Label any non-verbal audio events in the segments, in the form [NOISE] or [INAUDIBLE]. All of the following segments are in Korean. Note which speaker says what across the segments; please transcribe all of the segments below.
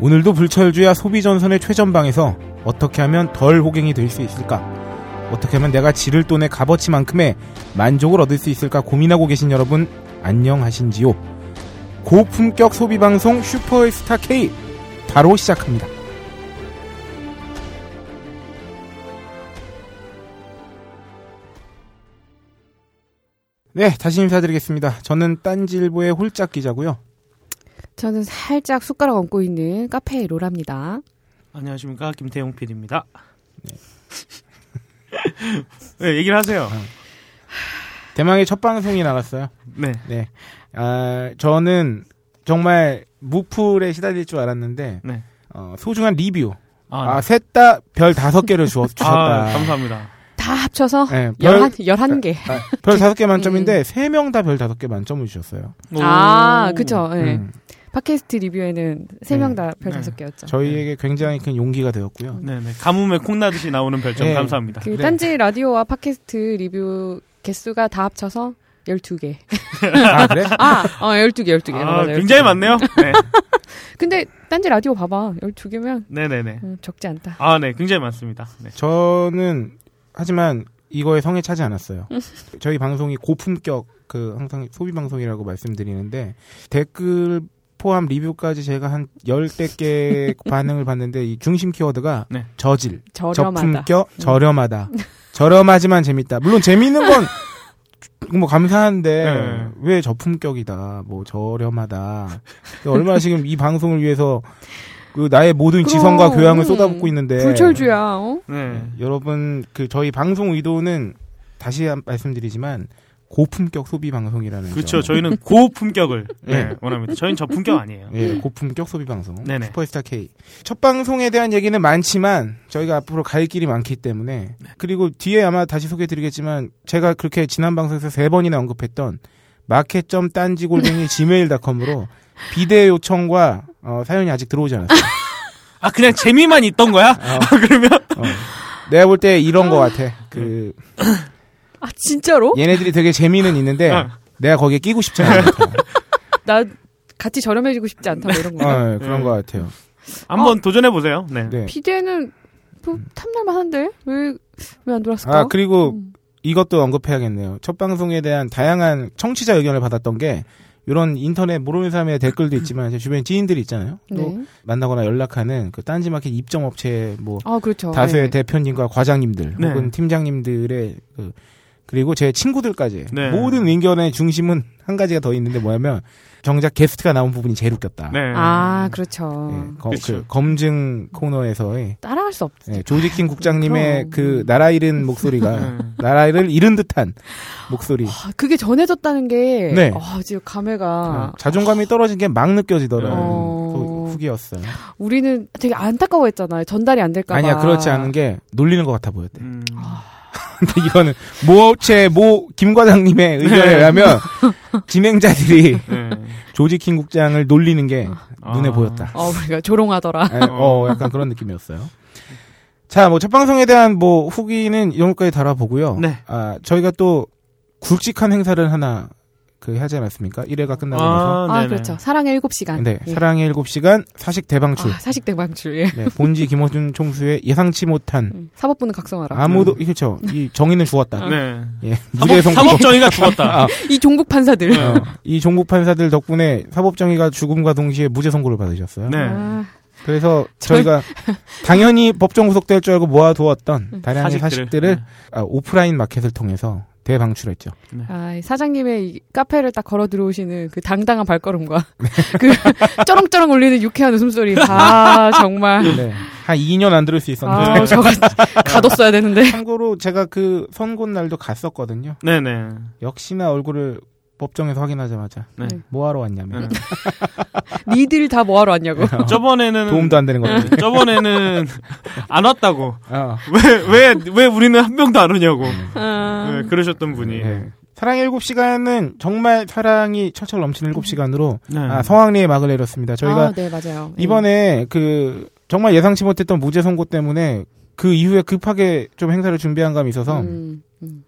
Speaker 1: 오늘도 불철주야 소비 전선의 최전방에서 어떻게 하면 덜 호갱이 될 수 있을까? 어떻게 하면 내가 지를 돈의 값어치만큼의 만족을 얻을 수 있을까 고민하고 계신 여러분 안녕하신지요? 고품격 소비 방송 슈퍼스타 K 바로 시작합니다. 네, 다시 인사드리겠습니다. 저는 딴지일보의 홀짝 기자고요.
Speaker 2: 저는 살짝 숟가락 얹고 있는 카페 로라입니다.
Speaker 3: 안녕하십니까 김태용 PD입니다. [LAUGHS] 네, 얘기를 하세요.
Speaker 1: 아. 대망의 첫 방송이 나갔어요.
Speaker 3: 네,
Speaker 1: 네. 아, 저는 정말 무풀에 시달릴 줄 알았는데
Speaker 3: 네.
Speaker 1: 어, 소중한 리뷰.
Speaker 3: 아,
Speaker 1: 아,
Speaker 3: 네.
Speaker 1: 셋 다 별 다섯 개를
Speaker 3: [LAUGHS]
Speaker 1: 주었, 주셨다.
Speaker 3: 아, 감사합니다.
Speaker 2: 다 합쳐서
Speaker 1: 네, 별,
Speaker 2: 열한 열한 개.
Speaker 1: 아, 별 다섯 개
Speaker 3: 음.
Speaker 1: 만점인데 세 명 다 별 다섯 개 만점을 주셨어요.
Speaker 2: 아,
Speaker 3: 오.
Speaker 2: 그쵸. 예.
Speaker 1: 음,
Speaker 2: 팟캐스트 리뷰에는 세 명 다 별
Speaker 3: 네.
Speaker 2: 다섯 개였죠.
Speaker 1: 저희에게 굉장히 큰 용기가 되었고요.
Speaker 3: 네, 네. 가뭄에 콩나듯이 나오는 별점
Speaker 1: 네.
Speaker 3: 감사합니다.
Speaker 2: 그
Speaker 1: 네.
Speaker 2: 딴지 라디오와 팟캐스트 리뷰 개수가 다 합쳐서 12개.
Speaker 3: 네.
Speaker 1: 아 그래?
Speaker 2: 아, 어, 12개, 12개.
Speaker 3: 아,
Speaker 1: [LAUGHS]
Speaker 3: 굉장히 많네요. 네,
Speaker 2: 근데 딴지 라디오 봐봐. 12개면 어,
Speaker 3: 네, 네, 네.
Speaker 2: 적지 않다.
Speaker 3: 아, 네, 굉장히 많습니다. 네.
Speaker 1: 저는 하지만 이거에 성에 차지 않았어요.
Speaker 2: 음.
Speaker 1: 저희 방송이 고품격 그 항상 소비 방송이라고 말씀드리는데 댓글 포함 리뷰까지 제가 한 열댓
Speaker 2: [LAUGHS]
Speaker 1: 개 반응을 봤는데 이 중심 키워드가
Speaker 3: 네.
Speaker 1: 저질,
Speaker 2: 저렴하다. 음.
Speaker 1: 저품격, 저렴하다, 저렴하지만 재밌다. 물론 재밌는
Speaker 2: [LAUGHS]
Speaker 1: 건 뭐 감사한데
Speaker 3: 네.
Speaker 1: 왜 저품격이다, 뭐 저렴하다. 얼마나 지금 이 방송을 위해서 그 나의 모든
Speaker 2: 그럼,
Speaker 1: 지성과 교양을
Speaker 2: 음.
Speaker 1: 쏟아붓고 있는데
Speaker 2: 불철주야. 어?
Speaker 3: 네.
Speaker 1: 예, 여러분 그 저희 방송 의도는 다시 한- 말씀드리지만 고품격 소비 방송이라는
Speaker 3: 그렇죠.
Speaker 1: 점.
Speaker 3: 저희는 고품격을 네,
Speaker 1: 네.
Speaker 3: 원합니다.
Speaker 1: [LAUGHS]
Speaker 3: 저희는 저품격 아니에요.
Speaker 1: 예, 고품격 소비 방송
Speaker 3: 네네.
Speaker 1: 슈퍼스타 K 첫 방송에 대한 얘기는 많지만 저희가 앞으로 갈 길이 많기 때문에
Speaker 3: 네.
Speaker 1: 그리고 뒤에 아마 다시 소개드리겠지만 제가 그렇게 지난 방송에서 세 번이나 언급했던 마켓점 딴지
Speaker 3: [LAUGHS]
Speaker 1: 골뱅이 gmail.com으로 비대 요청과 어, 사연이 아직 들어오지 않았어요.
Speaker 3: 아, 그냥 재미만 있던 거야?
Speaker 1: 어,
Speaker 3: 아, 그러면 네.
Speaker 1: 어. 내가 볼 때 이런 거 같아. 그
Speaker 2: 아, 진짜로?
Speaker 1: 얘네들이 되게 재미는 있는데
Speaker 3: 어.
Speaker 2: 아.
Speaker 1: 내가 거기에 끼고 싶지
Speaker 2: [LAUGHS]
Speaker 1: 않아요. 어,
Speaker 2: 나 같이 저렴해지고 싶지 않다. 뭐 이런 거.
Speaker 1: 어, 그런
Speaker 3: 음.
Speaker 1: 것 같아요.
Speaker 3: 한번 도전해 보세요. 네.
Speaker 1: 어.
Speaker 2: 음.
Speaker 1: 네.
Speaker 2: 비대는 뭐 탐날만 한데? 왜, 왜 안 돌았을까?
Speaker 1: 아 그리고
Speaker 2: 음.
Speaker 1: 이것도 언급해야겠네요. 첫 방송에 대한 다양한 청취자 의견을 받았던 게 이런 인터넷 모르는 사람의 댓글도 있지만 제 주변 지인들이 있잖아요. 또
Speaker 2: 네.
Speaker 1: 만나거나 연락하는 그 딴지마켓 입점 업체 뭐
Speaker 2: 아, 그렇죠.
Speaker 1: 다수의
Speaker 2: 네.
Speaker 1: 대표님과 과장님들
Speaker 3: 네.
Speaker 1: 혹은 팀장님들의 그 그리고 제 친구들까지
Speaker 3: 네.
Speaker 1: 모든 의견의 중심은 한 가지가 더 있는데 뭐냐면 정작 게스트가 나온 부분이 제일 웃겼다.
Speaker 3: 네.
Speaker 2: 아, 그렇죠.
Speaker 1: 예, 거-
Speaker 3: 그쵸.
Speaker 1: 그 검증 코너에서의
Speaker 2: 따라갈 수 없지.
Speaker 1: 예, 조지킹 국장님의
Speaker 2: 그럼.
Speaker 1: 그 나라 잃은 목소리가
Speaker 3: 네.
Speaker 1: 나라를 잃은 듯한 목소리.
Speaker 2: 아, 그게 전해졌다는 게,
Speaker 1: 네.
Speaker 2: 아, 지금
Speaker 1: 어,
Speaker 2: 감회가,
Speaker 1: 자존감이 떨어진 게 막 느껴지더라는
Speaker 2: 어.
Speaker 1: 후- 후기였어요.
Speaker 2: 우리는 되게 안타까워했잖아요. 전달이 안 될까봐.
Speaker 1: 아니야 그렇지 않은 게 놀리는 것 같아 보였대. [LAUGHS]
Speaker 3: 음.
Speaker 1: 근데 이거는 모제모김 과장님의 의견에 의하면
Speaker 2: 네.
Speaker 1: [LAUGHS] 진행자들이
Speaker 3: 네.
Speaker 1: 조지킹 국장을 놀리는 게
Speaker 3: 아.
Speaker 1: 눈에 보였다.
Speaker 2: 어, 우리가 조롱하더라.
Speaker 1: 예, 어 약간 그런 느낌이었어요. 자, 뭐 첫 방송에 대한 뭐 후기는 이런 것까지 달아보고요.
Speaker 3: 네.
Speaker 1: 아, 저희가 또 굵직한 행사를 하나 그 하지 않았습니까? 1회가 끝나고 나서.
Speaker 3: 아,
Speaker 2: 아,
Speaker 3: 네네.
Speaker 2: 그렇죠. 사랑의 일곱
Speaker 3: 아,
Speaker 2: 시간 예.
Speaker 1: 네.
Speaker 3: 예.
Speaker 1: 사랑의 7시간 사식 대방출.
Speaker 2: 아, 사식 대방출. 예.
Speaker 1: 네, 본지 김호준 총수의 예상치 못한
Speaker 2: 음, 사법부는 각성하라.
Speaker 1: 아무도 그렇죠. 이 정의는 죽었다.
Speaker 3: 음. 네.
Speaker 1: 예. 무죄
Speaker 3: 사법,
Speaker 1: 선고.
Speaker 3: 사법정의가 죽었다.
Speaker 1: 아,
Speaker 2: 이 종북 판사들.
Speaker 1: 어, 이 종북 판사들 덕분에 사법정의가 죽음과 동시에 무죄 선고를 받으셨어요.
Speaker 3: 네.
Speaker 2: 아,
Speaker 1: 그래서 [LAUGHS] 저희가 당연히 법정 구속될 줄 알고 모아두었던 다량의 음. 사식들을
Speaker 3: 사식들을.
Speaker 1: 아, 오프라인 마켓을 통해서 대방출했죠.
Speaker 2: 아, 이 사장님의 이 카페를 딱 걸어 들어오시는 그 당당한 발걸음과 [LAUGHS] 그 쩌렁쩌렁 울리는 유쾌한 웃음소리. 아, 정말.
Speaker 1: 네. 한 2년 안 들을 수 있었는데.
Speaker 2: 아,
Speaker 1: [LAUGHS]
Speaker 2: 저거 가뒀어야 되는데.
Speaker 1: 참고로 제가 그 선고 날도 갔었거든요.
Speaker 3: 네, 네.
Speaker 1: 역시나 얼굴을 법정에서 확인하자마자
Speaker 3: 네. 네.
Speaker 1: 뭐하러 왔냐면
Speaker 2: 니들 다 뭐하러
Speaker 1: 네.
Speaker 2: 왔냐고.
Speaker 3: 저번에는
Speaker 1: 아. 도움도 안 되는 것들.
Speaker 3: 네,
Speaker 1: [LAUGHS]
Speaker 3: 저번에는 안 왔다고.
Speaker 1: 어.
Speaker 3: 왜 왜 왜 우리는 한 명도 안 오냐고.
Speaker 2: [LAUGHS] 아.
Speaker 3: 네, 그러셨던 분이.
Speaker 1: 음. 네. 사랑의 7시간은 정말 사랑이 철철 넘치는 7시간으로
Speaker 3: 네.
Speaker 1: 아, 성황리에 막을 내렸습니다. 저희가
Speaker 2: 아, 네, 맞아요. 예.
Speaker 1: 이번에 그 정말 예상치 못했던 무죄 선고 때문에 그 이후에 급하게 좀 행사를 준비한 감이 있어서
Speaker 2: 음, 음.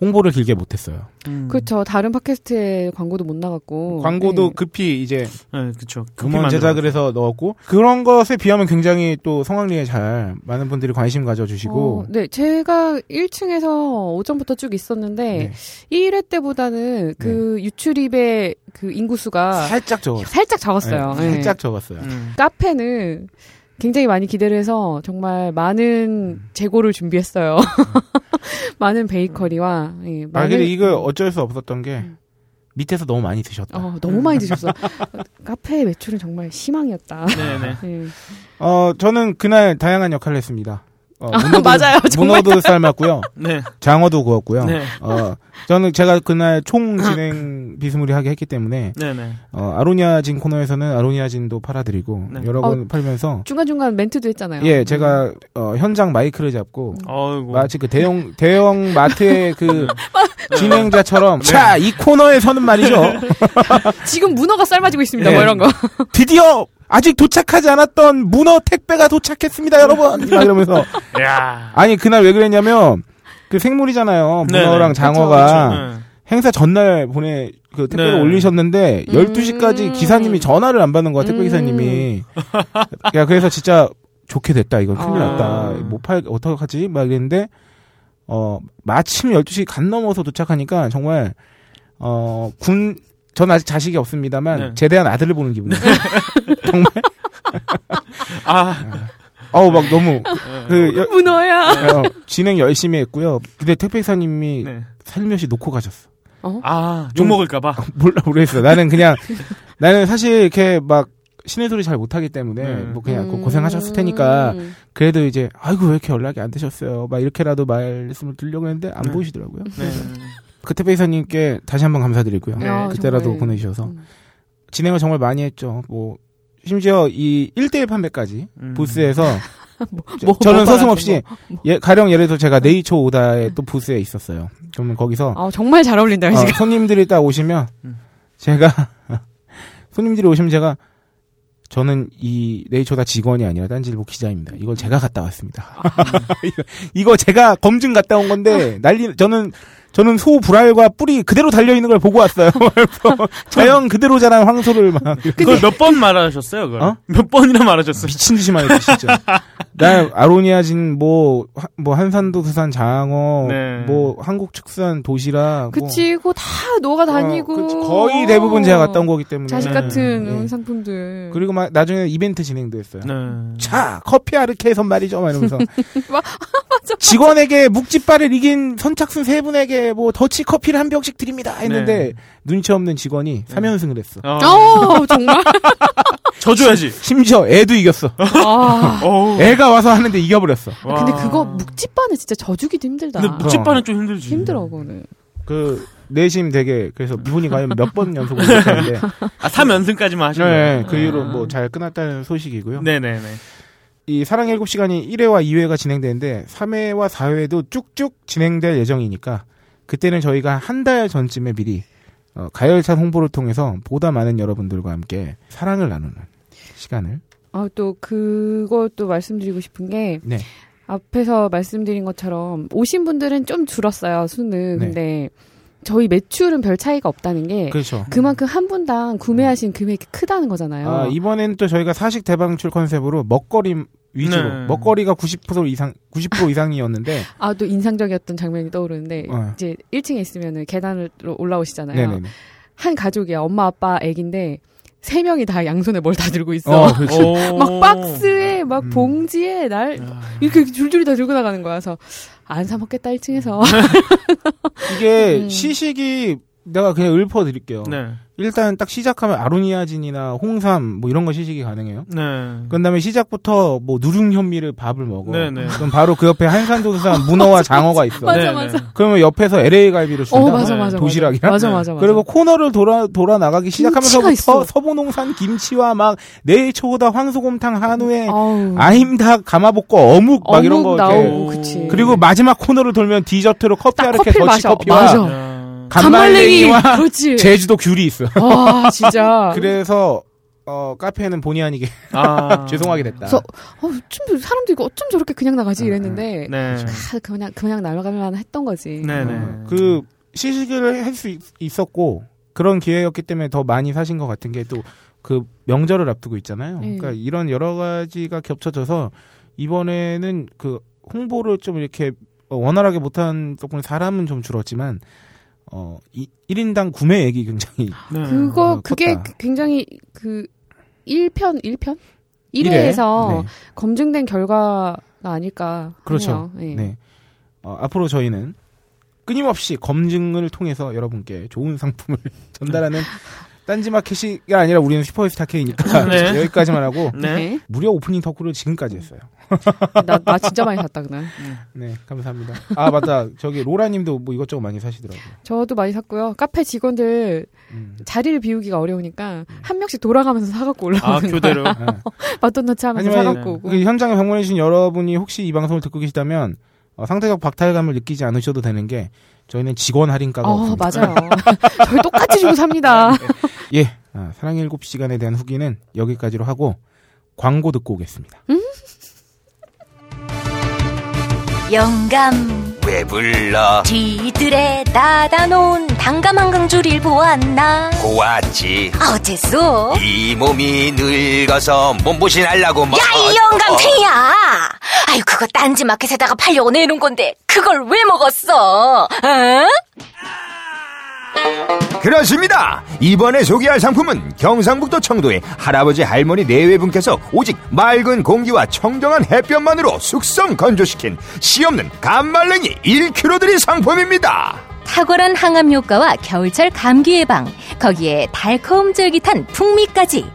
Speaker 1: 홍보를 길게 못했어요.
Speaker 3: 음.
Speaker 2: 그렇죠. 다른 팟캐스트에 광고도 못 나갔고
Speaker 1: 광고도
Speaker 2: 네.
Speaker 1: 급히 이제
Speaker 3: 네, 그렇죠.
Speaker 1: 음원 제작을 해서 넣었고 그런 것에 비하면 굉장히 또 성황리에 잘 많은 분들이 관심 가져주시고
Speaker 2: 어, 네, 제가 1층에서 오전부터 쭉
Speaker 1: 네.
Speaker 2: 있었는데 1회 때보다는 그 유출입의 그 인구수가
Speaker 1: 살짝 적었어요.
Speaker 2: 살짝 적었어요.
Speaker 1: 네,
Speaker 2: 예.
Speaker 1: 살짝 적었어요.
Speaker 3: 음.
Speaker 2: 카페는 굉장히 많이 기대를 해서 정말 많은
Speaker 1: 음.
Speaker 2: 재고를 준비했어요. [LAUGHS] 많은 베이커리와 예,
Speaker 1: 아
Speaker 2: 많은-
Speaker 1: 근데 이거 어쩔 수 없었던 게
Speaker 2: 음.
Speaker 1: 밑에서 너무 많이 드셨다.
Speaker 2: 어, 너무 많이 드셨어. 카페의 매출은 정말
Speaker 1: [LAUGHS]
Speaker 2: 희망이었다.
Speaker 3: 네네.
Speaker 2: 예.
Speaker 1: 어, 저는 그날 다양한 역할을 했습니다. 어,
Speaker 2: 아,
Speaker 1: 문어도-
Speaker 2: [LAUGHS] 맞아요. 정말
Speaker 1: 문어도 삶았고요.
Speaker 3: 네.
Speaker 1: 장어도 구웠고요.
Speaker 3: 네.
Speaker 1: 어, 저는 제가 그날
Speaker 3: 아.
Speaker 1: 총 진행 비스무리하게 했기 때문에
Speaker 3: 네네.
Speaker 1: 어, 아로니아진 코너에서는 아로니아진도 팔아드리고
Speaker 3: 네.
Speaker 1: 여러
Speaker 2: 어.
Speaker 1: 번 팔면서
Speaker 2: 중간중간 멘트도 했잖아요.
Speaker 1: 예 제가 어, 현장 마이크를 잡고
Speaker 3: 어이고.
Speaker 1: 마치 그 대형 대형 마트의 그
Speaker 3: [LAUGHS] 네.
Speaker 1: 진행자처럼 자 이 코너에서는 말이죠
Speaker 3: [LAUGHS]
Speaker 2: 지금 문어가 삶아지고 있습니다.
Speaker 1: 예. [LAUGHS]
Speaker 2: 뭐 이런 거.
Speaker 1: 드디어 아직 도착하지 않았던 문어 택배가 도착했습니다 여러분 막 이러면서
Speaker 3: 야.
Speaker 1: 아니 그날 왜 그랬냐면 그 생물이잖아요
Speaker 3: 네네.
Speaker 1: 문어랑 장어가
Speaker 3: 그렇죠. 네.
Speaker 1: 행사 전날 보내 그 택배를
Speaker 3: 네.
Speaker 1: 올리셨는데
Speaker 2: 음.
Speaker 1: 12시까지 기사님이 전화를 안 받는 거야 택배
Speaker 2: 음.
Speaker 1: 기사님이 야 그래서 진짜 좋게 됐다 이건 큰일
Speaker 2: 아.
Speaker 1: 났다 뭐 못팔 어떡하지 막 이랬는데 어 마침 12시 간 넘어서 도착하니까 정말 어군 전 아직 자식이 없습니다만
Speaker 3: 네.
Speaker 1: 제대한 아들을 보는 기분이에요. 정말
Speaker 3: 아.
Speaker 1: 어우 막 너무
Speaker 3: 네.
Speaker 1: 그 여-
Speaker 2: 문어야.
Speaker 1: 어, 진행 열심히 했고요. 근데 택배 기사님이
Speaker 3: 네.
Speaker 1: 살며시 놓고 가셨어.
Speaker 3: 아,
Speaker 1: 좀-
Speaker 3: 욕 먹을까봐.
Speaker 1: 몰라 모르겠어. 나는
Speaker 2: [LAUGHS]
Speaker 1: 그냥 나는 사실 이렇게 막 신의 소리 잘 못하기 때문에
Speaker 3: 음.
Speaker 1: 뭐 그냥 그
Speaker 2: 음.
Speaker 1: 고생하셨을 테니까 그래도 이제 아이고 왜 이렇게 연락이 안 되셨어요. 막 이렇게라도 말씀을 드리려고 했는데 안
Speaker 3: 네.
Speaker 1: 보이시더라고요.
Speaker 3: 네.
Speaker 1: 그택배 기사님께 다시 한번 감사드리고요.
Speaker 3: 네,
Speaker 2: 아,
Speaker 1: 그때라도
Speaker 2: 정말.
Speaker 1: 보내주셔서
Speaker 2: 음.
Speaker 1: 진행을 정말 많이 했죠. 뭐 심지어 이 1대1 판매까지
Speaker 3: 음.
Speaker 1: 부스에서 저-
Speaker 2: [LAUGHS] 뭐,
Speaker 1: 저는
Speaker 2: 뭐
Speaker 1: 서슴없이
Speaker 2: 받았어, 뭐.
Speaker 1: 예, 가령 예를 들어 제가 네이처 오다의 또 부스에 있었어요. 그러면 거기서
Speaker 2: 아, 정말 잘 어울린다,
Speaker 1: 어,
Speaker 2: 지금.
Speaker 1: 손님들이 딱 오시면
Speaker 3: 음.
Speaker 1: 제가 [LAUGHS] 손님들이 오시면 제가 저는 이 네이처다 직원이 아니라 딴지일보 기자입니다. 이걸 제가 갔다 왔습니다. [LAUGHS] 이거- 이거 제가 검증 갔다 온 건데 난리 저는 저는 소 불알과 뿔이 그대로 달려 있는 걸 보고
Speaker 2: [LAUGHS]
Speaker 1: 왔어요. 그래서 자연 그대로 자란 황소를 막
Speaker 3: 그걸 몇 번 말하셨어요, 그걸?
Speaker 1: 어?
Speaker 3: 몇 번이나 말하셨어요?
Speaker 1: 미친 듯이 말했지
Speaker 2: [LAUGHS]
Speaker 1: 진짜. 나 아로니아진 뭐뭐 한산도 수산 장어
Speaker 3: 네.
Speaker 1: 뭐 한국 축산 도시락 뭐
Speaker 2: 그치, 그거 다 너가 다니고.
Speaker 1: 어, 그치. 거의 대부분 제가 갔다 온 거기 때문에
Speaker 2: 자식
Speaker 3: 네.
Speaker 2: 같은
Speaker 1: 네.
Speaker 2: 상품들.
Speaker 1: 그리고 막 나중에 이벤트 진행도 했어요.
Speaker 3: 네.
Speaker 1: 자 커피 아르케에선 말이죠, 막
Speaker 2: [LAUGHS]
Speaker 1: 이러면서 직원에게 묵찌빠를 이긴 선착순 세 분에게 뭐 더치 커피를 한 병씩 드립니다 했는데 눈치 없는 직원이 3연승을 했어.
Speaker 3: 어,
Speaker 1: [LAUGHS]
Speaker 2: 어, 정말?
Speaker 3: 져줘야지.
Speaker 1: 심지어 애도 이겼어.
Speaker 2: 아.
Speaker 3: 어우.
Speaker 1: 애가 와서 하는데 이겨버렸어.
Speaker 3: 와.
Speaker 2: 근데 그거 묵찌빠는 진짜 저주기도 힘들다.
Speaker 3: 근데 묵찌빠는 좀 힘들지.
Speaker 2: 힘들어, 그거는.
Speaker 1: 그 내심 되게 그래서 이분이 과연 몇 번 [LAUGHS] 연속으로 했는데
Speaker 3: 아, 3연승까지만 하시면.
Speaker 1: 네, 그 이후로 뭐 잘 끝났다는 소식이고요.
Speaker 3: 네네네.
Speaker 1: 이 사랑 일곱 시간이 1회와 2회가 진행되는데 3회와 4회도 쭉쭉 진행될 예정이니까 그때는 저희가 한 달 전쯤에 미리 어, 가열찬 홍보를 통해서 보다 많은 여러분들과 함께 사랑을 나누는 시간을
Speaker 2: 아, 또, 그것도 말씀드리고 싶은 게,
Speaker 1: 네.
Speaker 2: 앞에서 말씀드린 것처럼, 오신 분들은 좀 줄었어요, 수는. 근데, 저희 매출은 별 차이가 없다는 게,
Speaker 1: 네. 그렇죠.
Speaker 2: 그, 만큼한 분당 구매하신 금액이 크다는 거잖아요.
Speaker 1: 아, 이번에는 또 저희가 사식 대방출 컨셉으로 먹거리 위주로
Speaker 3: 네.
Speaker 1: 먹거리가 90% 이상 90% 이상이었는데
Speaker 2: 아, 또 인상적이었던 장면이 떠오르는데,
Speaker 1: 어.
Speaker 2: 이제 1층에 있으면은 계단으로 올라오시잖아요.
Speaker 1: 네네네.
Speaker 2: 한 가족이야. 엄마, 아빠, 애기인데, 세 명이 다 양손에 뭘 다 들고 있어.
Speaker 1: 어, 그렇죠.
Speaker 3: 오.
Speaker 2: [LAUGHS] 막 박스에, 막
Speaker 1: 음.
Speaker 2: 봉지에, 날,
Speaker 3: 아,
Speaker 2: 이렇게, 이렇게 줄줄이 다 들고 나가는 거야. 그래서, 안 사먹겠다,
Speaker 1: 음.
Speaker 2: 1층에서.
Speaker 1: 이게
Speaker 2: 음.
Speaker 1: 시식이 내가 그냥 읊어 드릴게요.
Speaker 3: 네.
Speaker 1: 일단 딱 시작하면 아로니아진이나 홍삼 뭐 이런 거 시식이 가능해요.
Speaker 3: 네.
Speaker 1: 그 다음에 시작부터 뭐 누룽 현미를 밥을 먹어.
Speaker 3: 네네.
Speaker 1: 그럼 바로 그 옆에 한산도수산 문어와 장어가 있어.
Speaker 2: 맞아,
Speaker 3: 네,
Speaker 2: 맞아.
Speaker 3: 네.
Speaker 1: 그러면 옆에서 LA 갈비를 준다.
Speaker 2: [LAUGHS] 어, 맞아, 맞아.
Speaker 1: 도시락이랑?
Speaker 2: 맞아, 맞아, 맞아.
Speaker 1: 그리고 코너를 돌아 돌아 나가기
Speaker 2: 김치가 있어.
Speaker 1: 시작하면서부터 서부농산 김치와 막 내일초보다 황소곰탕 한우에
Speaker 2: 아우.
Speaker 1: 아임닭 가마볶고 어묵 막
Speaker 2: 어. 어묵
Speaker 1: 이런 거 이렇게.
Speaker 2: 나오고, 그치.
Speaker 1: 그리고 마지막 코너를 돌면 디저트로 커피
Speaker 2: 딱
Speaker 1: 아르케
Speaker 2: 커피를
Speaker 1: 더치
Speaker 2: 마셔.
Speaker 1: 커피와
Speaker 2: 맞아.
Speaker 3: 아.
Speaker 1: 간말랭이와
Speaker 2: [LAUGHS] 그렇지.
Speaker 1: 제주도 귤이 있어.
Speaker 2: 아. 와, 진짜.
Speaker 1: 그래서 어, 카페에는 본의 아니게 [LAUGHS]
Speaker 3: 아.
Speaker 1: 죄송하게 됐다.
Speaker 2: 그래서 어, 어쩜 사람도 이거 어쩜 저렇게 그냥 나가지
Speaker 1: 음,
Speaker 2: 이랬는데
Speaker 3: 네.
Speaker 2: 아, 그냥 그냥 날아가면 했던 거지.
Speaker 3: 네, 네.
Speaker 1: 어, 그 시식을 할 수 있었고 그런 기회였기 때문에 더 많이 사신 것 같은 게 또 그 명절을 앞두고 있잖아요.
Speaker 2: 네.
Speaker 1: 그러니까 이런 여러 가지가 겹쳐져서 이번에는 그 홍보를 좀 이렇게 원활하게 못한 덕분에 사람은 좀 줄었지만 어 이, 1인당 구매액이 굉장히
Speaker 3: 네.
Speaker 2: 그거
Speaker 1: 어,
Speaker 2: 그게
Speaker 1: 컸다.
Speaker 2: 굉장히 그 1편 1편 1회에서
Speaker 1: 네.
Speaker 2: 검증된 결과가 아닐까
Speaker 1: 그렇죠.
Speaker 2: 하네요. 예.
Speaker 1: 네. 어, 앞으로 저희는 끊임없이 검증을 통해서 여러분께 좋은 상품을 [LAUGHS] 전달하는 딴지마켓이가 아니라 우리는 슈퍼스타 K니까 [LAUGHS]
Speaker 3: 네.
Speaker 1: 여기까지만 하고
Speaker 3: 네.
Speaker 2: 네.
Speaker 1: 무려 오프닝 덕후를 지금까지 했어요.
Speaker 2: 나, 나 진짜 많이 샀다 그날.
Speaker 1: 네, 감사합니다. 아 맞다, 저기 로라님도 뭐 이것저것 많이 사시더라고요.
Speaker 2: 저도 많이 샀고요. 카페 직원들
Speaker 1: 음.
Speaker 2: 자리를 비우기가 어려우니까 한 명씩 돌아가면서 사갖고 [LAUGHS]
Speaker 3: 아,
Speaker 2: 올라오는 거야.
Speaker 3: 교대로.
Speaker 1: 네.
Speaker 2: 맛돈너치 하면서
Speaker 1: 하지만
Speaker 2: 사갖고 오고.
Speaker 1: 그 현장에 방문해 주신 여러분이 혹시 이 방송을 듣고 계시다면 어, 상대적 박탈감을 느끼지 않으셔도 되는 게 저희는 직원 할인가가
Speaker 2: 어,
Speaker 1: 없습니다.
Speaker 2: [LAUGHS] 맞아요. 저희 똑같이 주고 삽니다.
Speaker 1: 예, 아, 사랑의 일곱 시간에 대한 후기는 여기까지로 하고 광고 듣고 오겠습니다.
Speaker 4: 영감
Speaker 5: 왜 불러
Speaker 4: 뒤뜰에 닫아놓은 당감 한강줄일 보았나
Speaker 5: 고왔지
Speaker 4: 어째서
Speaker 5: 이 몸이 늙어서 몸보신하려고 뭐
Speaker 4: 야이 영감탱이야 아유 그거 딴지 마켓에다가 팔려고 내놓은 건데 그걸 왜 먹었어 응?
Speaker 5: 그렇습니다 이번에 소개할 상품은 경상북도 청도의 할아버지 할머니 내외분께서 오직 맑은 공기와 청정한 햇볕만으로 숙성 건조시킨 시없는 감말랭이 1kg들이 상품입니다
Speaker 4: 탁월한 항암 효과와 겨울철 감기 예방, 거기에 달콤 쫄깃한 풍미까지.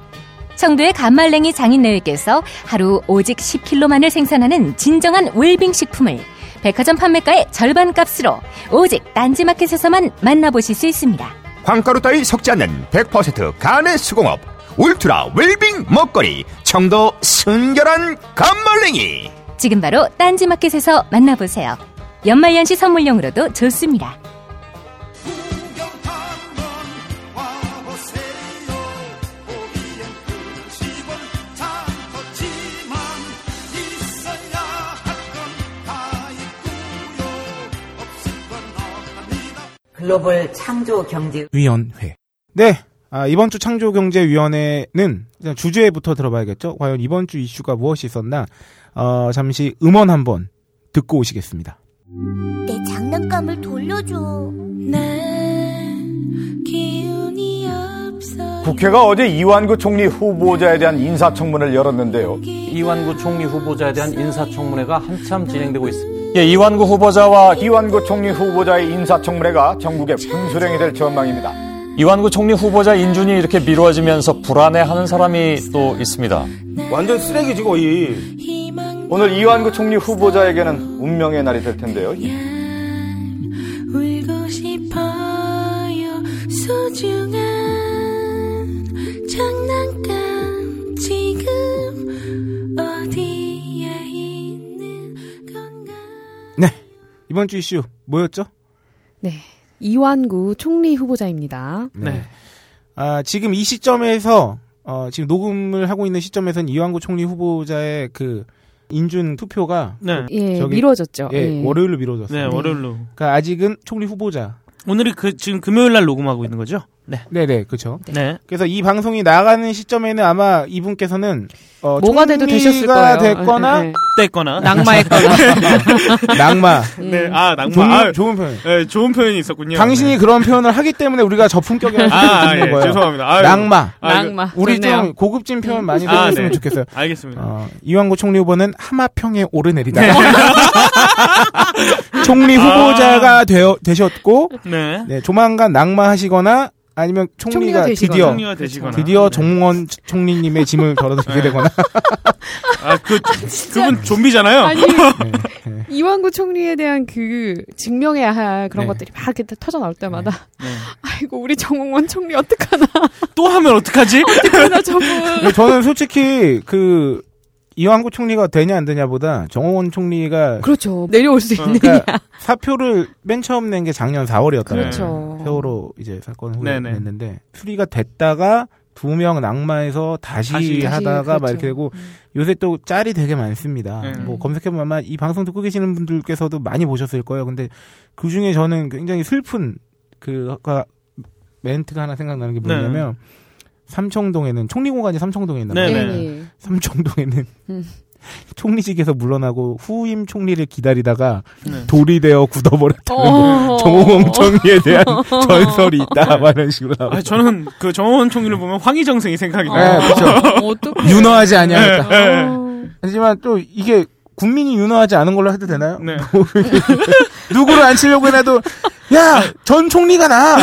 Speaker 4: 청도의 감말랭이 장인내외께서 하루 오직 10kg만을 생산하는 진정한 웰빙 식품을 백화점 판매가의 절반 값으로 오직 딴지마켓에서만 만나보실 수 있습니다.
Speaker 5: 광가루 따위 섞지 않는 100% 간의 수공업 울트라 웰빙 먹거리 청도 순결한 감말랭이
Speaker 4: 지금 바로 딴지마켓에서 만나보세요. 연말연시 선물용으로도 좋습니다.
Speaker 6: 글로벌 창조 경제
Speaker 1: 위원회. 네. 아, 이번 주 창조경제위원회는 일단 주제부터 들어봐야겠죠. 과연 이번 주 이슈가 무엇이 있었나? 어, 잠시 음원 한번 듣고 오시겠습니다.
Speaker 7: 내 장난감을 돌려줘. 난 기운이 없어.
Speaker 8: 국회가 어제 이완구 총리 후보자에 대한 인사청문회를 열었는데요.
Speaker 9: 이완구 총리 후보자에 대한 인사청문회가 한참 진행되고 있습니다.
Speaker 8: 예, 이완구 후보자와 이완구 총리 후보자의 인사청문회가 전국의 분수령이 될 전망입니다.
Speaker 9: 이완구 총리 후보자 인준이 이렇게 미뤄지면서 불안해하는 사람이 또 있습니다.
Speaker 8: 완전 쓰레기지 거의.
Speaker 7: 희망.
Speaker 8: 오늘 이완구 총리 후보자에게는 운명의 날이 될 텐데요.
Speaker 7: 양 울고 싶어요. 소중한 장난감 지금 어디에 있는 건가?
Speaker 1: 이번 주 이슈 뭐였죠?
Speaker 2: 네. 이완구 총리 후보자입니다.
Speaker 3: 네.
Speaker 1: 아, 지금 이 시점에서 어, 지금 녹음을 하고 있는 시점에서는 이완구 총리 후보자의 그 인준 투표가
Speaker 3: 네.
Speaker 2: 예,
Speaker 1: 저기-
Speaker 2: 미뤄졌죠.
Speaker 1: 예, 월요일로 미뤄졌어요.
Speaker 3: 네, 월요일로.
Speaker 1: 그러니까 아직은 총리 후보자.
Speaker 3: 오늘이 그 지금 금요일 날 녹음하고 있는 거죠? 네.
Speaker 1: 네, 네, 그렇죠.
Speaker 3: 네.
Speaker 1: 그래서 이 방송이 나가는 시점에는 아마 이분께서는 어,
Speaker 2: 뭐가 돼도 되셨을
Speaker 1: 총리가
Speaker 2: 거예요.
Speaker 1: 됐거나
Speaker 2: 예, 예, 예.
Speaker 3: 떼거나.
Speaker 2: [LAUGHS] 낙마했거나.
Speaker 1: 낙마.
Speaker 3: [LAUGHS] 네. 아, 낙마.
Speaker 1: 좋은,
Speaker 3: 아,
Speaker 1: 좋은 표현.
Speaker 3: 네, 좋은 표현이 있었군요.
Speaker 1: 당신이 [LAUGHS] 그런 표현을 하기 때문에 우리가 저품격이라는
Speaker 3: 네. 아, 아,
Speaker 1: 는
Speaker 3: 예.
Speaker 1: 거예요.
Speaker 3: 죄송합니다. 아유.
Speaker 1: 낙마.
Speaker 3: 아, 이거-
Speaker 2: 낙마.
Speaker 1: 우리
Speaker 2: 좋네요. 음.
Speaker 1: 좀 고급진 표현 많이
Speaker 3: 아,
Speaker 1: 쓰셨으면
Speaker 3: 네. 네.
Speaker 1: 좋겠어요.
Speaker 3: 알겠습니다.
Speaker 1: 어, 이완구 총리 후보는 하마평에 오르내리다. [LAUGHS] 총리
Speaker 3: 아.
Speaker 1: 후보자가 되어, 되셨고
Speaker 3: 네.
Speaker 1: 네, 조만간 낙마하시거나 아니면 총리가,
Speaker 2: 총리가 되시거나.
Speaker 1: 드디어
Speaker 3: 총리가 되시거나.
Speaker 1: 드디어
Speaker 3: 네.
Speaker 1: 정원 총리님의 짐을 덜어드리게
Speaker 3: 네.
Speaker 1: 되거나
Speaker 3: 아, 그 그분 좀비잖아요.
Speaker 2: 아니,
Speaker 1: 네, 네.
Speaker 2: 이완구 총리에 대한 그 증명해야 할 그런
Speaker 1: 네.
Speaker 2: 것들이 막 이렇게 터져 나올 때마다
Speaker 3: 네.
Speaker 2: [LAUGHS] 아이고 우리 정홍원 총리 어떡하나 [LAUGHS]
Speaker 3: 또 하면 어떡하지?
Speaker 2: 어떡하나 저분
Speaker 1: 근데 저는 솔직히 그 이완구 총리가 되냐 안 되냐보다 정홍원 총리가
Speaker 2: 그렇죠 내려올 수 있는 [LAUGHS]
Speaker 1: 그러니까 사표를 맨 처음
Speaker 2: 네.
Speaker 1: 낸 게 작년 4월이었다면
Speaker 3: 그렇죠.
Speaker 2: 그렇죠
Speaker 1: 세월호 이제 사건 후에
Speaker 3: 네네.
Speaker 1: 냈는데 수리가 됐다가 두 명 낙마해서 다시,
Speaker 3: 다시,
Speaker 2: 다시,
Speaker 1: 하다가 막
Speaker 2: 그렇죠.
Speaker 1: 이렇게 되고 요새 또 짤이 되게 많습니다.
Speaker 3: 네.
Speaker 1: 뭐 검색해보면 아마 이 방송 듣고 계시는 분들께서도 많이 보셨을 거예요. 근데 그 중에 저는 굉장히 슬픈 그 아까 멘트가 하나 생각나는 게 뭐냐면 삼청동에는 총리공관이 삼청동에 있나 봐요.
Speaker 3: 네네.
Speaker 2: 네네.
Speaker 1: 삼청동에는 [LAUGHS]
Speaker 2: 음.
Speaker 1: 총리직에서 물러나고 후임 총리를 기다리다가
Speaker 3: 네.
Speaker 1: 돌이 되어 굳어버렸다는
Speaker 2: 어.
Speaker 1: 정호봉 총리에 대한 전설이 있다 막 이런 식으로 나오고
Speaker 3: 아, 저는 그 정원 총리를 보면 황희정생이 생각이
Speaker 1: 네,
Speaker 3: 나요.
Speaker 1: 그렇죠.
Speaker 2: 어떡해.
Speaker 1: 윤호하지 아니하니까
Speaker 3: 네.
Speaker 2: 어,
Speaker 1: 하지만 또 이게 국민이 윤호하지 않은 걸로 해도 되나요?
Speaker 3: 네.
Speaker 1: 누구를 앉히려고 해놔도 야 전 총리가 나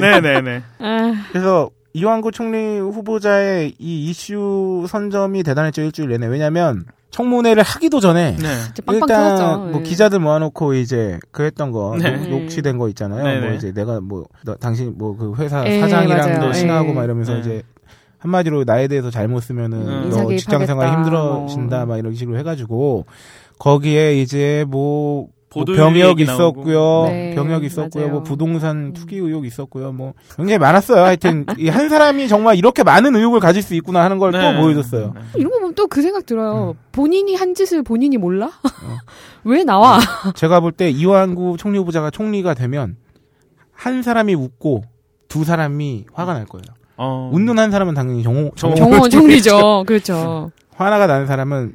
Speaker 3: 네네네.
Speaker 2: 아,
Speaker 1: 그래서 이완구 총리 후보자의 이 이슈 선점이 대단했죠 일주일 내내 왜냐하면 청문회를 하기도 전에
Speaker 3: 네.
Speaker 2: 진짜
Speaker 1: 일단
Speaker 2: 빵빵 터졌죠.
Speaker 1: 뭐
Speaker 2: 예.
Speaker 1: 기자들 모아놓고 이제 그 했던 거
Speaker 3: 네.
Speaker 1: 녹- 녹취된 거 있잖아요.
Speaker 3: 네,
Speaker 1: 뭐
Speaker 3: 네.
Speaker 1: 이제 내가 뭐 너- 당신 뭐 그 회사
Speaker 2: 예,
Speaker 1: 사장이랑
Speaker 2: 맞아요.
Speaker 1: 도
Speaker 2: 예.
Speaker 1: 친하고 막 이러면서
Speaker 3: 네.
Speaker 1: 이제 한마디로 나에 대해서 잘못 쓰면은
Speaker 3: 음.
Speaker 1: 너
Speaker 2: 인사개입
Speaker 1: 직장 생활
Speaker 2: 하겠다,
Speaker 1: 힘들어진다
Speaker 2: 뭐.
Speaker 1: 막 이런 식으로 해가지고 거기에 이제 뭐
Speaker 3: 보도
Speaker 1: 병역
Speaker 3: 얘기 나오고.
Speaker 1: 있었고요,
Speaker 2: 네,
Speaker 1: 병역 있었고요,
Speaker 2: 맞아요. 음.
Speaker 1: 뭐 부동산 투기 의혹 있었고요, 뭐 굉장히 많았어요. 하여튼 이 한 사람이 정말 이렇게 많은 의혹을 가질 수 있구나 하는 걸 또
Speaker 3: 네.
Speaker 1: 보여줬어요.
Speaker 3: 네.
Speaker 2: 이런 거 보면 또 그 생각 들어요. 본인이 한 짓을 본인이 몰라? [LAUGHS] 왜 나와?
Speaker 1: 제가 볼 때 이완구 총리 후보자가 총리가 되면 한 사람이 웃고 두 사람이 화가 날 거예요.
Speaker 3: 어.
Speaker 1: 웃는 한 사람은 당연히 정호, 정호.
Speaker 2: 음. [LAUGHS] 정원 총리죠. 그렇죠.
Speaker 1: 화나가 나는 사람은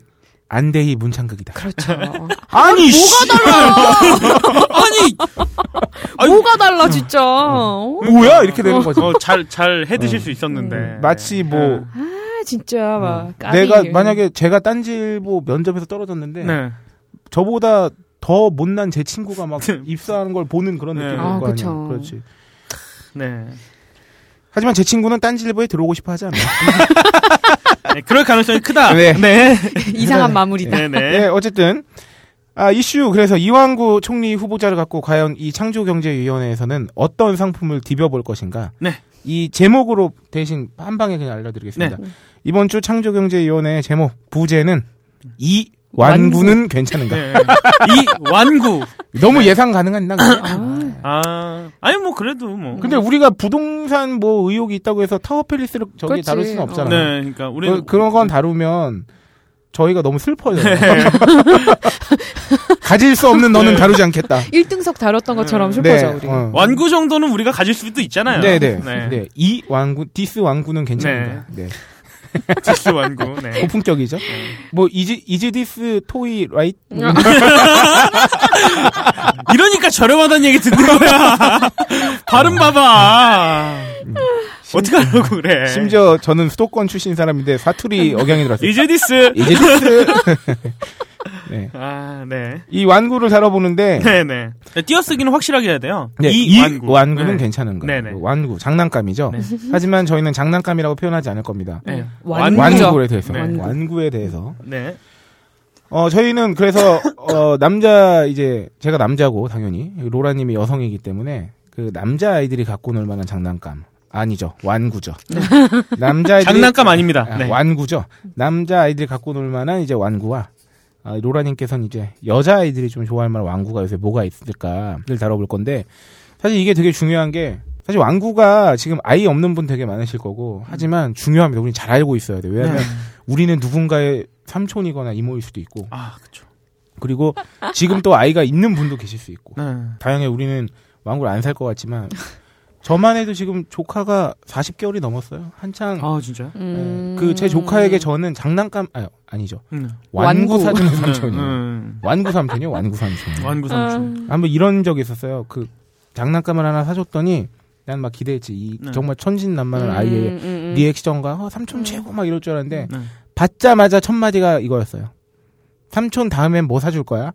Speaker 1: 안대희 문창극이다.
Speaker 2: 그렇죠. [LAUGHS]
Speaker 1: 아니 씨,
Speaker 2: 뭐가 달라 진짜. 어?
Speaker 1: 뭐야 이렇게 되는 거죠. 네.
Speaker 3: 어, 잘, 잘 해드실 수 있었는데.
Speaker 1: 마치 뭐
Speaker 2: 네. 아, 진짜 막 까비.
Speaker 1: 내가 만약에 제가 딴질보 면접에서 떨어졌는데
Speaker 3: 네. 네.
Speaker 1: 저보다 더 못난 제 친구가
Speaker 2: [LAUGHS]
Speaker 1: 막 입사하는 걸 보는 그런
Speaker 3: 네.
Speaker 1: 느낌일
Speaker 2: 아,
Speaker 1: 거
Speaker 2: 그쵸.
Speaker 1: 아니에요. 그렇지.
Speaker 3: 네.
Speaker 1: 하지만 제 친구는 딴질보에 들어오고 싶어 하지 않아요.
Speaker 3: 네, 그럴 가능성이 크다.
Speaker 1: 네.
Speaker 3: 네.
Speaker 2: [LAUGHS] 이상한 마무리다.
Speaker 3: 네네.
Speaker 1: 예, 어쨌든 아 이슈 그래서 이왕구 총리 후보자를 갖고 과연 이 창조경제위원회에서는 어떤 상품을 디벼볼 것인가?
Speaker 3: 네.
Speaker 1: 이 제목으로 대신 한 방에 그냥 알려드리겠습니다.
Speaker 2: 네.
Speaker 1: 이번 주 창조경제위원회의 제목 부제는 이 완구는 괜찮은가?
Speaker 3: 네. 이 완구.
Speaker 1: 너무 예상 가능한 나.
Speaker 2: 아,
Speaker 3: 아, 아니 뭐 그래도 뭐.
Speaker 1: 근데 우리가 부동산 뭐 의혹이 있다고 해서 타워팰리스를 저기
Speaker 2: 그렇지.
Speaker 1: 다룰 수는
Speaker 3: 네,
Speaker 1: 없잖아요.
Speaker 3: 그러니까 우리
Speaker 1: 그,
Speaker 3: [LAUGHS]
Speaker 1: 그런 건 다루면 저희가 너무 슬퍼요.
Speaker 3: 네.
Speaker 1: 가질 수 없는
Speaker 3: 네.
Speaker 1: 너는 다루지 않겠다.
Speaker 2: 1등석 다뤘던 것처럼 슬퍼져 우리.
Speaker 1: 어.
Speaker 3: 완구 정도는 우리가 가질 수도 있잖아요.
Speaker 1: 네네. 네.
Speaker 3: 네.
Speaker 1: 이 왕구, 디스 왕구는 괜찮은가? 네.
Speaker 3: 디스 완구. 네.
Speaker 1: 고품격이죠. 뭐 이지 이지 디스 토이 라이트
Speaker 2: 음.
Speaker 1: 음,
Speaker 3: 이러니까 저렴하다는 얘기 듣는 거야. [LAUGHS] 발음 봐봐. 어떻게 하려고 그래.
Speaker 1: 심지어 저는 수도권 출신 사람인데 사투리
Speaker 2: 음.
Speaker 1: 억양이 들었어요.
Speaker 3: 이즈디스.
Speaker 1: 이지 디스. 네.
Speaker 3: 아, 네.
Speaker 1: 이 완구를 다뤄보는데
Speaker 3: 네네. 네, 띄어쓰기는 확실하게 해야 돼요.
Speaker 1: 네,
Speaker 3: 이, 완구.
Speaker 1: 완구는
Speaker 3: 네.
Speaker 1: 괜찮은가?
Speaker 3: 네네.
Speaker 1: 완구 장난감이죠. 하지만 저희는 장난감이라고 표현하지 않을 겁니다.
Speaker 3: 네.
Speaker 2: 완구죠.
Speaker 3: 완구.
Speaker 1: 완구에 대해서
Speaker 3: 네.
Speaker 2: 완구.
Speaker 1: 완구에 대해서
Speaker 3: 네.
Speaker 1: 어, 저희는 그래서, 어, 남자, 이제, 제가 남자고, 당연히. 로라님이 여성이기 때문에, 그, 남자 아이들이 갖고 놀 만한 장난감. 아니죠. 완구죠.
Speaker 3: [LAUGHS]
Speaker 1: 남자 아이들이.
Speaker 3: 장난감 아닙니다. 네.
Speaker 1: 완구죠. 남자 아이들이 갖고 놀 만한 이제 완구와, 아, 로라님께서는 이제, 여자 아이들이 좀 좋아할 만한 완구가 요새 뭐가 있을까를 다뤄볼 건데, 사실 이게 되게 중요한 게, 사실 완구가 지금 아이 없는 분 되게 많으실 거고, 하지만 중요합니다. 우리 잘 알고 있어야
Speaker 3: 네.
Speaker 1: 돼요. 왜냐면, 우리는 누군가의 삼촌이거나 이모일 수도 있고,
Speaker 3: 아, 그쵸.
Speaker 1: 그리고 지금 또 아이가 있는 분도 계실 수 있고
Speaker 3: 네.
Speaker 1: 다행히 우리는 왕구를 안 살 것 같지만 저만 해도 지금 조카가 40개월이 넘었어요 한창
Speaker 3: 아, 진짜요?
Speaker 2: 음.
Speaker 1: 그 제 조카에게 저는 장난감 아, 아니죠
Speaker 3: 응.
Speaker 1: 완구
Speaker 2: 완구.
Speaker 1: 사주는 삼촌이에요
Speaker 3: 음.
Speaker 1: 완구 삼촌이요 완구 삼촌
Speaker 3: 네. 완구 삼촌.
Speaker 2: 음.
Speaker 1: 한번 이런 적이 있었어요 그 장난감을 하나 사줬더니 난 막 기대했지 이
Speaker 3: 네. 음.
Speaker 1: 정말 천진난만한
Speaker 2: 음,
Speaker 1: 아이의 리액션과 어, 삼촌 최고 막 이럴 줄 알았는데
Speaker 3: 네.
Speaker 1: 받자마자 첫 마디가 이거였어요 삼촌 다음엔 뭐 사줄 거야?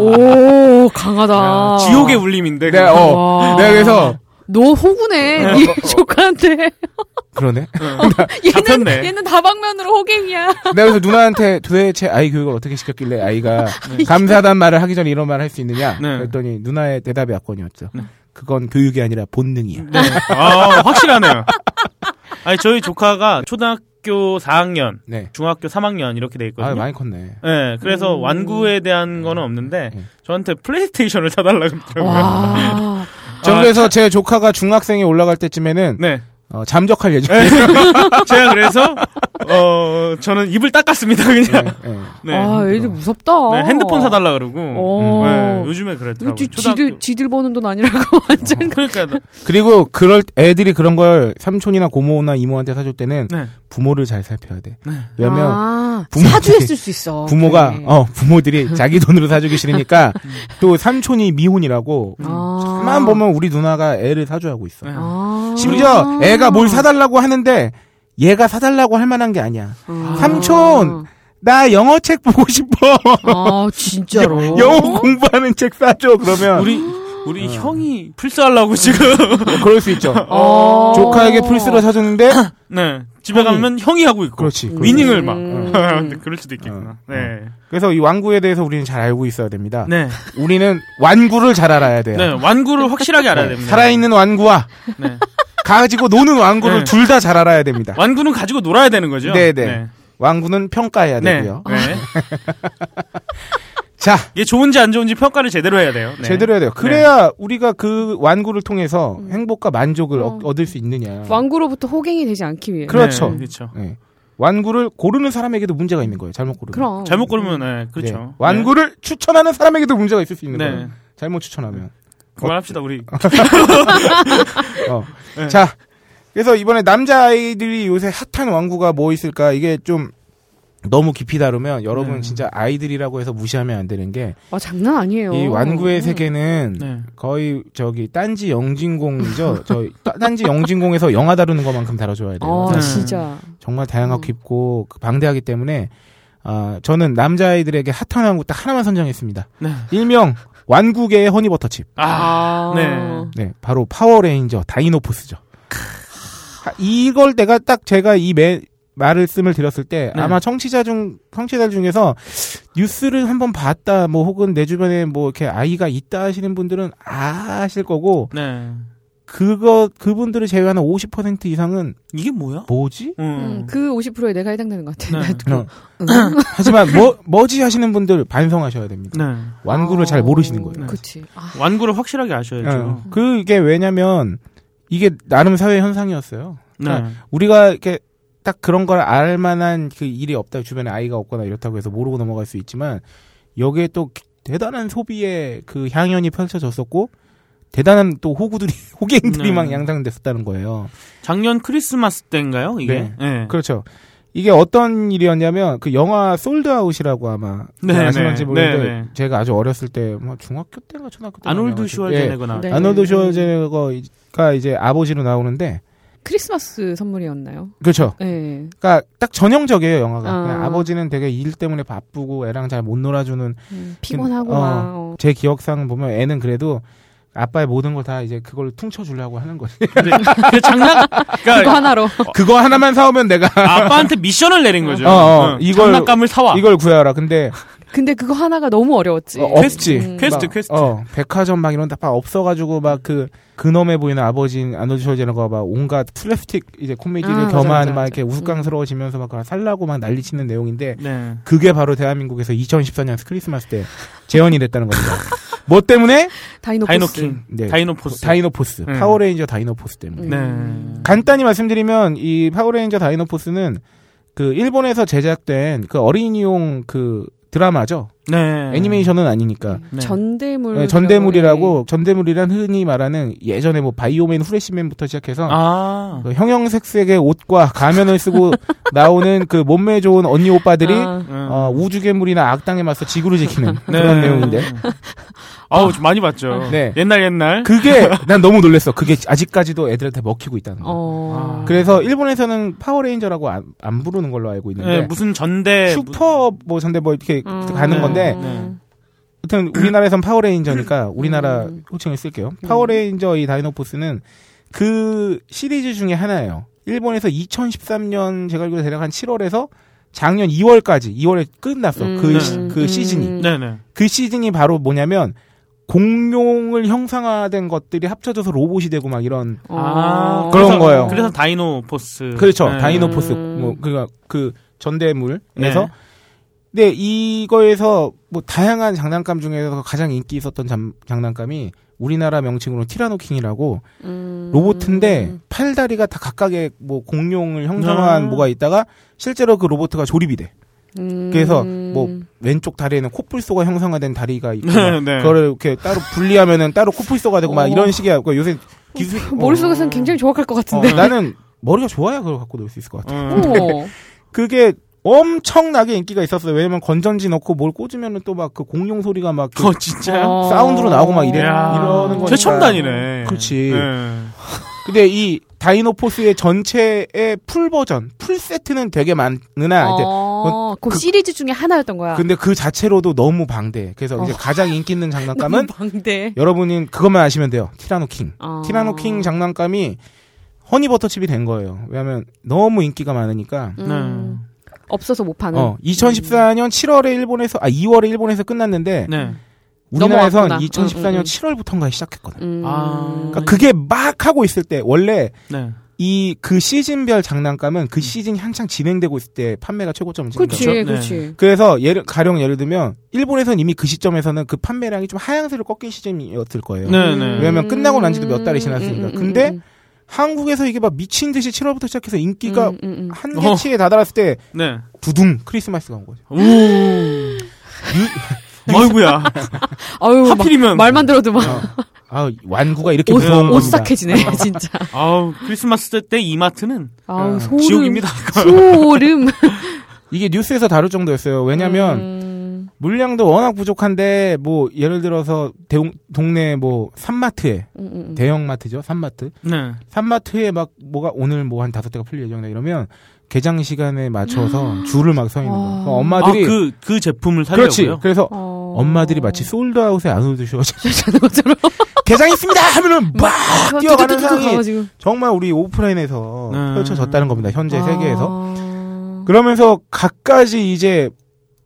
Speaker 2: 오 강하다.
Speaker 3: 지옥의 울림인데.
Speaker 1: 네,
Speaker 3: 그거.
Speaker 1: 어.
Speaker 2: 와.
Speaker 1: 내가 그래서
Speaker 2: 너 호구네. 네 조카한테.
Speaker 1: 그러네.
Speaker 2: 얘는
Speaker 3: 잡혔네.
Speaker 2: 얘는 다방면으로 호갱이야.
Speaker 1: 내가 그래서 누나한테 도대체 아이 교육을 어떻게 시켰길래 아이가 [LAUGHS] 감사하단 말을 하기 전에 이런 말을 할 수 있느냐?
Speaker 3: 네.
Speaker 1: 그랬더니 누나의 대답이 압권이었죠. 그건 교육이 아니라 본능이야.
Speaker 3: 네. 아, 확실하네요. 아니, 저희 조카가 초등학교 4학년,
Speaker 1: 네.
Speaker 3: 중학교 3학년 이렇게 돼 있거든요.
Speaker 1: 아, 많이 컸네.
Speaker 3: 네, 그래서
Speaker 2: 음.
Speaker 3: 완구에 대한 거는 없는데
Speaker 1: 네.
Speaker 3: 저한테 플레이스테이션을 사달라 그러더라고요.
Speaker 2: 와.
Speaker 1: 전국에서 제 조카가 중학생에 올라갈 때쯤에는
Speaker 3: 아, 네.
Speaker 1: 어, 잠적할 예정.
Speaker 3: [LAUGHS] 제가 그래서 어 저는 입을 닦았습니다 그냥.
Speaker 1: 음.
Speaker 3: 네.
Speaker 2: 아, 애들 무섭다.
Speaker 3: 네, 핸드폰 사달라 그러고.
Speaker 2: 어.
Speaker 3: 네, 요즘에 그랬더라고요.
Speaker 2: 지,
Speaker 3: 초등학교.
Speaker 2: 지들, 지들 버는 돈 아니라고 완전.
Speaker 3: 그러니까 나-
Speaker 1: 그리고 그럴 애들이 그런 걸 삼촌이나 고모나 이모한테 사줄 때는
Speaker 3: 네.
Speaker 1: 부모를 잘 살펴야 돼. 왜냐면
Speaker 2: 아,
Speaker 1: 부모들이-
Speaker 2: 사주했을 수 있어. 네.
Speaker 1: 부모가
Speaker 2: 그래.
Speaker 1: 어 부모들이 자기 돈으로 사주기 싫으니까
Speaker 3: 음.
Speaker 1: 또 삼촌이 미혼이라고
Speaker 2: 아.
Speaker 1: 만 보면 우리 누나가 애를 사주하고 있어.
Speaker 3: 네.
Speaker 2: 아.
Speaker 1: 심지어 애가 뭘 사달라고 하는데 얘가 사달라고 할 만한 게 아니야.
Speaker 2: 아.
Speaker 1: 삼촌! 나 영어책 보고 싶어.
Speaker 2: 아, 진짜로.
Speaker 1: [LAUGHS] 영어 공부하는 책 사줘. 그러면
Speaker 3: 우리 우리
Speaker 1: 음.
Speaker 3: 형이 풀스하려고 지금. [LAUGHS]
Speaker 1: 그럴 수 있죠.
Speaker 2: 어.
Speaker 1: 조카에게 풀스를 사줬는데
Speaker 3: 네. 집에
Speaker 1: 형이.
Speaker 3: 가면 형이 하고 있고.
Speaker 1: 그렇지. 그렇지.
Speaker 3: 위닝을 막. [LAUGHS]
Speaker 2: 음.
Speaker 3: 근데 그럴 수도 있겠구나.
Speaker 1: 어.
Speaker 3: 네.
Speaker 1: 그래서 이 완구에 대해서 우리는 잘 알고 있어야 됩니다.
Speaker 3: 네.
Speaker 1: 우리는 완구를 잘 알아야 돼요.
Speaker 3: 네. 완구를 확실하게 알아야 됩니다.
Speaker 1: 살아있는 완구와
Speaker 3: 네.
Speaker 1: 가지고 노는 완구를
Speaker 3: 네.
Speaker 1: 둘 다 잘 알아야 됩니다.
Speaker 3: 완구는 가지고 놀아야 되는 거죠?
Speaker 1: 네네.
Speaker 3: 네.
Speaker 1: 완구는 평가해야
Speaker 3: 네.
Speaker 1: 되고요.
Speaker 3: 네.
Speaker 1: 자,
Speaker 3: 이게 좋은지 안 좋은지 평가를 제대로 해야 돼요. 네.
Speaker 1: 제대로 해야 돼요. 그래야 우리가 그 완구를 통해서 행복과 만족을
Speaker 2: 어.
Speaker 1: 얻- 얻을 수 있느냐.
Speaker 2: 왕구로부터 호갱이 되지 않기 위해.
Speaker 1: 그럼. 그렇죠.
Speaker 3: 네, 그렇죠.
Speaker 1: 네. 완구를 고르는 사람에게도 문제가 있는 거예요. 잘못 고르면.
Speaker 2: 그럼.
Speaker 3: 잘못 고르면 네, 그렇죠.
Speaker 1: 네. 완구를 추천하는 사람에게도 문제가 있을 수 있는
Speaker 3: 네.
Speaker 1: 거예요. 잘못 추천하면.
Speaker 3: 그만합시다 우리.
Speaker 1: 아.
Speaker 3: 네.
Speaker 1: 어. 자, 그래서 이번에 남자 아이들이 요새 핫한 왕구가 뭐 있을까 이게 좀 너무 깊이 다루면 여러분
Speaker 3: 네.
Speaker 1: 진짜 아이들이라고 해서 무시하면 안 되는 게 이
Speaker 2: 와, 장난 아니에요. 음.
Speaker 1: 완구의 세계는
Speaker 3: 네.
Speaker 1: 거의 저기 딴지 영진공이죠. [LAUGHS] 저 딴지 영진공에서 영화 다루는 것만큼 다뤄줘야 돼요.
Speaker 2: 아,
Speaker 3: 네.
Speaker 2: 진짜. 음.
Speaker 1: 정말 다양하고 깊고 그 방대하기 때문에 아 저는 남자 아이들에게 핫한 왕구 딱 하나만 선정했습니다.
Speaker 3: 네.
Speaker 1: 일명 완구계의 허니버터칩.
Speaker 3: 아.
Speaker 2: 아.
Speaker 3: 네.
Speaker 1: 네, 바로 파워레인저 다이노포스죠. 아, 이걸 내가 딱 제가 이 매, 말씀을 드렸을 때
Speaker 3: 네.
Speaker 1: 아마 청취자 중 청취자 중에서 뉴스를 한번 봤다 뭐 혹은 내 주변에 뭐 이렇게 아이가 있다 하시는 분들은 아실 거고
Speaker 3: 네.
Speaker 1: 그거 그분들을 제외하는 50% 이상은
Speaker 3: 이게 뭐야?
Speaker 1: 뭐지?
Speaker 2: 음,
Speaker 3: 음.
Speaker 2: 그 50%에 내가 해당되는 것 같아.
Speaker 3: 네.
Speaker 2: 나도.
Speaker 1: 어. 하지만 뭐 뭐지 하시는 분들 반성하셔야 됩니다.
Speaker 3: 네.
Speaker 1: [LAUGHS] 완구를 잘 모르시는 거예요.
Speaker 2: 그치. 아,
Speaker 3: 완구를 확실하게
Speaker 1: 어,
Speaker 3: 아셔야죠.
Speaker 1: 그게 왜냐면 이게 나름 사회 현상이었어요.
Speaker 3: 네.
Speaker 1: 우리가 이렇게 딱 그런 걸 알만한 그 일이 없다 주변에 아이가 없거나 이렇다고 해서 모르고 넘어갈 수 있지만 여기에 또 대단한 소비의 그 향연이 펼쳐졌었고 대단한 또 호구들이 [LAUGHS] 호갱들이
Speaker 3: 네.
Speaker 1: 막 양상됐었다는 거예요.
Speaker 3: 작년 크리스마스 때인가요? 이게.
Speaker 1: 네. 그렇죠. 이게 어떤 일이었냐면 그 영화 솔드아웃이라고 아마
Speaker 3: 네,
Speaker 1: 아시는지
Speaker 3: 네,
Speaker 1: 모르겠는데
Speaker 3: 네, 네.
Speaker 1: 제가 아주 어렸을 때 뭐 중학교 때인가 초등학교 때
Speaker 3: 아놀드
Speaker 1: 예.
Speaker 3: 슈왈제네거나.
Speaker 2: 네.
Speaker 1: 아놀드 슈왈제네거가 이제 아버지로 나오는데
Speaker 2: 크리스마스 선물이었나요?
Speaker 1: 그렇죠.
Speaker 2: 네.
Speaker 1: 그러니까 딱 전형적이에요 영화가
Speaker 2: 아.
Speaker 1: 그냥 아버지는 되게 일 때문에 바쁘고 애랑 잘 못 놀아주는
Speaker 2: 음, 피곤하고
Speaker 1: 어.
Speaker 2: 막. 어.
Speaker 1: 제 기억상 보면 애는 그래도 아빠의 모든 걸 다 이제 그걸 퉁쳐주려고 하는 거지
Speaker 3: 근데 그 장난.
Speaker 2: 그거
Speaker 3: 그러니까
Speaker 2: 하나로. [LAUGHS]
Speaker 1: 그거 하나만 사오면 내가
Speaker 3: 아빠한테 미션을 내린 거죠.
Speaker 1: 어, 어.
Speaker 3: 응.
Speaker 1: 이걸-
Speaker 3: 장난감을 사와.
Speaker 1: 이걸 구해라 근데
Speaker 2: 근데 그거 하나가 너무 어려웠지.
Speaker 1: 어, 없지
Speaker 2: 음.
Speaker 3: 퀘스트,
Speaker 1: 막,
Speaker 3: 퀘스트.
Speaker 1: 어, 백화점 막 이런 데다 없어가지고 막 그 근엄해 보이는 아버지 아놀드 슈왈제네거가 막 온갖 플라스틱 이제 코미디를
Speaker 2: 아, 맞아,
Speaker 1: 겸한
Speaker 2: 맞아,
Speaker 1: 막
Speaker 2: 음. 맞아.
Speaker 1: 이렇게 우스꽝스러워지면서 막 그걸 살라고 막 난리치는 내용인데
Speaker 3: 네.
Speaker 1: 그게 바로 대한민국에서 2014년 크리스마스 때 재현이 됐다는 겁니다. [LAUGHS] 뭐 때문에?
Speaker 2: 다이노 포스.
Speaker 3: 다이노킹.
Speaker 1: 네.
Speaker 3: 다이노포스.
Speaker 1: 다이노포스.
Speaker 3: 음.
Speaker 1: 파워레인저 다이노포스 때문에.
Speaker 2: 음.
Speaker 3: 네.
Speaker 1: 간단히 말씀드리면 이 파워레인저 다이노포스는 그 일본에서 제작된 그 어린이용 그 드라마죠.
Speaker 3: 네.
Speaker 1: 애니메이션은 아니니까.
Speaker 3: 네.
Speaker 2: 전대물.
Speaker 1: 네,
Speaker 3: 예.
Speaker 1: 전대물이라고 전대물이란 흔히 말하는 예전에 뭐 바이오맨 후레시맨부터 시작해서
Speaker 3: 아.
Speaker 1: 그 형형색색의 옷과 가면을
Speaker 3: [LAUGHS]
Speaker 1: 쓰고 나오는 그 몸매 좋은 언니 오빠들이
Speaker 2: 아,
Speaker 3: 음.
Speaker 1: 어, 우주 괴물이나 악당에 맞서 지구를
Speaker 3: [LAUGHS]
Speaker 1: 지키는 그런 내용인데
Speaker 3: 네. 아우, 좀 많이 봤죠.
Speaker 1: 네.
Speaker 3: 옛날 옛날. [LAUGHS]
Speaker 1: 그게 난 너무 놀랬어. 그게 아직까지도 애들한테 먹히고 있다는 거.
Speaker 2: 어.
Speaker 3: 아.
Speaker 1: 그래서 일본에서는 파워레인저라고 안, 안 부르는 걸로 알고
Speaker 3: 네,
Speaker 1: 있는데
Speaker 3: 무슨 전대.
Speaker 1: 슈퍼 뭐 전대 뭐 이렇게
Speaker 2: 음.
Speaker 1: 가는 건데
Speaker 3: 네.
Speaker 1: 하여튼 우리나라에선 파워레인저니까 우리나라
Speaker 2: 음.
Speaker 1: 호칭을 쓸게요. 파워레인저 이 다이노포스는 그 시리즈 중에 하나예요. 일본에서 2013년 제가 알기로 대략 한 7월에서 작년 2월까지 2월에 끝났어. 그,
Speaker 2: 음.
Speaker 1: 시, 그
Speaker 2: 음.
Speaker 1: 시즌이.
Speaker 3: 네, 네.
Speaker 1: 그 시즌이 바로 뭐냐면 공룡을 형상화된 것들이 합쳐져서 로봇이 되고 막 이런
Speaker 2: 어.
Speaker 3: 아,
Speaker 1: 그런
Speaker 3: 그래서-
Speaker 1: 거예요.
Speaker 3: 그래서 다이노포스.
Speaker 1: 그렇죠.
Speaker 3: 네.
Speaker 1: 다이노포스.
Speaker 2: 음.
Speaker 1: 뭐, 그니까, 그, 전대물에서.
Speaker 3: 네.
Speaker 1: 근데 이거에서, 뭐, 다양한 장난감 중에서 가장 인기 있었던 잠- 장난감이 우리나라 명칭으로 티라노킹이라고
Speaker 2: 음.
Speaker 1: 로봇인데 팔다리가 다 각각의 뭐 공룡을 형상화한
Speaker 3: 아.
Speaker 1: 뭐가 있다가 실제로 그 로봇가 조립이 돼.
Speaker 2: 음.
Speaker 1: 그래서 뭐 왼쪽 다리에는 코뿔소가 형상화된
Speaker 2: [LAUGHS]
Speaker 1: 다리가 있고 막
Speaker 3: 네.
Speaker 1: 그거를 이렇게 따로 분리하면은 따로 코뿔소가 되고 막
Speaker 2: 어.
Speaker 1: 이런 식이야. 그러니까 요새 기술 어,
Speaker 2: 머릿속에서는 굉장히 정확할 것
Speaker 1: 어,
Speaker 2: 같은데.
Speaker 1: 나는 [LAUGHS] 머리가 좋아야 그걸 갖고 놀 수 있을 것 같아.
Speaker 2: [LAUGHS]
Speaker 3: 어.
Speaker 2: 오.
Speaker 1: 그게 엄청나게 인기가 있었어요. 왜냐면 건전지 넣고 뭘 꽂으면은 또 막 그 공룡 소리가 막 그
Speaker 3: 어, 진짜요?
Speaker 2: 어.
Speaker 1: 사운드로 나오고 막 이래
Speaker 3: 이야.
Speaker 1: 이러는 거니까.
Speaker 3: 최첨단이네.
Speaker 1: 그렇지.
Speaker 3: 네.
Speaker 1: 근데 이 다이노포스의 전체의 풀 버전, 풀 세트는 되게 많으나 아, 이제
Speaker 2: 어, 그, 시리즈 중에 하나였던 거야.
Speaker 1: 근데 그 자체로도 너무 방대해. 그래서 이제
Speaker 2: 어.
Speaker 1: 가장 인기 있는
Speaker 2: 너무
Speaker 1: [LAUGHS] 장난감은
Speaker 2: [LAUGHS] 방대.
Speaker 1: 여러분이 그것만 아시면 돼요. 티라노 킹.
Speaker 2: 어.
Speaker 1: 티라노 킹 장난감이 허니버터칩이 된 거예요. 왜냐하면 너무 인기가 많으니까.
Speaker 3: 네.
Speaker 2: 음. 없어서 못 파는.
Speaker 1: 어, 2014년 7월에 일본에서 아 2월에 일본에서 끝났는데
Speaker 3: 네.
Speaker 1: 우리나라에선
Speaker 2: 넘어왔구나.
Speaker 1: 2014년
Speaker 2: 응, 응, 응.
Speaker 1: 7월부터인가 시작했거든.
Speaker 2: 음.
Speaker 3: 아.
Speaker 1: 그러니까 그게 막 하고 있을 때 원래
Speaker 3: 네.
Speaker 1: 이 그 시즌별 장난감은 그 시즌이 한창 진행되고 있을 때 판매가 최고점을 찍는
Speaker 2: 음. 그치,
Speaker 1: 거죠.
Speaker 3: 그렇죠? 네.
Speaker 2: 그치.
Speaker 1: 그래서 예를 가령 예를 들면 일본에선 이미 그 시점에서는 그 판매량이 좀 하향세로 꺾인 시즌이었을 거예요.
Speaker 3: 네, 네.
Speaker 1: 왜냐면 끝나고 난 지도 몇 달이
Speaker 2: 음,
Speaker 1: 지났으니까.
Speaker 2: 음, 음,
Speaker 1: 근데
Speaker 2: 음,
Speaker 1: 한국에서 이게 막 미친 듯이 7월부터 시작해서 인기가
Speaker 2: 음, 음, 음.
Speaker 1: 한 개치에 다다랐을 때
Speaker 3: 네.
Speaker 1: 두둥 크리스마스가 온 거죠.
Speaker 3: 오.
Speaker 2: 음.
Speaker 3: 아이구야.
Speaker 2: 아유, 막
Speaker 3: 하필이면.
Speaker 2: 말만 들어도 막
Speaker 1: 아 완구가 이렇게
Speaker 2: 옷,
Speaker 1: 무서운 겁니다.
Speaker 2: 오싹해지네, 진짜.
Speaker 3: 아우, 크리스마스 때 이마트는
Speaker 2: 아우,
Speaker 1: 아,
Speaker 2: 소름.
Speaker 3: 지옥입니다.
Speaker 2: 소름.
Speaker 1: 이게 뉴스에서 다룰 정도였어요. 왜냐면
Speaker 2: 음.
Speaker 1: 물량도 워낙 부족한데 뭐 예를 들어서 대웅- 동네 뭐 산마트에
Speaker 2: 음, 음, 음.
Speaker 1: 대형마트죠. 산마트.
Speaker 3: 네.
Speaker 1: 산마트에 막 뭐가 오늘 뭐 한 다섯 대가 풀릴 예정이다 이러면 개장 시간에 맞춰서 줄을 막 서 있는 거예요. 그러니까
Speaker 2: 아. 와.
Speaker 1: 엄마들이
Speaker 3: 아, 그, 그 제품을
Speaker 1: 그렇지.
Speaker 3: 사려고요?
Speaker 1: 그래서
Speaker 2: 어.
Speaker 1: 엄마들이 마치 솔드아웃에 안 오듯이 오죠.
Speaker 2: 자는 것처럼
Speaker 1: [LAUGHS] 개장했습니다 하면은 막
Speaker 2: 음.
Speaker 1: 뛰어가는
Speaker 2: 뚜뚜뚜뚜뚜
Speaker 1: 상황이
Speaker 2: 가가지고.
Speaker 1: 정말 우리 오프라인에서
Speaker 3: 음.
Speaker 1: 펼쳐졌다는 겁니다. 현재
Speaker 2: 아.
Speaker 1: 세계에서. 그러면서 각가지 이제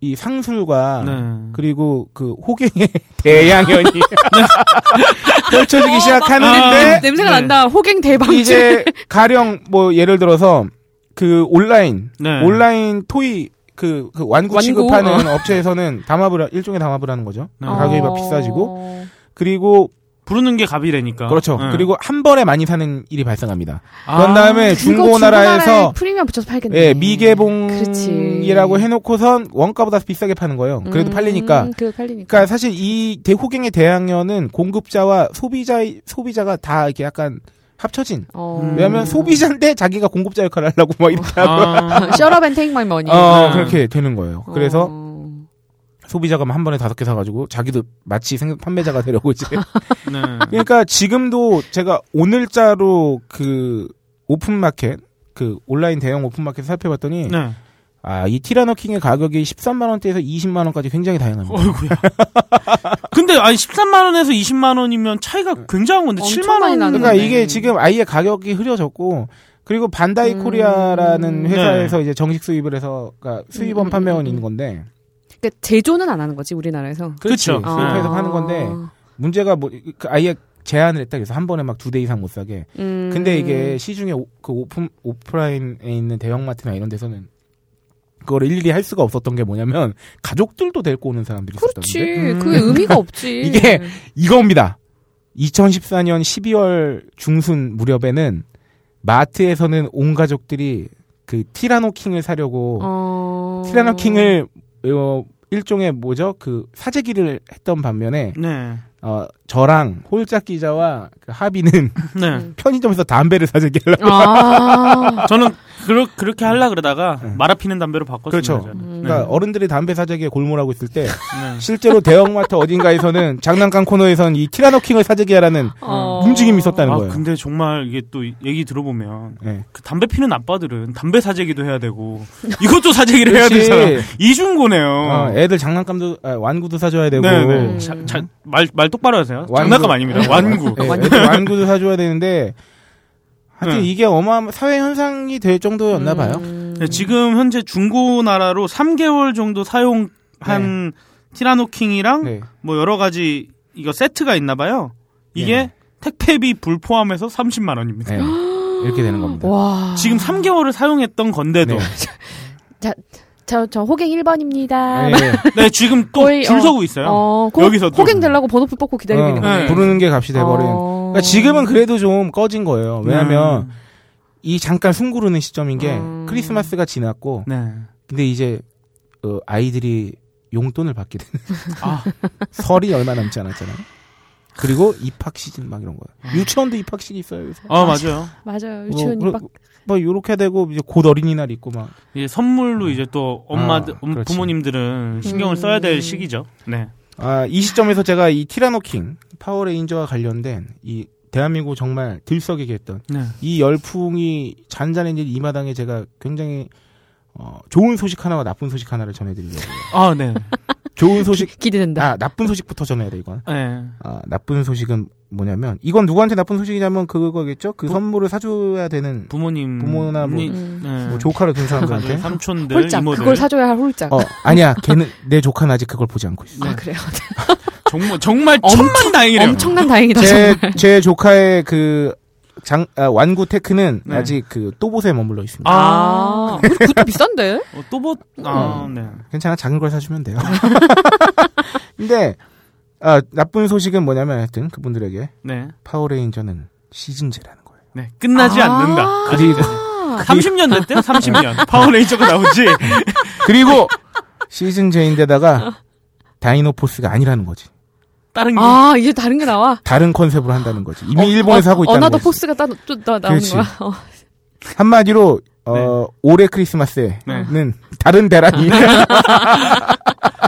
Speaker 1: 이 상술과
Speaker 3: 네.
Speaker 1: 그리고 그 호갱의 대양현이 [LAUGHS] 펼쳐지기 시작하는데
Speaker 2: 냄- 냄새가
Speaker 3: 네.
Speaker 2: 난다. 호갱 대방출.
Speaker 1: 이제 가령 뭐 예를 들어서 그 온라인
Speaker 3: 네.
Speaker 1: 온라인 토이 그, 그 완구
Speaker 2: 완구?
Speaker 1: 취급하는 업체에서는 담합을 하- 일종의 담합을 하는 거죠. 그
Speaker 3: 네.
Speaker 1: 가격이 막
Speaker 2: 어.
Speaker 1: 비싸지고 그리고
Speaker 3: 부르는 게 갑이라니까.
Speaker 1: 그렇죠.
Speaker 3: 네.
Speaker 1: 그리고 한 번에 많이 사는 일이 발생합니다.
Speaker 3: 아,
Speaker 1: 그런 다음에
Speaker 2: 이거
Speaker 1: 중고나라에서
Speaker 2: 중고나라에 프리미엄 붙여서 팔겠네.
Speaker 1: 예,
Speaker 2: 그렇지.
Speaker 1: 미개봉이라고 해놓고선 원가보다 비싸게 파는 거예요. 그래도
Speaker 2: 음,
Speaker 1: 팔리니까.
Speaker 2: 그래도 팔리니까.
Speaker 1: 그러니까 사실 이 대호갱의 대항연은 공급자와 소비자 소비자가 다 이렇게 약간 합쳐진.
Speaker 2: 어.
Speaker 1: 왜냐하면 소비자인데 자기가 공급자 역할을 하려고 막 이렇게 하고
Speaker 3: 아,
Speaker 2: 셔럽 앤 테이크 마이 머니.
Speaker 1: 어, [LAUGHS]
Speaker 3: 네.
Speaker 1: 그렇게 되는 거예요. 그래서
Speaker 2: 어.
Speaker 1: 소비자가 한 번에 다섯 개 사가지고 자기도 마치 생- 판매자가 되려고
Speaker 2: [LAUGHS]
Speaker 1: 이제.
Speaker 3: 네.
Speaker 1: 그러니까 지금도 제가 오늘자로 그 오픈마켓 그 온라인 대형 오픈마켓 살펴봤더니
Speaker 3: 네.
Speaker 1: 아, 이 티라노킹의 가격이 13만 원대에서 20만 원까지 굉장히 다양합니다. [LAUGHS]
Speaker 3: 어이구야. 근데 아니 13만 원에서 20만 원이면 차이가 굉장한 건데
Speaker 2: 엄청
Speaker 3: 7만
Speaker 2: 많이
Speaker 3: 원.
Speaker 2: 나는데.
Speaker 1: 그러니까
Speaker 2: 그러네.
Speaker 1: 이게 지금 아예 가격이 흐려졌고 그리고 반다이
Speaker 2: 음.
Speaker 1: 코리아라는
Speaker 2: 네.
Speaker 1: 회사에서 이제 정식 수입을 해서 그러니까 수입원
Speaker 2: 음,
Speaker 1: 판매원이
Speaker 2: 음,
Speaker 1: 있는 건데
Speaker 2: 그러니까 제조는 안 하는 거지 우리나라에서.
Speaker 3: 그렇죠.
Speaker 1: 그렇지.
Speaker 2: 아.
Speaker 1: 수입해서 파는 건데 문제가 뭐그 아예 제한을 했다 그래서 한 번에 막 두 대 이상 못 사게.
Speaker 2: 음.
Speaker 1: 근데 이게 시중에 오, 그 오픈 오프라인에 있는 대형마트나 이런 데서는 그걸 일일이 할 수가 없었던 게 뭐냐면 가족들도 데리고 오는 사람들이
Speaker 2: 그렇지.
Speaker 1: 있었던데
Speaker 2: 그게 의미가 없지.
Speaker 1: [LAUGHS] 이게 이겁니다. 2014년 12월 중순 무렵에는 마트에서는 온 가족들이 그 티라노 킹을 사려고
Speaker 2: 어.
Speaker 1: 티라노 킹을 어, 일종의 뭐죠 그 사재기를 했던 반면에
Speaker 3: 네.
Speaker 1: 어, 저랑 홀짝 기자와 그 하비는
Speaker 2: 음.
Speaker 3: 네.
Speaker 1: 편의점에서 담배를 사재기하려고 [LAUGHS]
Speaker 2: 아.
Speaker 3: 저는 그러, 그렇게 하려 그러다가
Speaker 1: 네.
Speaker 3: 말아 피는 담배로 바꿨어요.
Speaker 1: 그렇죠.
Speaker 2: 음.
Speaker 3: 저는. 네.
Speaker 1: 그러니까 어른들이 담배 사재기에 골몰하고 있을 때
Speaker 3: 네.
Speaker 1: 실제로 대형마트 어딘가에서는 장난감 코너에선 이 티라노 킹을 사재기하라는
Speaker 2: 어.
Speaker 1: 움직임이 있었다는
Speaker 3: 아
Speaker 1: 거예요.
Speaker 3: 근데 정말 이게 또 얘기 들어보면
Speaker 1: 예.
Speaker 3: 그 담배 피는 아빠들은 담배 사재기도 해야 되고 이것도 사재기를 해야
Speaker 1: 그렇지.
Speaker 3: 되잖아. 이중고네요.
Speaker 1: 어, 애들 장난감도 아, 완구도 사줘야 되고
Speaker 2: 음.
Speaker 3: 네네. 자, 자, 말, 말 똑바로 하세요.
Speaker 1: 완구.
Speaker 3: 장난감 아닙니다. 완구.
Speaker 1: 예,
Speaker 2: 완구.
Speaker 1: 애들 완구도 사줘야 되는데 하여튼
Speaker 3: 네.
Speaker 1: 이게 어마어마 사회 현상이 될 정도였나 봐요.
Speaker 3: 네, 지금 현재 중고나라로 3개월 정도 사용한 티라노킹이랑
Speaker 1: 네.
Speaker 3: 뭐 여러 가지 이거 세트가 있나 봐요. 이게
Speaker 1: 네.
Speaker 3: 택배비 불 포함해서 30만 원입니다.
Speaker 1: 네. 이렇게 되는 겁니다.
Speaker 2: 와.
Speaker 3: 지금 3개월을 사용했던 건데도
Speaker 1: 네.
Speaker 2: 자, 저, 저 호갱 1번입니다.
Speaker 1: 예.
Speaker 3: 네, 지금 또
Speaker 2: 거의,
Speaker 3: 줄
Speaker 2: 어,
Speaker 3: 서고 있어요.
Speaker 2: 어, 호,
Speaker 3: 여기서 또.
Speaker 2: 호갱 되려고 번호표 뽑고 기다리고
Speaker 1: 어,
Speaker 2: 있는
Speaker 3: 거예요.
Speaker 1: 부르는 게 값이 돼버린.
Speaker 2: 어.
Speaker 1: 그러니까 지금은 그래도 좀 꺼진 거예요.
Speaker 3: 네.
Speaker 1: 왜냐하면
Speaker 3: 음.
Speaker 1: 이 잠깐 숨고르는 시점인 게
Speaker 2: 음.
Speaker 1: 크리스마스가 지났고
Speaker 3: 네.
Speaker 1: 근데 이제 어, 아이들이 용돈을 받게 되는
Speaker 3: [LAUGHS] 아,
Speaker 1: [LAUGHS] 설이 얼마 남지 않았잖아요. 그리고 입학 시즌 막 이런 거예요. 유치원도 입학식이 있어요. 요새.
Speaker 3: 아. 어, 맞아요.
Speaker 2: 맞아요. 유치원
Speaker 1: 뭐,
Speaker 2: 입학.
Speaker 1: 그러- 뭐 요렇게 되고 이제 곧 어린이날 있고 막
Speaker 3: 이제 선물로 이제 또 엄마,
Speaker 1: 아,
Speaker 3: 들 엄-
Speaker 1: 그렇지.
Speaker 3: 부모님들은 신경을
Speaker 2: 음.
Speaker 3: 써야 될 시기죠. 네.
Speaker 1: 아, 이 시점에서 제가 이 티라노킹 파워레인저와 관련된 이 대한민국 정말 들썩이게 했던
Speaker 3: 네.
Speaker 1: 이 열풍이 잔잔해질 이 마당에 제가 굉장히 어, 좋은 소식 하나와 나쁜 소식 하나를 전해드리려고
Speaker 3: [LAUGHS]
Speaker 1: 해요.
Speaker 3: 아, 네.
Speaker 1: 좋은 소식
Speaker 2: 기대된다.
Speaker 1: 아 나쁜 소식부터 전해야 돼 이건
Speaker 3: 네.
Speaker 1: 아, 나쁜 소식은 뭐냐면 이건 누구한테 나쁜 소식이냐면 그거겠죠 그 선물을 사줘야 되는
Speaker 3: 부모님.
Speaker 1: 부모나 뭐-
Speaker 3: 니-
Speaker 2: 음.
Speaker 3: 네.
Speaker 1: 뭐 조카를 둔
Speaker 3: 가족,
Speaker 1: 사람들한테
Speaker 3: 삼촌들,
Speaker 2: 홀짝.
Speaker 3: 네, 이모들.
Speaker 2: 그걸 사줘야 할 홀짝.
Speaker 1: 어 네. 아니야 걔는 내 조카는 아직 그걸 보지 않고 있어
Speaker 2: 아, 그래요.
Speaker 3: 정말, 정말 천만 다행이래요.
Speaker 2: 엄청난 다행이다.
Speaker 1: 제,
Speaker 2: 정말.
Speaker 1: 제 조카의 그 장, 아, 완구 테크는
Speaker 3: 네.
Speaker 1: 아직 그 또봇에 머물러 있습니다.
Speaker 2: 아, 음. 그것도 비싼데?
Speaker 3: 어, 또 뭐, 아, 네.
Speaker 1: 괜찮아, 작은 걸 사주면 돼요. [LAUGHS] 근데, 아, 나쁜 소식은 뭐냐면 하여튼 그분들에게
Speaker 3: 네.
Speaker 1: 파워레인저는 시즌제라는 거예요.
Speaker 3: 네. 끝나지
Speaker 2: 아.
Speaker 3: 않는다.
Speaker 1: 그리고, 아.
Speaker 2: 아,
Speaker 3: 30년 됐대요? 30년. 파워레인저가 나오지?
Speaker 1: 그리고 시즌제인데다가 다이노포스가 아니라는 거지.
Speaker 3: 다른 게.
Speaker 2: 아, 이제 다른 게 나와.
Speaker 1: 다른 컨셉으로 한다는 거지.
Speaker 2: 어,
Speaker 1: 이미 일본에서 하고 있다는
Speaker 2: 어나더
Speaker 1: 거지.
Speaker 2: 포스가 따로 또 나, 나오는
Speaker 1: 그렇지.
Speaker 2: 거야. 어.
Speaker 1: 한마디로, 어,
Speaker 3: 네.
Speaker 1: 올해 크리스마스에는 다른 대란이
Speaker 3: 아,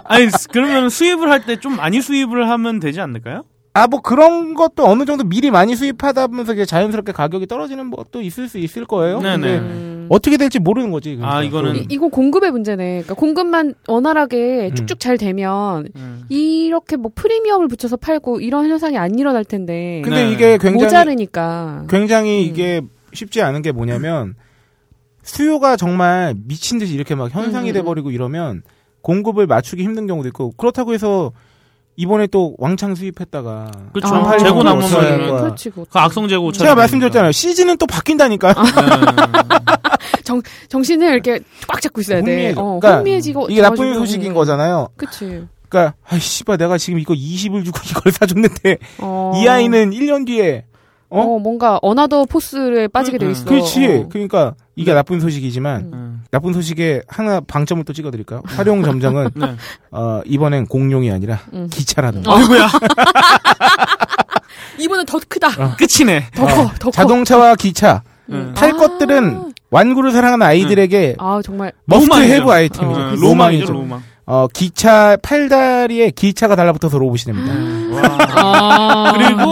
Speaker 3: 아니, 스- 그러면 수입을 할 때 좀 많이 수입을 하면 되지 않을까요?
Speaker 1: [LAUGHS] 아, 뭐 그런 것도 어느 정도 미리 많이 수입하다 보면서 이게 자연스럽게 가격이 떨어지는 것도 있을 수 있을 거예요.
Speaker 3: 네네.
Speaker 1: 근데 어떻게 될지 모르는 거지. 그러니까.
Speaker 3: 아, 이거는-
Speaker 2: 이- 이거 공급의 문제네. 그러니까 공급만
Speaker 1: 음.
Speaker 2: 원활하게 쭉쭉 잘 되면
Speaker 3: 음.
Speaker 2: 이렇게 뭐 프리미엄을 붙여서 팔고 이런 현상이 안 일어날 텐데
Speaker 1: 근데
Speaker 3: 네.
Speaker 1: 이게 굉장히
Speaker 2: 모자르니까.
Speaker 1: 굉장히 이게 쉽지 않은 게 뭐냐면 수요가 정말 미친 듯이 이렇게 막 현상이
Speaker 2: 음.
Speaker 1: 돼 버리고 이러면 공급을 맞추기 힘든 경우도 있고 그렇다고 해서 이번에 또 왕창 수입했다가
Speaker 3: 그쵸.
Speaker 2: 아.
Speaker 3: 재고 남은
Speaker 1: 없어야 할
Speaker 3: 거는
Speaker 1: 거야.
Speaker 2: 그렇지, 그
Speaker 3: 그 악성 재고
Speaker 1: 제가 말씀드렸잖아요. 시즌은 또 바뀐다니까요.
Speaker 2: 정신을 이렇게 꽉 잡고 있어야 돼.
Speaker 1: 혼미해져.
Speaker 2: 어,
Speaker 1: 그러니까
Speaker 2: 혼미해지고
Speaker 1: [LAUGHS] 이게 나쁜
Speaker 2: 가지고,
Speaker 1: 소식인
Speaker 2: 음.
Speaker 1: 거잖아요.
Speaker 2: 그치.
Speaker 1: 그러니까 아이 씨발 내가 지금 이거 20을 주고 [LAUGHS] 이걸 사줬는데
Speaker 2: 어.
Speaker 1: 이 아이는 1년 뒤에
Speaker 2: 어?
Speaker 1: 어?
Speaker 2: 뭔가 어나더 포스에 빠지게 돼
Speaker 3: 음,
Speaker 2: 있어.
Speaker 1: 그렇지.
Speaker 2: 어.
Speaker 1: 그러니까 이게 나쁜 소식이지만 나쁜 소식에 하나 방점을 또 찍어드릴까요? 활용 점정은
Speaker 3: [LAUGHS] 네.
Speaker 1: 어, 이번엔 공룡이 아니라
Speaker 2: 음.
Speaker 1: 기차라든가
Speaker 3: 아이고야.
Speaker 2: 이번엔 더 크다.
Speaker 3: 끝이네.
Speaker 2: 더 커. 더 커.
Speaker 1: 아, 어, 자동차와 기차
Speaker 3: 음.
Speaker 1: 탈
Speaker 2: 아.
Speaker 1: 것들은 완구를 사랑하는 아이들에게
Speaker 2: 아 정말
Speaker 1: 머스트
Speaker 3: 로망이죠.
Speaker 1: 해브 아이템이죠.
Speaker 3: 어,
Speaker 1: 로망이죠.
Speaker 3: 로망이죠, 로망.
Speaker 1: 어, 기차 팔다리에 기차가 달라붙어서 로봇이 됩니다.
Speaker 2: 음. 아.
Speaker 1: [LAUGHS]
Speaker 3: 그리고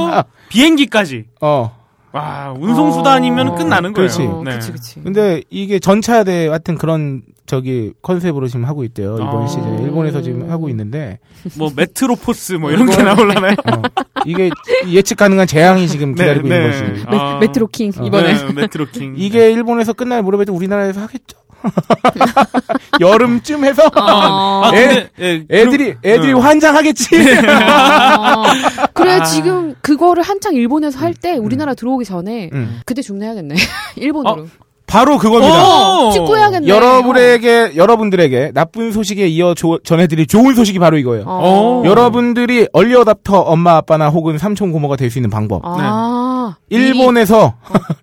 Speaker 3: 비행기까지.
Speaker 1: 어.
Speaker 3: 와, 운송수단이면
Speaker 2: 어.
Speaker 3: 끝나는 거예요.
Speaker 1: 그렇지.
Speaker 2: 어,
Speaker 3: 네.
Speaker 2: 그치 그치.
Speaker 1: 근데 이게 전차대 같은 그런 저기 컨셉으로 지금 하고 있대요. 이번
Speaker 3: 아.
Speaker 1: 시즌에 일본에서 지금 하고 있는데
Speaker 3: 뭐, 메트로포스 뭐 이런 게 나올라나요?
Speaker 2: [LAUGHS]
Speaker 1: 어, 이게 예측 가능한 재앙이 지금
Speaker 3: 네,
Speaker 1: 기다리고 있는 거지.
Speaker 2: 메,
Speaker 3: 아.
Speaker 2: 메트로킹 이번에
Speaker 3: 네, 메트로킹.
Speaker 1: 음, [LAUGHS] 이게 일본에서 끝날 무렵에도 우리나라에서 하겠죠? [LAUGHS] 여름쯤 해서
Speaker 3: 아, 근데, 예,
Speaker 1: 애들이 애들이
Speaker 3: 음.
Speaker 1: 환장하겠지.
Speaker 2: 아. 그래 지금 그거를 한창 일본에서 할 때 우리나라 들어오기 전에
Speaker 1: [LAUGHS] 음.
Speaker 2: 그때 주문해야겠네 [LAUGHS] 일본으로
Speaker 1: 바로 그겁니다.
Speaker 3: 오!
Speaker 2: 어, 직구해야겠네
Speaker 1: 어. 여러분에게 여러분들에게 나쁜 소식에 이어 조- 전해드릴 좋은 소식이 바로 이거예요.
Speaker 2: 어.
Speaker 1: 네. 여러분들이 얼리어답터 엄마 아빠나 혹은 삼촌 고모가 될 수 있는 방법.
Speaker 2: 아
Speaker 1: 일본에서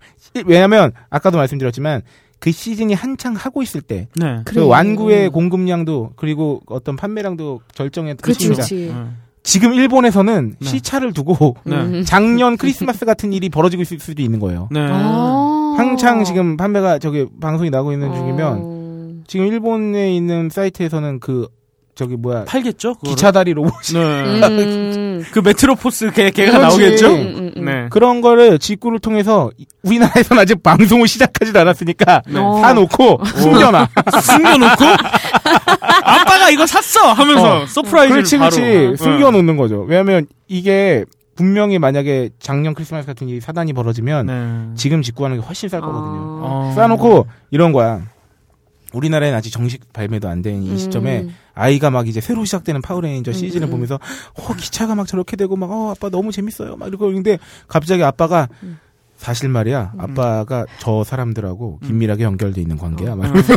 Speaker 1: [LAUGHS] 왜냐하면 아까도 말씀드렸지만 그 시즌이 한창 하고 있을 때 그
Speaker 3: 네.
Speaker 2: 그래.
Speaker 1: 완구의 공급량도 그리고 어떤 판매량도
Speaker 2: 그렇죠, 그렇지
Speaker 1: 결정했습니다.
Speaker 2: 그렇지
Speaker 3: 음.
Speaker 1: 지금 일본에서는
Speaker 3: 네.
Speaker 1: 시차를 두고
Speaker 3: 네.
Speaker 2: 음.
Speaker 1: 작년 크리스마스 같은 일이 벌어지고 있을 수도 있는 거예요.
Speaker 3: 네.
Speaker 2: 아.
Speaker 1: 한창 지금 판매가 저기 방송이 나오고 있는 중이면 [LAUGHS]
Speaker 2: 어.
Speaker 1: 지금 일본에 있는 사이트에서는 그 저기 뭐야
Speaker 3: 팔겠죠? 그거를?
Speaker 1: 기차다리 로봇
Speaker 3: 네.
Speaker 1: 아,
Speaker 2: 음.
Speaker 3: 그 메트로포스
Speaker 1: [LAUGHS]
Speaker 3: 걔, 걔가
Speaker 1: 그렇지.
Speaker 3: 나오겠죠?
Speaker 2: 음, 음, 음.
Speaker 3: 네.
Speaker 1: 그런 거를 직구를 통해서 이- 우리나라에서는 아직 방송을 시작하지도 않았으니까
Speaker 3: 네.
Speaker 2: 어.
Speaker 1: 사놓고
Speaker 3: [LAUGHS]
Speaker 1: 숨겨놔. [LAUGHS]
Speaker 3: 숨겨놓고 아빠가 이거 샀어 하면서
Speaker 1: 어.
Speaker 3: 서프라이즈를
Speaker 1: 그렇지
Speaker 3: 바로 네.
Speaker 1: 그렇지
Speaker 3: 응.
Speaker 1: 숨겨놓는 거죠. 왜냐하면 이게 분명히 만약에 작년 크리스마스 같은 일이 사단이 벌어지면
Speaker 3: 네.
Speaker 1: 지금 직구하는 게 훨씬 쌀 거거든요.
Speaker 2: 아.
Speaker 3: 어.
Speaker 1: 쌓아놓고 이런 거야. 우리나라엔 아직 정식 발매도 안 된 이
Speaker 2: 음.
Speaker 1: 시점에 아이가 막 이제 새로 시작되는 파워레인저
Speaker 2: 음,
Speaker 1: 시즌을
Speaker 2: 음.
Speaker 1: 보면서 어 기차가 막 저렇게 되고 막 어 아빠 너무 재밌어요 막 이러고 있는데 갑자기 아빠가
Speaker 2: 음.
Speaker 1: 사실 말이야
Speaker 2: 음. 어.
Speaker 1: 아빠가 저 사람들하고 긴밀하게 연결돼 있는 관계야 막 이러면서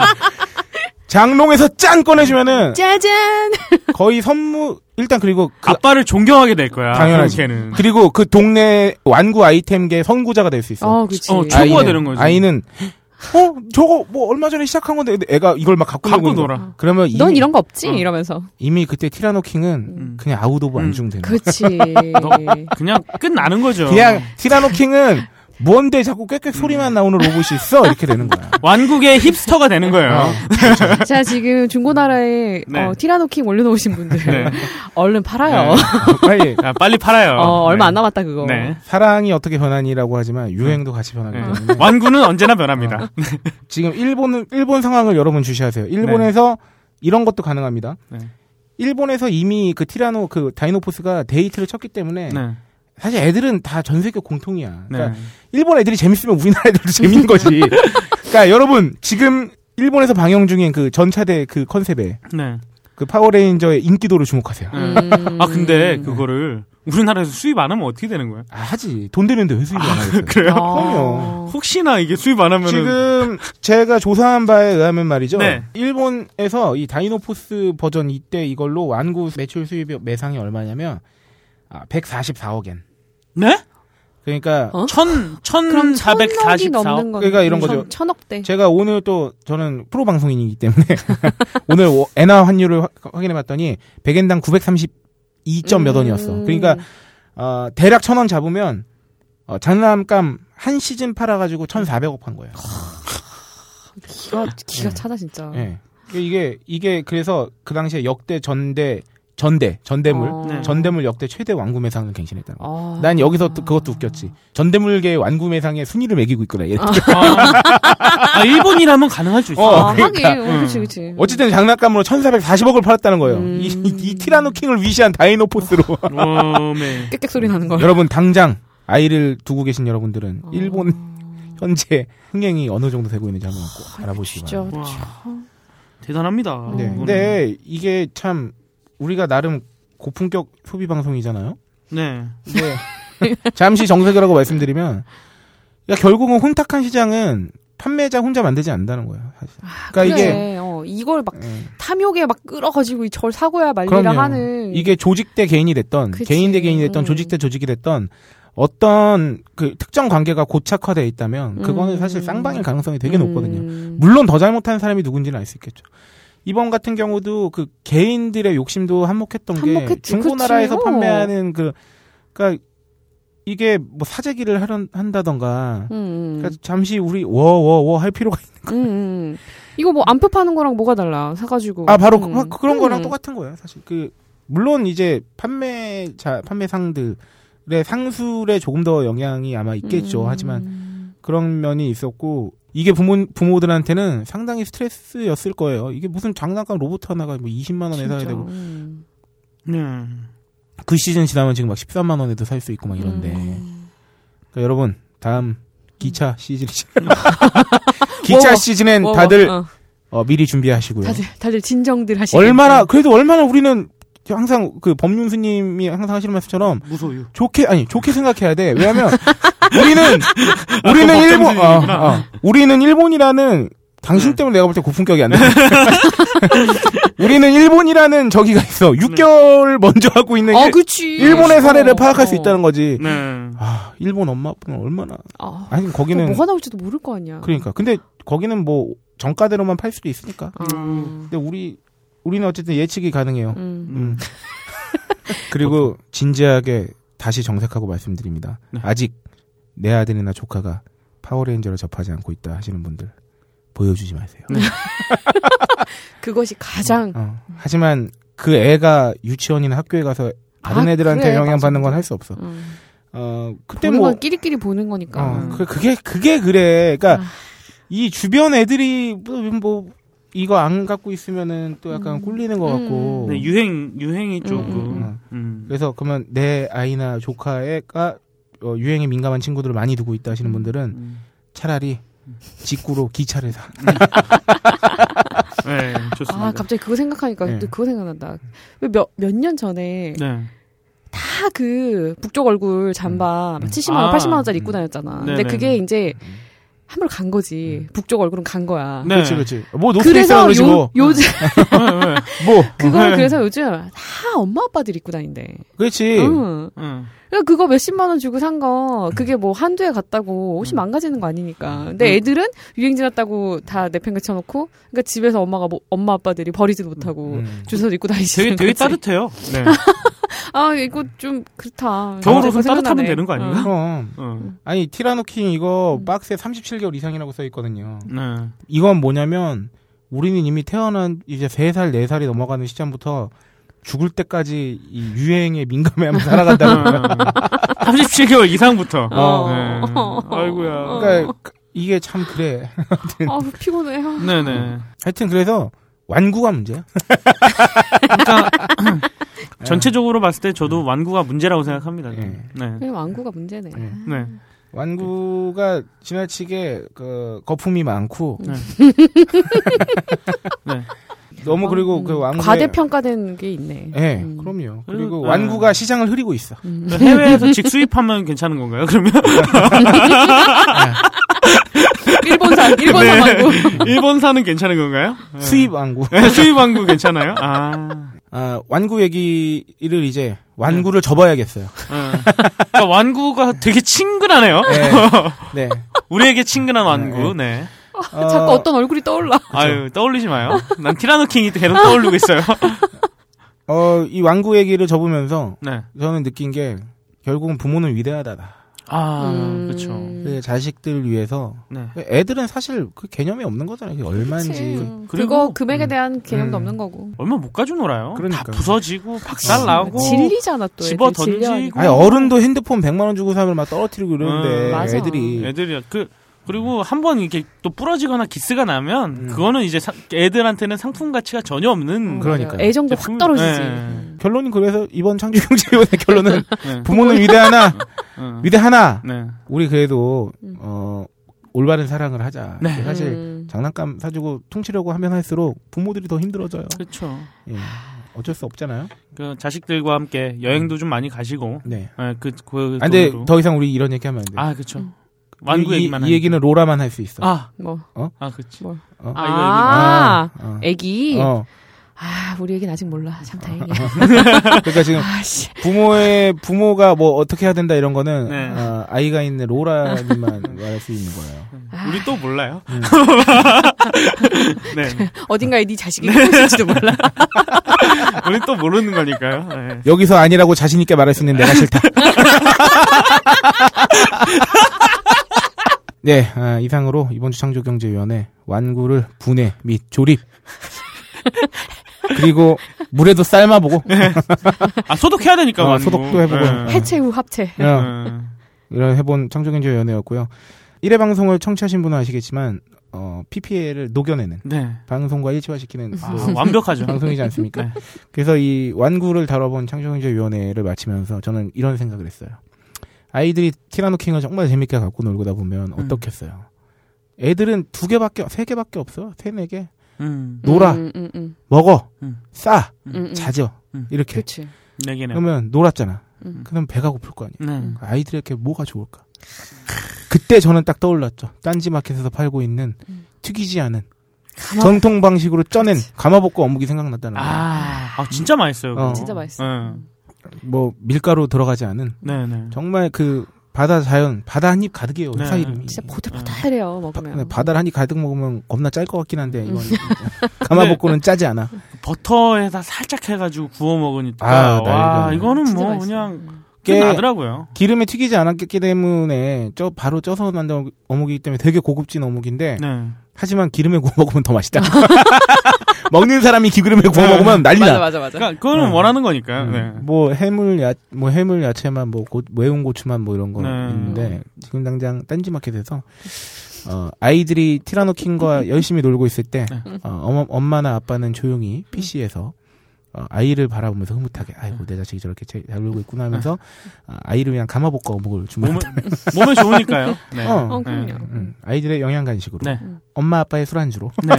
Speaker 1: [LAUGHS] 장롱에서 짠 꺼내주면은
Speaker 2: 짜잔!
Speaker 1: 거의 선물 일단 그리고 그
Speaker 3: 아빠를 존경하게 될 거야.
Speaker 1: 당연하지.
Speaker 3: 걔는.
Speaker 1: 그리고 그 동네 완구 아이템계 선구자가 될 수 있어.
Speaker 2: 어, 그치.
Speaker 3: 어, 최고가
Speaker 1: 예. 아이는,
Speaker 3: 되는 거지.
Speaker 1: 아이는 어 저거 뭐 얼마 전에 시작한 건데 근데 애가 이걸 막 갖고
Speaker 3: 갖고
Speaker 1: 놀고 있는 거야.
Speaker 3: 놀아.
Speaker 1: 그러면 이미,
Speaker 2: 넌 이런 거 없지?
Speaker 3: 어.
Speaker 2: 이러면서.
Speaker 1: 이미 그때 티라노 킹은
Speaker 3: 음.
Speaker 1: 그냥 아웃 오브
Speaker 3: 음.
Speaker 1: 안중 되는 거야. [LAUGHS]
Speaker 2: 그치.
Speaker 3: 그냥 끝나는 거죠.
Speaker 1: 그냥 티라노 킹은 뭔데 자꾸 꽥꽥
Speaker 3: 음.
Speaker 1: 소리만 나오는 로봇이 있어 이렇게 되는 거야.
Speaker 3: 완국의 힙스터가 되는
Speaker 1: 어. [LAUGHS]
Speaker 3: 거예요.
Speaker 2: 자, 지금 중고나라에
Speaker 3: 네.
Speaker 2: 어, 티라노킹 올려놓으신 분들.
Speaker 3: 네.
Speaker 2: [LAUGHS] 얼른 팔아요.
Speaker 1: 네. 빨리
Speaker 3: 야, 빨리 팔아요.
Speaker 2: 어, 얼마
Speaker 3: 네.
Speaker 2: 안 남았다, 그거.
Speaker 3: 네.
Speaker 1: 사랑이 어떻게 변하니라고 하지만 유행도 같이 변하기
Speaker 3: 네.
Speaker 2: 음.
Speaker 1: 때문에
Speaker 3: 완구는 언제나 변합니다.
Speaker 1: 아, 지금 일본은 일본 상황을 여러분 주시하세요. 일본에서 이런 것도 가능합니다.
Speaker 3: 네.
Speaker 1: 일본에서 이미 그 티라노 그 다이노포스가 데이트를 쳤기 때문에
Speaker 3: 네.
Speaker 1: 사실 애들은 다 전 세계 공통이야.
Speaker 3: 네.
Speaker 1: 그러니까 일본 애들이 재밌으면 우리나라 애들도 재밌는 거지. 그러니까 여러분 지금 일본에서 방영 중인 그 전차대 그 컨셉에
Speaker 3: 네.
Speaker 1: 그 파워레인저의 인기도를 주목하세요.
Speaker 2: 음.
Speaker 3: 아, 근데 그거를 우리나라에서 수입 안 하면 어떻게 되는 거야?
Speaker 1: 아, 하지 돈 되는데 왜 수익이 안 하겠어요?
Speaker 3: 그래요?
Speaker 2: 어.
Speaker 1: 그럼요.
Speaker 3: 혹시나 이게 수입 안 하면
Speaker 1: 지금 제가 조사한 바에 의하면 말이죠.
Speaker 3: 네.
Speaker 1: 일본에서 이 다이노포스 버전 이때 이걸로 완구 매출 수입 매상이 얼마냐면 아, 144억엔.
Speaker 3: 네?
Speaker 1: 그러니까
Speaker 2: 어?
Speaker 3: 천,
Speaker 1: 음,
Speaker 2: 그럼 천억이
Speaker 3: 1444억.
Speaker 2: 넘는 거
Speaker 1: 그러니까 이런 거죠.
Speaker 2: 천억대.
Speaker 1: 제가 오늘 또 저는 프로 방송인이기 때문에 [LAUGHS] 오늘 워- 엔화 환율을 확- 확인해봤더니 100엔당 932점 몇 원이었어. 그러니까 어, 대략 천 원 잡으면 어, 장난감 한 시즌 팔아가지고 1,400억 판 거예요.
Speaker 2: 기가 아, 기가 차다 진짜.
Speaker 1: 아, 예. 이게 이게 그래서 그 당시에 역대 전대 전대 전대물
Speaker 2: 어.
Speaker 3: 네.
Speaker 1: 전대물 역대 최대 완구 매상을 갱신했다는 거.
Speaker 2: 아.
Speaker 1: 난 여기서 또 그것도 웃겼지. 전대물계의 완구 매상의 순위를 매기고 있구나. 얘.
Speaker 3: 아, 일본이라면 가능할 수 있어.
Speaker 1: 어,
Speaker 2: 아,
Speaker 1: 그러니까.
Speaker 2: 하긴, 어, 그치, 그치.
Speaker 1: 어쨌든 장난감으로 1,440억을 팔았다는 거예요. 이, 이- 이 티라노 킹을 위시한 다이노포스로.
Speaker 3: 어, 네.
Speaker 2: 깨끗 소리 나는 거야.
Speaker 1: 여러분 당장 아이를 두고 계신 여러분들은 일본 현재 흥행이 어느 정도 되고 있는지 한번 꼭 알아보시기
Speaker 2: 진짜.
Speaker 1: 바랍니다.
Speaker 3: 와, 대단합니다.
Speaker 1: 네.
Speaker 3: 이거는.
Speaker 1: 근데 이게 참 우리가 나름 고품격 소비 방송이잖아요.
Speaker 3: 네.
Speaker 1: 잠시 정색이라고 말씀드리면 그러니까 결국은 혼탁한 시장은 판매자 혼자 만들지 않는다는 거예요. 사실. 그러니까 이게
Speaker 2: 그래, 어, 이걸 막
Speaker 1: 예.
Speaker 2: 탐욕에 막 끌어가지고 이절 사고야 말리라
Speaker 1: 그럼요.
Speaker 2: 하는.
Speaker 1: 이게 조직 대 개인이 됐던
Speaker 2: 음. 그치.
Speaker 1: 개인 대 개인이 됐던
Speaker 2: 음.
Speaker 1: 조직 대 조직이 됐던 어떤 그 특정 관계가 고착화되어 있다면 그거는
Speaker 2: 음.
Speaker 1: 사실 쌍방일 가능성이 되게 높거든요.
Speaker 2: 음.
Speaker 1: 물론 더 잘못한 사람이 누군지는 알 수 있겠죠. 이번 같은 경우도 그 개인들의 욕심도 한몫했던 게
Speaker 2: 한몫했지,
Speaker 1: 중고나라에서
Speaker 2: 그치. 어.
Speaker 1: 판매하는 그 그러니까 이게 뭐 사재기를 하려 한다던가
Speaker 2: 음, 음,
Speaker 1: 그러니까 그 잠시 우리 워 워 워 할 필요가 있...
Speaker 2: 음, 음. 이거 뭐 안표 파는 거랑 뭐가 달라 사가지고
Speaker 1: 아 바로
Speaker 2: 음.
Speaker 1: 그- 그런 거랑
Speaker 2: 음.
Speaker 1: 똑같은 거예요 사실 그 물론 이제 판매자 판매상들의 상술에 조금 더 영향이 아마 있겠죠
Speaker 2: 음.
Speaker 1: 하지만 그런 면이 있었고 이게 부모 부모들한테는 상당히 스트레스였을 거예요 이게 무슨 장난감 로봇 하나가 뭐 20만 원에 사야
Speaker 2: 진짜.
Speaker 1: 되고
Speaker 2: 음.
Speaker 3: 네.
Speaker 1: 그 시즌 지나면 지금 막 13만 원에도 살 수 있고 막 어, 이런데
Speaker 2: 음.
Speaker 1: 그러니까 여러분 다음 기차 시즌이
Speaker 2: [LAUGHS]
Speaker 1: 기차
Speaker 2: 워워.
Speaker 1: 시즌엔
Speaker 2: 뭐, 뭐,
Speaker 1: 다들
Speaker 2: 어,
Speaker 1: 어, 미리 준비하시고요.
Speaker 2: 다들 다들 진정들 하시고
Speaker 1: 얼마나 그래도 얼마나 우리는 항상 그 법륜스님이 항상 하시는 말씀처럼
Speaker 3: 무소유.
Speaker 1: 좋게 아니 좋게 생각해야 돼.
Speaker 2: [LAUGHS]
Speaker 1: 왜냐하면 우리는
Speaker 2: 아,
Speaker 1: 우리는
Speaker 3: 법정
Speaker 1: 일본 어,
Speaker 3: 스님이구나.
Speaker 1: 어. 우리는 일본이라는
Speaker 2: 네.
Speaker 1: 당신 때문에 내가 볼 때 고품격이
Speaker 2: [LAUGHS]
Speaker 1: 안 나. 우리는 일본이라는 저기가 있어. 6개월 먼저 하고 있는
Speaker 2: 네. 어
Speaker 1: 네, 일-
Speaker 2: 그치
Speaker 1: 일본의 사례를
Speaker 2: 어,
Speaker 1: 파악할 수
Speaker 2: 어.
Speaker 1: 있다는 거지.
Speaker 3: 네.
Speaker 1: 아 일본 엄마 아빠는 얼마나
Speaker 2: 아,
Speaker 1: 아니
Speaker 2: 또
Speaker 1: 거기는
Speaker 2: 뭐가 나올지도 모를 거 아니야
Speaker 1: 그러니까 근데 거기는 뭐 정가대로만 팔 수도 있으니까.
Speaker 2: 아,
Speaker 3: 음.
Speaker 1: 근데 우리 우리는 어쨌든 예측이 가능해요.
Speaker 2: 음. 뭐,
Speaker 1: 음. [LAUGHS] 그리고 진지하게 다시 정색하고 말씀드립니다.
Speaker 3: 네.
Speaker 1: 아직 내 아들이나 조카가 파워레인저를 접하지 않고 있다 하시는 분들 보여주지 마세요.
Speaker 2: 그것이 가장
Speaker 1: 어. 하지만 그 애가 유치원이나 학교에 가서 다른
Speaker 2: 아,
Speaker 1: 애들한테
Speaker 2: 그래,
Speaker 1: 영향받는
Speaker 2: 맞아.
Speaker 1: 건 할 수 없어.
Speaker 2: 음.
Speaker 1: 어, 그때
Speaker 2: 보는
Speaker 1: 뭐
Speaker 2: 건 끼리끼리 보는 거니까 음.
Speaker 1: 어, 그, 그게 그게 그래. 그러니까
Speaker 2: 아.
Speaker 1: 이 주변 애들이 뭐, 뭐 이거 안 갖고 있으면은 또 약간
Speaker 2: 음.
Speaker 1: 꿀리는 것 같고.
Speaker 3: 네, 유행, 유행이
Speaker 1: 음,
Speaker 3: 조금.
Speaker 1: 음.
Speaker 3: 음.
Speaker 1: 그래서 그러면 내 아이나 조카가 어, 유행에 민감한 친구들을 많이 두고 있다 하시는 분들은
Speaker 3: 음.
Speaker 1: 차라리 직구로 기차를 사.
Speaker 3: 네, 좋습니다.
Speaker 2: 아 갑자기 그거 생각하니까
Speaker 1: 네.
Speaker 2: 또 그거 생각난다 몇몇 년 전에
Speaker 3: 네.
Speaker 2: 다 그 북쪽 얼굴 잠바
Speaker 1: 음. 음.
Speaker 2: 70만 원,
Speaker 3: 아.
Speaker 2: 80만 원짜리 입고 다녔잖아. 근데
Speaker 3: 네네.
Speaker 2: 그게 이제 함부로 간 거지. 북쪽 얼굴은 간 거야.
Speaker 3: 네.
Speaker 1: 그렇지, 그렇지. 뭐
Speaker 2: 그래서
Speaker 1: 음. 노스페이스라 그러지
Speaker 2: 요,
Speaker 1: 뭐.
Speaker 2: 요즘
Speaker 3: 네, 네.
Speaker 1: 뭐.
Speaker 2: [LAUGHS] 그걸
Speaker 3: 네.
Speaker 2: 그래서 요즘 다 엄마 아빠들이 입고 다닌대.
Speaker 1: 그렇지.
Speaker 2: 응.
Speaker 3: 응.
Speaker 2: 그러니까 그거 몇십만 원 주고 산
Speaker 3: 음.
Speaker 2: 거 그게 뭐 한두해 갔다고 옷이 망가지는 거 아니니까. 근데 애들은 유행 지났다고 다 내팽개 쳐놓고 그러니까 집에서 엄마가 뭐 엄마 아빠들이 버리지도 못하고
Speaker 1: 음.
Speaker 2: 주워서 입고
Speaker 3: [LAUGHS] 되게
Speaker 2: 다니시는
Speaker 3: 되게
Speaker 2: 거지.
Speaker 3: 따뜻해요. 네.
Speaker 2: 아 이거 좀 그렇다.
Speaker 3: 겨울
Speaker 2: 갑자기
Speaker 3: 옷은 따뜻하면
Speaker 2: 생각나네. 어.
Speaker 3: 되는 거 아닌가?
Speaker 1: 그럼.
Speaker 3: 응.
Speaker 1: 아니 티라노킹
Speaker 2: 음.
Speaker 1: 이거 박스에 37개월 이상이라고 써 있거든요.
Speaker 3: 네.
Speaker 1: 이건 뭐냐면 우리는 이미 태어난 이제 3살, 4살이 넘어가는 시점부터 죽을 때까지 이 유행에 민감해하면
Speaker 2: [LAUGHS]
Speaker 1: 살아간다고.
Speaker 3: 37개월 이상부터.
Speaker 2: 어. 어.
Speaker 3: 네. 아이고야.
Speaker 1: 그러니까 그- 이게 참 그래.
Speaker 2: 어. 아 피곤해. 요
Speaker 3: 네네.
Speaker 1: 하여튼 그래서 완구가 문제야.
Speaker 3: 전체적으로 봤을 때 저도 완구가 문제라고 생각합니다.
Speaker 1: 예.
Speaker 3: 네.
Speaker 2: 그냥 완구가 문제네.
Speaker 1: 예.
Speaker 3: 네.
Speaker 1: 완구가 지나치게 그 거품이 많고 [LAUGHS]
Speaker 3: 네. 네.
Speaker 1: 너무 그리고
Speaker 2: 음,
Speaker 1: 그 완구
Speaker 2: 과대평가된 게 있네.
Speaker 1: 예,
Speaker 2: 음.
Speaker 1: 그럼요.
Speaker 3: 그리고,
Speaker 1: 그리고
Speaker 3: 예.
Speaker 1: 완구가 시장을 흐리고 있어.
Speaker 3: 음. 해외에서 직수입하면 괜찮은 건가요? 그러면
Speaker 2: 일본산 일본산
Speaker 3: [LAUGHS] 네.
Speaker 2: 완구.
Speaker 3: 일본산은 괜찮은 건가요? 네.
Speaker 1: 수입 완구.
Speaker 3: 네, 수입 완구 괜찮아요? 아,
Speaker 1: 아, 완구 얘기를 이제 완구를 접어야겠어요.
Speaker 3: 네. 그러니까 완구가 되게 친근하네요. [LAUGHS]
Speaker 1: 네. 네.
Speaker 3: 우리에게 친근한 완구. 네. 그렇죠.
Speaker 1: 어,
Speaker 2: 아, 자꾸 어떤 얼굴이 떠올라.
Speaker 3: 아유 떠올리지 마요. 난 티라노 킹이 계속 떠올리고 있어요.
Speaker 1: 어, 이 완구 얘기를 접으면서
Speaker 3: 네.
Speaker 1: 저는 느낀 게 결국은 부모는 위대하다다.
Speaker 3: 아,
Speaker 2: 음.
Speaker 3: 그렇죠.
Speaker 1: 그 자식들 위해서
Speaker 3: 네.
Speaker 1: 애들은 사실 그 개념이 없는 거잖아요. 그게 얼마인지.
Speaker 2: 그치.
Speaker 3: 그리고-
Speaker 2: 음. 그거 금액에 대한 개념도
Speaker 1: 음.
Speaker 2: 없는 거고.
Speaker 3: 얼마 못 가져 놀아요.
Speaker 1: 그러니까요.
Speaker 3: 다 부서지고 박살 나고
Speaker 2: 진리잖아 또. 애들
Speaker 3: 집어
Speaker 2: 진리하니까.
Speaker 3: 던지고
Speaker 1: 아니 어른도 핸드폰 100만 원 주고 사면 막 떨어뜨리고 이러는데
Speaker 3: 음,
Speaker 2: 맞아.
Speaker 1: 애들이
Speaker 3: 애들이 그 그리고 한 번 이렇게 또 부러지거나 기스가 나면
Speaker 1: 음.
Speaker 3: 그거는 이제 사- 애들한테는 상품 가치가 전혀 없는
Speaker 2: 음,
Speaker 1: 그럼. 그러니까요.
Speaker 2: 맞아요. 애정도 확
Speaker 3: 제품-
Speaker 2: 떨어지지.
Speaker 3: 예.
Speaker 2: 음.
Speaker 1: 결론이 그래서 이번 창조경제위원회 [LAUGHS] 결론은
Speaker 3: 네.
Speaker 1: 부모는 위대하나
Speaker 3: 음.
Speaker 1: 위대하나
Speaker 3: 네.
Speaker 1: 우리 그래도
Speaker 2: 음.
Speaker 1: 어 올바른 사랑을 하자.
Speaker 3: 네.
Speaker 1: 사실
Speaker 2: 음.
Speaker 1: 장난감 사주고 퉁치려고 하면 할수록 부모들이 더 힘들어져요.
Speaker 3: 그렇죠.
Speaker 1: 예. 어쩔 수 없잖아요.
Speaker 3: 그 자식들과 함께 여행도 좀 많이 가시고
Speaker 1: 네.
Speaker 3: 예, 그, 그
Speaker 1: 아, 근데
Speaker 3: 돈으로.
Speaker 1: 더 이상 우리 이런 얘기 하면 안 돼.
Speaker 3: 아, 그렇죠.
Speaker 2: 음.
Speaker 3: 완구
Speaker 1: 이- 이,
Speaker 3: 얘기만
Speaker 1: 이
Speaker 3: 하니까.
Speaker 1: 얘기는 로라만 할 수 있어.
Speaker 3: 아,
Speaker 2: 뭐.
Speaker 3: 아, 그렇지.
Speaker 2: 뭐.
Speaker 1: 어?
Speaker 3: 아, 이거,
Speaker 2: 아,
Speaker 1: 어.
Speaker 2: 애기.
Speaker 1: 어.
Speaker 2: 아, 우리 애기는 아직 몰라.
Speaker 1: [LAUGHS]
Speaker 2: 참 다행이야.
Speaker 1: 그러니까 지금
Speaker 2: 아씨.
Speaker 1: 부모의 부모가 뭐 어떻게 해야 된다 이런 거는
Speaker 3: 네.
Speaker 1: 어, 아이가 있는 로라님만 [LAUGHS] 말할 수 있는 거예요.
Speaker 2: 아.
Speaker 3: 우리 또 몰라요.
Speaker 1: 음.
Speaker 3: [LAUGHS] 네.
Speaker 2: 어딘가에 네 자식이 있을지도 몰라.
Speaker 3: 우리 또 모르는 거니까요. 네.
Speaker 1: 여기서 아니라고 자신 있게 말할 수 있는 내가 싫다. [LAUGHS] 네, 아, 이상으로 이번 주 창조경제위원회 완구를 분해 및 조립 그리고 물에도 삶아보고
Speaker 3: 아, 소독해야
Speaker 1: [LAUGHS]
Speaker 3: 되니까
Speaker 1: 어,
Speaker 3: 완구.
Speaker 1: 소독도 해보고.
Speaker 3: 예.
Speaker 2: 해체 후 합체.
Speaker 1: 어,
Speaker 3: 예.
Speaker 1: 이런 해본 창조경제위원회였고요. 1회 방송을 청취하신 분은 아시겠지만 어, PPL을 녹여내는
Speaker 3: 네.
Speaker 1: 방송과 일치화시키는
Speaker 3: 아,
Speaker 1: 그
Speaker 3: 완벽하죠.
Speaker 1: 방송이지 않습니까?
Speaker 3: 네.
Speaker 1: 그래서 이 완구를 다뤄본 창조경제위원회를 마치면서 저는 이런 생각을 했어요. 아이들이 티라노킹을 정말 재밌게 갖고 놀고다
Speaker 3: 음.
Speaker 1: 보면 어떻겠어요? 애들은 두 개밖에, 세 개밖에 없어. 세, 네 개.
Speaker 3: 음.
Speaker 1: 놀아,
Speaker 2: 음, 음, 음,
Speaker 1: 먹어,
Speaker 3: 음.
Speaker 1: 싸,
Speaker 2: 음, 음.
Speaker 1: 자죠.
Speaker 3: 음.
Speaker 1: 이렇게.
Speaker 2: 그렇지.
Speaker 3: 네 개네요.
Speaker 1: 그러면 놀았잖아.
Speaker 2: 음.
Speaker 1: 그럼 배가 고플 거 아니에요?
Speaker 3: 네.
Speaker 1: 아이들에게 뭐가 좋을까? 그때 저는 딱 떠올랐죠. 딴지 마켓에서 팔고 있는
Speaker 3: 음.
Speaker 1: 튀기지 않은 전통 방식으로 쪄낸 가마복과 어묵이 생각났다는 거예요.
Speaker 3: 아, 아, 진짜 맛있어요. 그거.
Speaker 1: 어.
Speaker 2: 진짜 맛있어.
Speaker 3: 네.
Speaker 1: 뭐 밀가루 들어가지 않은
Speaker 3: 네, 네.
Speaker 1: 정말 그 바다 자연 바다 한 입 가득이에요
Speaker 3: 네.
Speaker 1: 회사 이름이 아, 네,
Speaker 2: 진짜 보들보들해요 음. 먹으면.
Speaker 1: 바, 다를 한 입 가득 먹으면 겁나 짤 것 같긴 한데 이건 [LAUGHS] 가마복고는 짜지 않아
Speaker 3: 그 버터에다 살짝 해가지고 구워 먹으니까.
Speaker 1: 아, 나
Speaker 3: 와,
Speaker 1: 이거.
Speaker 3: 이거는
Speaker 2: 진짜
Speaker 3: 뭐
Speaker 2: 맛있어. 음.
Speaker 3: 그냥
Speaker 1: 깨-
Speaker 3: 끝나더라고요.
Speaker 1: 기름에 튀기지 않았기 때문에 쪄 바로 쪄서 만든 어묵이기 때문에 되게 고급진 어묵인데
Speaker 3: 네.
Speaker 1: 하지만 기름에 구워 먹으면 더 맛있다 [LAUGHS] 먹는 사람이 기름에 구워
Speaker 3: 네.
Speaker 1: 먹으면 난리
Speaker 2: 맞아
Speaker 1: 나
Speaker 2: 맞아 맞아.
Speaker 3: 그러니까 그거는
Speaker 1: 네.
Speaker 3: 원하는 거니까요. 네.
Speaker 1: 뭐 해물 야, 뭐 해물 야채만 뭐 고- 매운 고추만 뭐 이런 거
Speaker 3: 네.
Speaker 1: 있는데 지금 당장 딴지 마켓에서 어, 아이들이 티라노 킹과 열심히 놀고 있을 때
Speaker 3: 네.
Speaker 1: 어, 엄- 엄마나 아빠는 조용히 PC에서 어, 아이를 바라보면서 흐뭇하게 아이고
Speaker 3: 네.
Speaker 1: 내 자식이 저렇게 제- 잘 놀고 있구나 하면서 어, 아이를 위한 가마복과 어묵을
Speaker 3: 몸에,
Speaker 1: 주문한다.
Speaker 3: 몸에 좋으니까요. 네.
Speaker 1: 어.
Speaker 2: 어, 그럼요.
Speaker 1: 음, 아이들의 영양 간식으로
Speaker 3: 네.
Speaker 1: 엄마 아빠의 술안주로
Speaker 3: 네.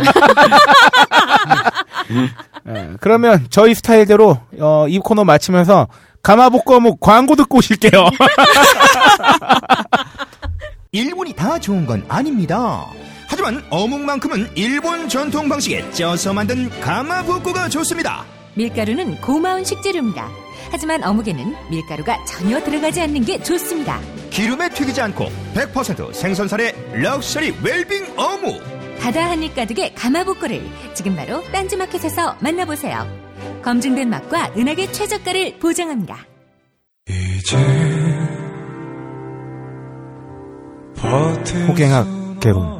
Speaker 1: 어, 그러면 저희 스타일대로 어, 이 코너
Speaker 3: [LAUGHS]
Speaker 1: 마치면서 가마복과 어묵 광고 듣고 오실게요.
Speaker 5: 일본이 다 좋은 건 아닙니다. 하지만 어묵만큼은 일본 전통 방식에 쪄서 만든 가마부코가 좋습니다.
Speaker 4: 밀가루는 고마운 식재료입니다. 하지만 어묵에는 밀가루가 전혀 들어가지 않는 게 좋습니다.
Speaker 5: 기름에 튀기지 않고 100% 생선살의 럭셔리 웰빙 어묵.
Speaker 4: 바다 한입 가득의 가마복구를 지금 바로 딴지마켓에서 만나보세요. 검증된 맛과 은하계 최저가를 보장합니다.
Speaker 1: 호갱학 개론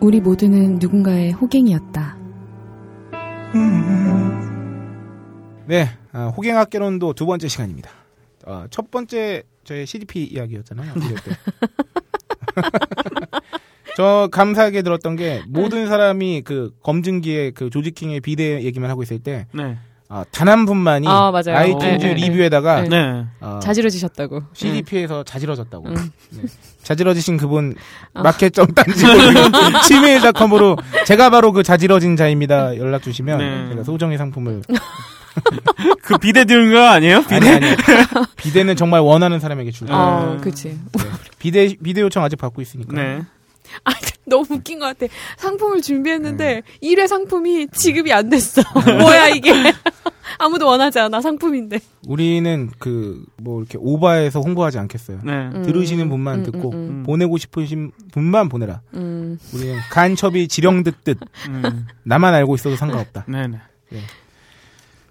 Speaker 6: 우리 모두는 누군가의 호갱이었다.
Speaker 1: 네 아, 호갱학 개론도 두 번째 시간입니다 아, 첫 번째 저의 CDP 이야기였잖아요
Speaker 2: 네.
Speaker 1: 이럴 때. [LAUGHS] 저 감사하게 들었던 게
Speaker 2: 네.
Speaker 1: 모든 사람이 그 검증기에 그 조지킹의 비대 얘기만 하고 있을 때
Speaker 3: 네.
Speaker 1: 단 한 분만이
Speaker 2: 아, 맞아요.
Speaker 1: 아이튠즈
Speaker 2: 네, 네, 네.
Speaker 1: 리뷰에다가
Speaker 2: 네.
Speaker 3: 네.
Speaker 1: 어,
Speaker 2: 자지러지셨다고.
Speaker 1: CDP에서 자지러졌다고.
Speaker 2: 음. 아.
Speaker 1: 네. 자지러지신 그분 마켓 점
Speaker 2: [LAUGHS]
Speaker 1: 딴지고 지메일닷컴으로 제가 바로 그 자지러진 자입니다. 연락 주시면
Speaker 3: 네.
Speaker 1: 제가 소정의 상품을
Speaker 3: 그 비대 들은 거 아니에요?
Speaker 1: 아니
Speaker 2: [LAUGHS]
Speaker 1: 아니 비대는 정말 원하는 사람에게 줄게. 요
Speaker 2: 어, 그치.
Speaker 1: 비대 비대 요청 아직 받고 있으니까.
Speaker 3: 네.
Speaker 2: 아, 너무 웃긴 것 같아. 상품을 준비했는데,
Speaker 1: 음.
Speaker 2: 일 1회 상품이 지급이 안 됐어.
Speaker 1: 네.
Speaker 2: [LAUGHS] 뭐야, 이게. 아무도 원하지 않아, 상품인데.
Speaker 1: 우리는 그 뭐 이렇게 오바해서 홍보하지 않겠어요.
Speaker 3: 네.
Speaker 1: 들으시는 분만
Speaker 2: 음,
Speaker 1: 듣고
Speaker 2: 음, 음.
Speaker 1: 보내고 싶으신 분만 보내라.
Speaker 2: 음.
Speaker 1: 우리는 간첩이 지령 듣듯
Speaker 3: 음.
Speaker 1: 나만 알고 있어도 상관없다.
Speaker 3: 네. 네.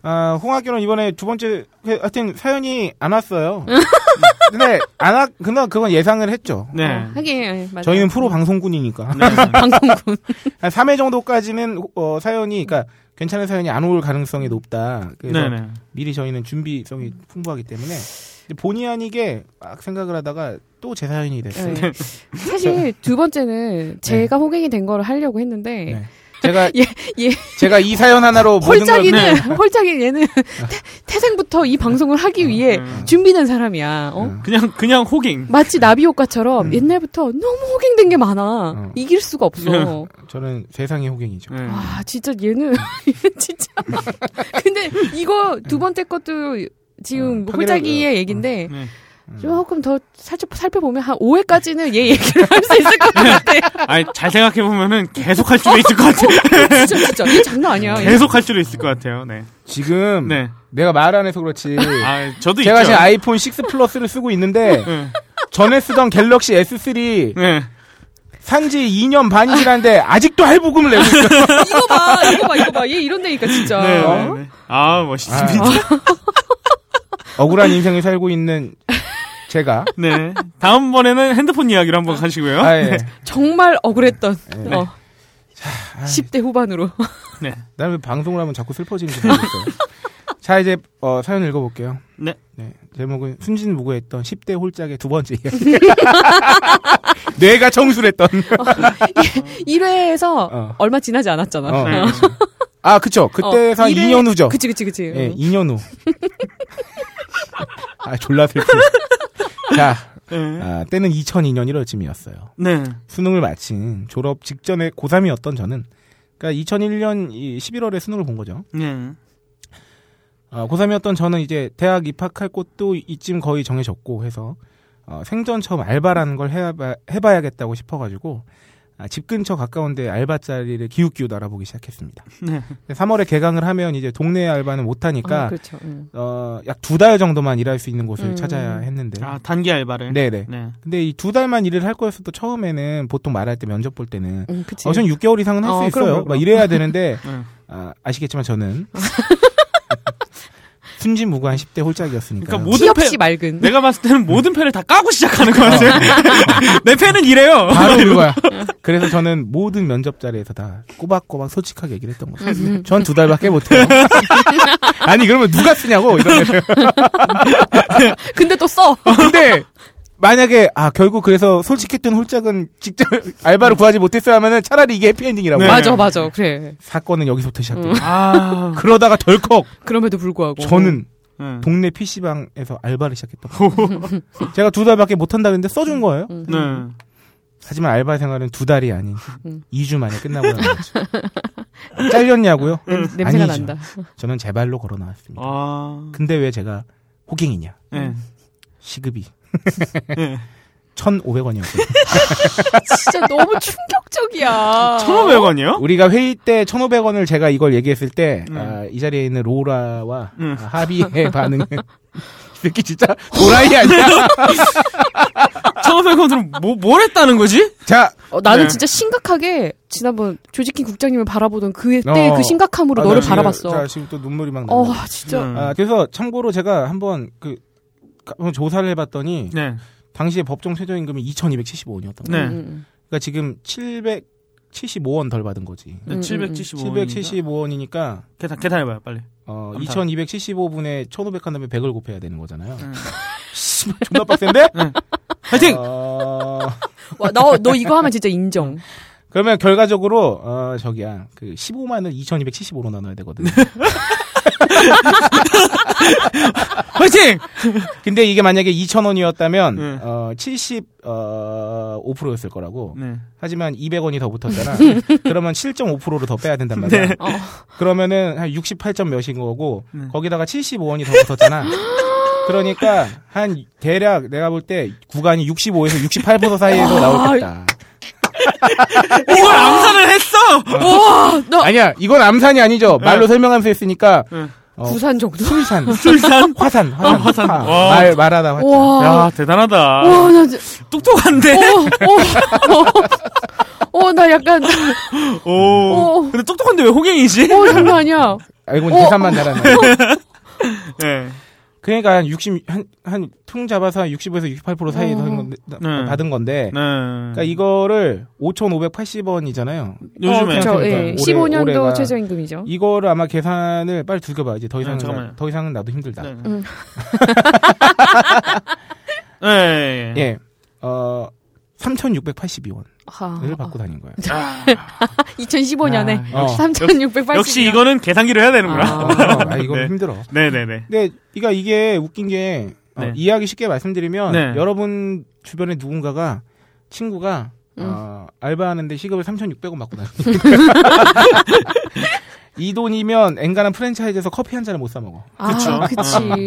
Speaker 1: 아, 홍학교는 이번에 두 번째, 하여튼 사연이 안
Speaker 2: [LAUGHS]
Speaker 1: 왔어요. 근데, 안 왔, 근데 그건 예상을 했죠.
Speaker 3: 네.
Speaker 2: 어, 하긴, 예, 맞아요. 네,
Speaker 1: 저희는 프로 방송꾼이니까.
Speaker 2: 방송국.
Speaker 1: [LAUGHS] 한 3회 정도까지는 어, 사연이, 그러니까 괜찮은 사연이 안 올 가능성이 높다. 그래서
Speaker 3: 네. 네.
Speaker 1: 미리 저희는 준비성이 풍부하기 때문에. 근데 본의 아니게 막 생각을 하다가 또 제 사연이 됐어요.
Speaker 2: 예. 사실, 두 번째는 제가 호갱이 된 거를 하려고 했는데,
Speaker 1: 네. 제가,
Speaker 2: [LAUGHS] 예, 예.
Speaker 1: 제가 이 사연
Speaker 2: [LAUGHS]
Speaker 1: 하나로 모든 걸. 네.
Speaker 2: 홀짝이는 홀짝이 얘는 태, 태생부터 이 방송을 하기 위해
Speaker 3: 음.
Speaker 2: 준비된 사람이야. 어?
Speaker 1: 음.
Speaker 3: 그냥 그냥 호갱.
Speaker 2: 마치 나비 효과처럼
Speaker 1: 음.
Speaker 2: 옛날부터 너무 호갱된 게 많아.
Speaker 1: 음.
Speaker 2: 이길 수가
Speaker 1: 네.
Speaker 2: 없어.
Speaker 1: 저는 세상의 호갱이죠.
Speaker 3: 네.
Speaker 2: 아 진짜 얘는 [LAUGHS] 얘는 진짜. 근데 이거 두 번째 것도 지금 뭐
Speaker 1: 음,
Speaker 2: 홀짝이의 얘긴데
Speaker 3: 네.
Speaker 2: 조금 더 살짝 살펴보면 한 5회까지는 얘 얘기를 할 수 있을
Speaker 1: [LAUGHS]
Speaker 2: 것 같아.
Speaker 3: 아니 잘 생각해 보면은 계속 할 줄도 있을 것 같아요.
Speaker 2: 진짜 진짜 얘 장난 아니야. 얘.
Speaker 3: 계속 할 줄도 있을 것 같아요. 네.
Speaker 1: 지금,
Speaker 3: 네.
Speaker 1: 내가 말 안 해서
Speaker 3: [LAUGHS]
Speaker 1: 그렇지.
Speaker 3: 아 저도
Speaker 1: 제가
Speaker 3: 있죠.
Speaker 1: 지금 아이폰 6 플러스를 쓰고 있는데
Speaker 3: 네.
Speaker 1: 전에 쓰던 갤럭시 S3
Speaker 3: 네.
Speaker 1: 산지 2년 반이 지났는데 아직도 할부금을 내고 있어요.
Speaker 2: 이거 봐 이거 봐 이거 봐얘 이런 데니까 진짜.
Speaker 3: 네,
Speaker 2: 어?
Speaker 3: 네, 네.
Speaker 1: [LAUGHS]
Speaker 3: 아 멋있습니다.
Speaker 1: 억울한 인생을 살고 있는 제가
Speaker 3: 네. 다음번에는 핸드폰 이야기로 한번 하시고요.
Speaker 1: 아, 예.
Speaker 2: 정말 억울했던
Speaker 1: 네.
Speaker 2: 어. 10대 후반으로 [LAUGHS]
Speaker 3: 네.
Speaker 1: 나는 왜 방송을 하면 자꾸 슬퍼지는 지 모르겠어요. 자 이제 어, 사연 읽어볼게요.
Speaker 3: 네.
Speaker 1: 제목은 순진무구했던 10대 홀짝의 두 번째 이야기. [LAUGHS] 뇌가 정술했던.
Speaker 2: 1회에서
Speaker 1: 어.
Speaker 2: 얼마 지나지 않았잖아. 어,
Speaker 1: 어.
Speaker 3: 네.
Speaker 1: 아 그쵸. 그때에서 한
Speaker 2: 일회-
Speaker 1: 2년 후죠.
Speaker 2: 그치 그치 음. 그치.
Speaker 1: 예, 2년 후. [LAUGHS] 아 졸라 슬프. 자
Speaker 3: 네.
Speaker 1: 아, 때는 2002년 1월 쯤이었어요.
Speaker 3: 네.
Speaker 1: 수능을 마친 졸업 직전에 고3이었던 저는 그러니까 2001년 11월에 수능을 본 거죠.
Speaker 3: 네.
Speaker 1: 아, 고3이었던 저는 이제 대학 입학할 곳도 이쯤 거의 정해졌고 해서 어, 생전 처음 알바라는 걸 해봐, 해봐야겠다고 싶어가지고 아, 집 근처 가까운데 알바 자리를 기웃기웃 알아보기 시작했습니다.
Speaker 3: 네.
Speaker 1: 3월에 개강을 하면 이제 동네 알바는
Speaker 2: 아,
Speaker 1: 못하니까
Speaker 2: 그렇죠. 음.
Speaker 1: 어, 약 두 달 정도만 일할 수 있는 곳을
Speaker 2: 음.
Speaker 1: 찾아야 했는데
Speaker 3: 아 단기 알바를.
Speaker 1: 네네.
Speaker 3: 네.
Speaker 1: 근데 이 두 달만 일을 할 거였어도 처음에는 보통 말할 때 면접 볼 때는
Speaker 2: 음, 그치.
Speaker 1: 어, 전 6개월 이상은 할 수
Speaker 2: 어,
Speaker 1: 있어요.
Speaker 2: 그럼, 그럼.
Speaker 1: 막 이래야 되는데,
Speaker 3: 네.
Speaker 1: 아, 아시겠지만 저는. 순진무구한 10대 홀짝이었으니까.
Speaker 3: 그러니까
Speaker 2: 티
Speaker 3: 모든 패
Speaker 2: 없이 맑은.
Speaker 1: 네.
Speaker 3: 내가 봤을 때는 모든 패를 다 까고 시작하는 것 같아요. [LAUGHS] 내 패는 이래요.
Speaker 1: 바로 그거야. 그래서 저는 모든 면접 자리에서 다 꼬박꼬박 솔직하게 얘기를 했던 거죠. 전 두 달밖에 못해요. [LAUGHS] 아니, 그러면 누가 쓰냐고, 이런 애들.
Speaker 2: 근데 또 써.
Speaker 1: 근데, 만약에, 아, 결국 그래서 솔직했던 홀짝은 직접 알바를 구하지 못했어야 하면은 차라리 이게 해피엔딩이라고.
Speaker 3: 네.
Speaker 2: 맞아 맞아. 그래.
Speaker 1: 사건은 여기서부터 시작돼요.
Speaker 3: 아.
Speaker 1: 그러다가 덜컥
Speaker 2: 그럼에도 불구하고
Speaker 1: 저는
Speaker 3: 네.
Speaker 1: 동네 PC방에서 알바를 시작했던 거예요. [LAUGHS] 제가 두 달밖에 못 한다 그랬는데 써준 거예요.
Speaker 3: 네.
Speaker 1: 하지만 알바 생활은 두 달이 아닌
Speaker 2: 음.
Speaker 1: 2주 만에 끝나고 나는 거죠.
Speaker 2: [LAUGHS]
Speaker 1: 잘렸냐고요?
Speaker 2: 냄- 냄새가
Speaker 1: 아니죠.
Speaker 2: 난다.
Speaker 1: 저는 제 발로 걸어 나왔습니다.
Speaker 3: 아.
Speaker 1: 근데 왜 제가 호갱이냐?
Speaker 3: 네.
Speaker 1: 시급이.
Speaker 3: [LAUGHS]
Speaker 1: 1,500원이었어요.
Speaker 2: 진짜 너무
Speaker 1: [LAUGHS]
Speaker 2: 충격적이야.
Speaker 3: 1,500원이요?
Speaker 1: 우리가 회의 때 1,500원을 제가 이걸 얘기했을 때, 아, 이 자리에 있는 로라와
Speaker 3: 음.
Speaker 1: 아,
Speaker 2: [LAUGHS]
Speaker 1: 하비의 반응은, 이 새끼 진짜 [LAUGHS] 도라이 아니야?
Speaker 3: 1,500원으로 뭐, 뭘 했다는 거지?
Speaker 1: 자,
Speaker 2: 어, 나는
Speaker 3: 네.
Speaker 2: 진짜 심각하게 지난번 조지킹 국장님을 바라보던 그때
Speaker 1: 어.
Speaker 2: 그 심각함으로
Speaker 1: 아,
Speaker 2: 너를
Speaker 1: 나 지금-
Speaker 2: 바라봤어.
Speaker 1: 자, 지금 또 눈물이 막
Speaker 2: 어,
Speaker 1: 나네.
Speaker 2: 진짜.
Speaker 3: 음.
Speaker 1: 아, 그래서 참고로 제가 한번 그, 가- 조사를 해봤더니,
Speaker 3: 네.
Speaker 1: 당시에 법정 최저임금이 2,275원이었던 거예요.
Speaker 3: 네.
Speaker 2: 음.
Speaker 1: 그러니까 지금 775원 덜 받은 거지.
Speaker 2: 음,
Speaker 3: 775원.
Speaker 1: 775원이니까
Speaker 3: 계산, 계산해봐요, 빨리.
Speaker 1: 어,
Speaker 3: 감탄.
Speaker 1: 2275분에 1500한 다음에 100을 곱해야 되는 거잖아요. [LAUGHS] 존나 빡센데?
Speaker 3: 음. [LAUGHS] 화이팅!
Speaker 1: 어,
Speaker 2: 와, 너, 너 이거 하면 진짜 인정.
Speaker 1: 그러면 결과적으로 어, 저기야. 그 15만을 2275로 나눠야 되거든. 요 [LAUGHS]
Speaker 3: 화이팅!
Speaker 1: 근데 이게 만약에 2000원이었다면
Speaker 3: 네.
Speaker 1: 어, 75%였을 거라고.
Speaker 3: 네.
Speaker 1: 하지만 200원이 더
Speaker 3: [LAUGHS]
Speaker 1: 붙었잖아. 그러면 7.5%로 더 빼야 된단 말이야.
Speaker 3: 네.
Speaker 2: 어.
Speaker 1: 그러면은 한 68점 몇인 거고
Speaker 3: 네.
Speaker 1: 거기다가 75원이 더 붙었잖아. 그러니까 한 대략 내가 볼 때 구간이 65에서 68% 사이에서 나오겠다.
Speaker 3: 이걸 암산을 했어!
Speaker 2: 와, 너
Speaker 1: 어, 아니야 이건 암산이 아니죠. 말로
Speaker 3: 네.
Speaker 1: 설명하면서 했으니까
Speaker 3: 네.
Speaker 1: 어,
Speaker 2: 부산 정도? [LAUGHS]
Speaker 1: 술산,
Speaker 3: 술산?
Speaker 1: 화산, 화산,
Speaker 3: 화산.
Speaker 1: 화.
Speaker 3: 와.
Speaker 1: 말 말하다 화산.
Speaker 2: 와.
Speaker 3: 야, 대단하다.
Speaker 2: 와, 나 진짜.
Speaker 3: 똑똑한데?
Speaker 2: 어, 어, 어, 나 약간, 어,
Speaker 3: 오.
Speaker 2: 어.
Speaker 3: 근데 똑똑한데 왜 호갱이지?
Speaker 2: 장난 아니야.
Speaker 1: 알고
Speaker 2: 어.
Speaker 1: 보니 산만 나라네.
Speaker 2: [LAUGHS]
Speaker 3: 네.
Speaker 1: 그러니까 한 60, 한한퉁 잡아서 한 65에서 68%
Speaker 2: 어.
Speaker 1: 사이에서 한 건데,
Speaker 3: 네.
Speaker 1: 받은 건데.
Speaker 3: 네.
Speaker 1: 그러니까 이거를 5,580원이잖아요.
Speaker 2: 어,
Speaker 3: 요즘에.
Speaker 2: 그쵸,
Speaker 1: 그러니까
Speaker 2: 예.
Speaker 1: 올해-
Speaker 2: 15년도
Speaker 1: 올해가-
Speaker 2: 최저임금이죠.
Speaker 1: 이거를 아마 계산을 빨리 들켜봐 이제 더 이상은
Speaker 3: 네, 잠깐만요.
Speaker 1: 나- 더 이상은 나도 힘들다.
Speaker 3: 네. [LAUGHS]
Speaker 2: 음.
Speaker 3: 예, 예. 예.
Speaker 1: 예, 어 3,682원을
Speaker 2: 아,
Speaker 1: 받고 다닌 거예요.
Speaker 2: 2015년에
Speaker 1: 아, 역시-
Speaker 2: 3,680.
Speaker 3: 역시 이거는 계산기를 해야 되는구나.
Speaker 2: 음. 아.
Speaker 1: 어, 아, 이건
Speaker 3: 네.
Speaker 1: 힘들어.
Speaker 3: 네네네.
Speaker 1: 근데 이거 이게 웃긴 게 어,
Speaker 3: 네.
Speaker 1: 이해하기 쉽게 말씀드리면
Speaker 3: 네.
Speaker 1: 여러분 주변에 누군가가 친구가 어, 알바하는데 시급을 3,600원 받고 다니는 이 돈이면 엔간한 프랜차이즈에서 커피 한 잔을 못 사 먹어.
Speaker 2: 아, 그치. 어.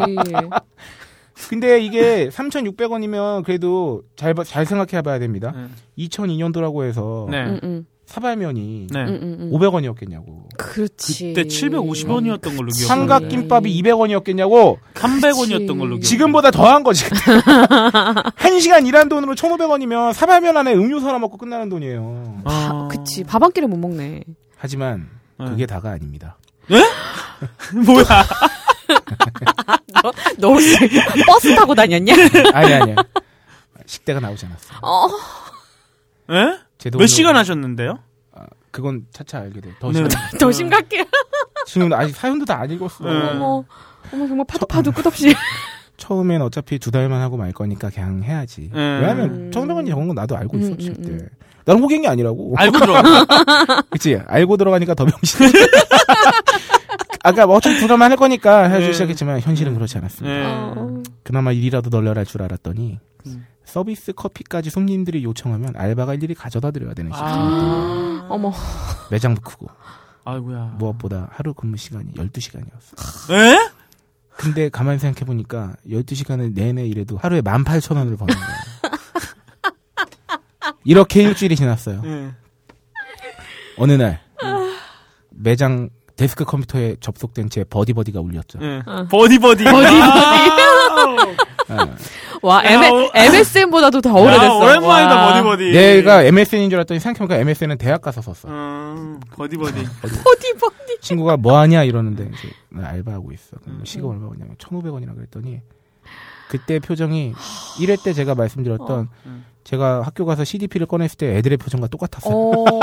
Speaker 1: 근데 이게 3,600원이면 그래도 잘, 봐- 잘 생각해 봐야 됩니다.
Speaker 3: 네.
Speaker 1: 2002년도라고 해서
Speaker 3: 네.
Speaker 2: 음, 음,
Speaker 1: 사발면이
Speaker 3: 네.
Speaker 2: 음, 예. 음, 음.
Speaker 1: 500원이었겠냐고.
Speaker 2: 그렇지.
Speaker 3: 그때 750원이었던 걸로 기억해요.
Speaker 1: 삼각김밥이 200원이었겠냐고.
Speaker 3: 300원이었던 걸로 기억.
Speaker 1: 지금보다 더한 거지. [LAUGHS] 한 시간 일한 돈으로 1,500원이면 사발면 안에 음료수 하나 먹고 끝나는 돈이에요.
Speaker 2: 아, 그치. 밥 한 끼를 못 먹네.
Speaker 1: 하지만
Speaker 3: 네.
Speaker 1: 그게 다가 아닙니다.
Speaker 3: [LAUGHS] 뭐야?
Speaker 2: [LAUGHS] 너 혹시 버스 타고 다녔냐?
Speaker 1: 아니 아니. 식대가 나오지 않았어.
Speaker 2: [LAUGHS] 어.
Speaker 3: 예?
Speaker 1: 제 돈으로-
Speaker 3: 몇 시간 하셨는데요?
Speaker 1: 아, 그건 차차 알게 돼. 더
Speaker 3: 네.
Speaker 1: 심해.
Speaker 2: 더 심각해.
Speaker 1: 지금 아직 사연도 다 안 읽었어.
Speaker 3: 네.
Speaker 2: 어머. 어머, 정말 파도 파도 끝없이.
Speaker 1: 처음엔 어차피 두 달만 하고 말 거니까 그냥 해야지.
Speaker 3: 네.
Speaker 1: 왜냐하면 1,500원이 적은 건 나도 알고
Speaker 2: 음,
Speaker 1: 있었지
Speaker 2: 음,
Speaker 1: 그때.
Speaker 2: 음.
Speaker 1: 나는 호갱이 아니라고.
Speaker 3: 알고 들어가.
Speaker 1: [LAUGHS] 그치 알고 들어가니까 더 병신. [LAUGHS] 아까 뭐 어차피 두 달만 할 거니까 해야지
Speaker 3: 네.
Speaker 1: 시작했지만 현실은 그렇지 않았습니다.
Speaker 3: 예.
Speaker 2: 어.
Speaker 1: 그나마 일이라도 널려랄 줄 알았더니
Speaker 3: 음.
Speaker 1: 서비스 커피까지 손님들이 요청하면 알바가 일일이 가져다 드려야 되는 시간.
Speaker 3: 아.
Speaker 2: 어머.
Speaker 1: 매장도 크고
Speaker 3: 아이고야.
Speaker 1: 뭐. 무엇보다 하루 근무 시간이 12시간이었어.
Speaker 3: 예?
Speaker 1: 근데 가만히 생각해보니까 12시간을 내내 일해도 하루에 18,000원을 버는 거야. 이렇게 일주일이 지났어요.
Speaker 3: 예.
Speaker 1: 어느 날 매장 데스크 컴퓨터에 접속된 제 버디버디가 울렸죠.
Speaker 3: 예. 버디버디. 아. 버디버디.
Speaker 2: 와,
Speaker 3: 야, 어.
Speaker 2: MSN보다도 더 오래됐어.
Speaker 3: 아, 오랜만이다,
Speaker 2: 와.
Speaker 3: 버디버디.
Speaker 1: 얘가 MSN인 줄 알았더니 생각해보니까 MSN은 대학 가서 썼어.
Speaker 3: 음, 버디버디.
Speaker 2: 버디 버디.
Speaker 1: 친구가 뭐 하냐 이러는데 이제 나 알바하고 있어. 그럼 시급 얼마 거냐면 1,500원이라 그랬더니 그때 표정이 1회 때 제가 말씀드렸던
Speaker 3: 음.
Speaker 1: 제가 학교 가서 CDP를 꺼냈을 때 애들의 표정과 똑같았어요. [LAUGHS]
Speaker 2: 어.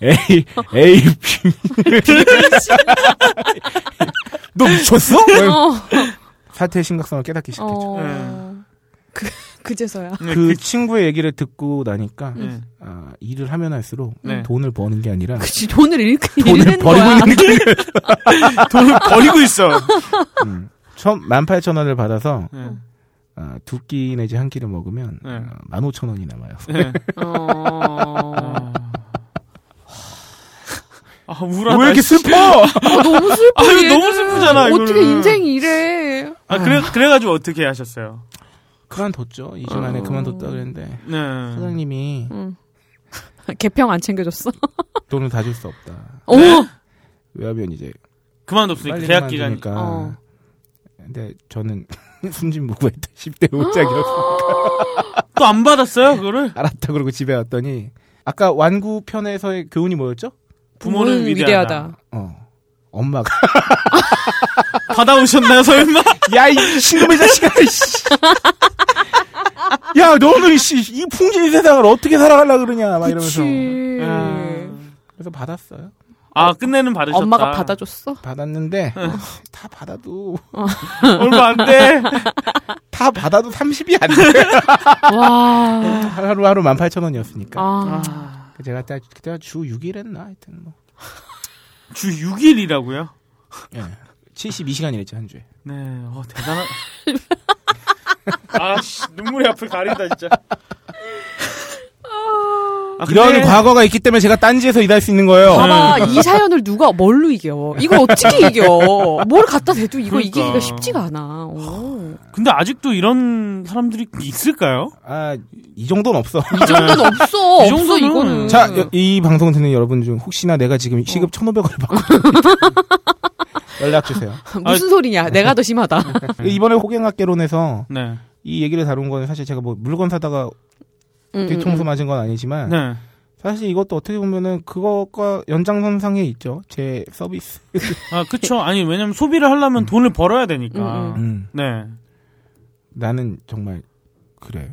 Speaker 1: 에이, 에이, 피. 너 미쳤어?
Speaker 2: 어.
Speaker 1: 사태의 심각성을 깨닫기 시작했죠.
Speaker 2: 어.
Speaker 3: 네.
Speaker 2: 그, 그제서야.
Speaker 1: 그 친구의 얘기를 듣고 나니까
Speaker 3: 네.
Speaker 1: 아, 일을 하면 할수록
Speaker 3: 네.
Speaker 1: 돈을 버는 게 아니라
Speaker 2: 그치, 돈을 잃,
Speaker 1: 돈을
Speaker 2: 잃는
Speaker 1: 버리고
Speaker 2: 거야.
Speaker 1: 있는 느낌.
Speaker 3: 돈을 버리고 있어.
Speaker 1: 음. 처음 18,000원을 받아서
Speaker 3: 예.
Speaker 1: 아, 두 끼 내지 한 끼를 먹으면
Speaker 3: 네.
Speaker 1: 어, 15,000원이 남아요.
Speaker 3: 예.
Speaker 2: 어.
Speaker 3: 아, 우울하다.
Speaker 1: 슬퍼?
Speaker 2: 아, 너무 슬퍼.
Speaker 3: 아, 이거
Speaker 2: 얘는.
Speaker 3: 너무 슬프잖아,
Speaker 2: 어떻게
Speaker 3: 이거는.
Speaker 2: 인생이 이래.
Speaker 3: 아, 그래, 그래가지고 어떻게 하셨어요?
Speaker 1: 그만뒀죠. 2주 만에
Speaker 2: 어.
Speaker 1: 그만뒀다 그랬는데
Speaker 3: 네.
Speaker 1: 사장님이
Speaker 2: 음. 개평 안 챙겨줬어.
Speaker 3: 네.
Speaker 1: 돈을 다 줄 수 없다.
Speaker 2: 오,
Speaker 1: 왜냐하면 이제
Speaker 3: 그만뒀으니까
Speaker 1: 빨리
Speaker 3: 계약 기간.
Speaker 1: 그만두니까.
Speaker 2: 어.
Speaker 1: 근데 저는 [LAUGHS] 순진무구했던 10대 옷장이라서
Speaker 3: 또 안 받았어요 그거를?
Speaker 1: 알았다 그러고 집에 왔더니 아까 완구 편에서의 교훈이 뭐였죠?
Speaker 3: 부모는 위대하다.
Speaker 1: 어 엄마가 [LAUGHS]
Speaker 3: 받아오셨나요 설마?
Speaker 1: 야이 신놈의 자식아 씨. 야 너는 씨이 풍진 세상을 어떻게 살아가려 그러냐 막 이러면서
Speaker 2: 그치.
Speaker 3: 음.
Speaker 1: 그래서 받았어요.
Speaker 3: 아 끝내는 받으셨다.
Speaker 2: 엄마가 받아줬어.
Speaker 3: [LAUGHS]
Speaker 1: 받았는데 다 받아도
Speaker 3: 얼마 안 돼.
Speaker 1: 다 받아도 30이 안 돼. [LAUGHS]
Speaker 2: 와.
Speaker 1: 하루하루 18,000원이었으니까.
Speaker 2: 아.
Speaker 1: 제가 그때, 그때 주 6일 했나 하여튼 뭐
Speaker 3: 주 6일이라고요?
Speaker 1: 72시간 일했죠 한 주에.
Speaker 3: 네. 어 대단한. [LAUGHS] 아씨 눈물이 앞을 가린다 진짜. 아, 근데-
Speaker 1: 이런 과거가 있기 때문에 제가 딴지에서 일할 수 있는 거예요.
Speaker 2: 봐봐
Speaker 3: 네.
Speaker 2: 이 사연을 누가 뭘로 이겨? 이걸 어떻게 이겨? 뭘 갖다 대도 이거
Speaker 3: 그러니까.
Speaker 2: 이기기가 쉽지가 않아. 어? 오.
Speaker 3: 근데 아직도 이런 사람들이 있을까요?
Speaker 1: 아, 이 정도는 없어.
Speaker 2: 이 정도는 없어.
Speaker 3: [LAUGHS] 이
Speaker 2: 없어
Speaker 3: 정도는-
Speaker 2: 이거는.
Speaker 1: 자, 여- 이 방송 듣는 여러분 중 혹시나 내가 지금 시급 1,500원을 [LAUGHS] 받고 연락 주세요.
Speaker 3: 아,
Speaker 2: 무슨 소리냐? 내가 더 심하다.
Speaker 1: 이번에 호갱학개론에서
Speaker 3: 네.
Speaker 1: 이 얘기를 다룬 거는 사실 제가 뭐 물건 사다가
Speaker 2: 음,
Speaker 1: 뒤통수
Speaker 2: 음,
Speaker 1: 맞은 건 아니지만
Speaker 3: 네.
Speaker 1: 사실 이것도 어떻게 보면은 그것과 연장선상에 있죠. 제 서비스.
Speaker 3: 아 그쵸. 아니 왜냐면 소비를 하려면 돈을 벌어야 되니까.
Speaker 2: 음,
Speaker 1: 음,
Speaker 3: 네.
Speaker 1: 나는 정말 그래.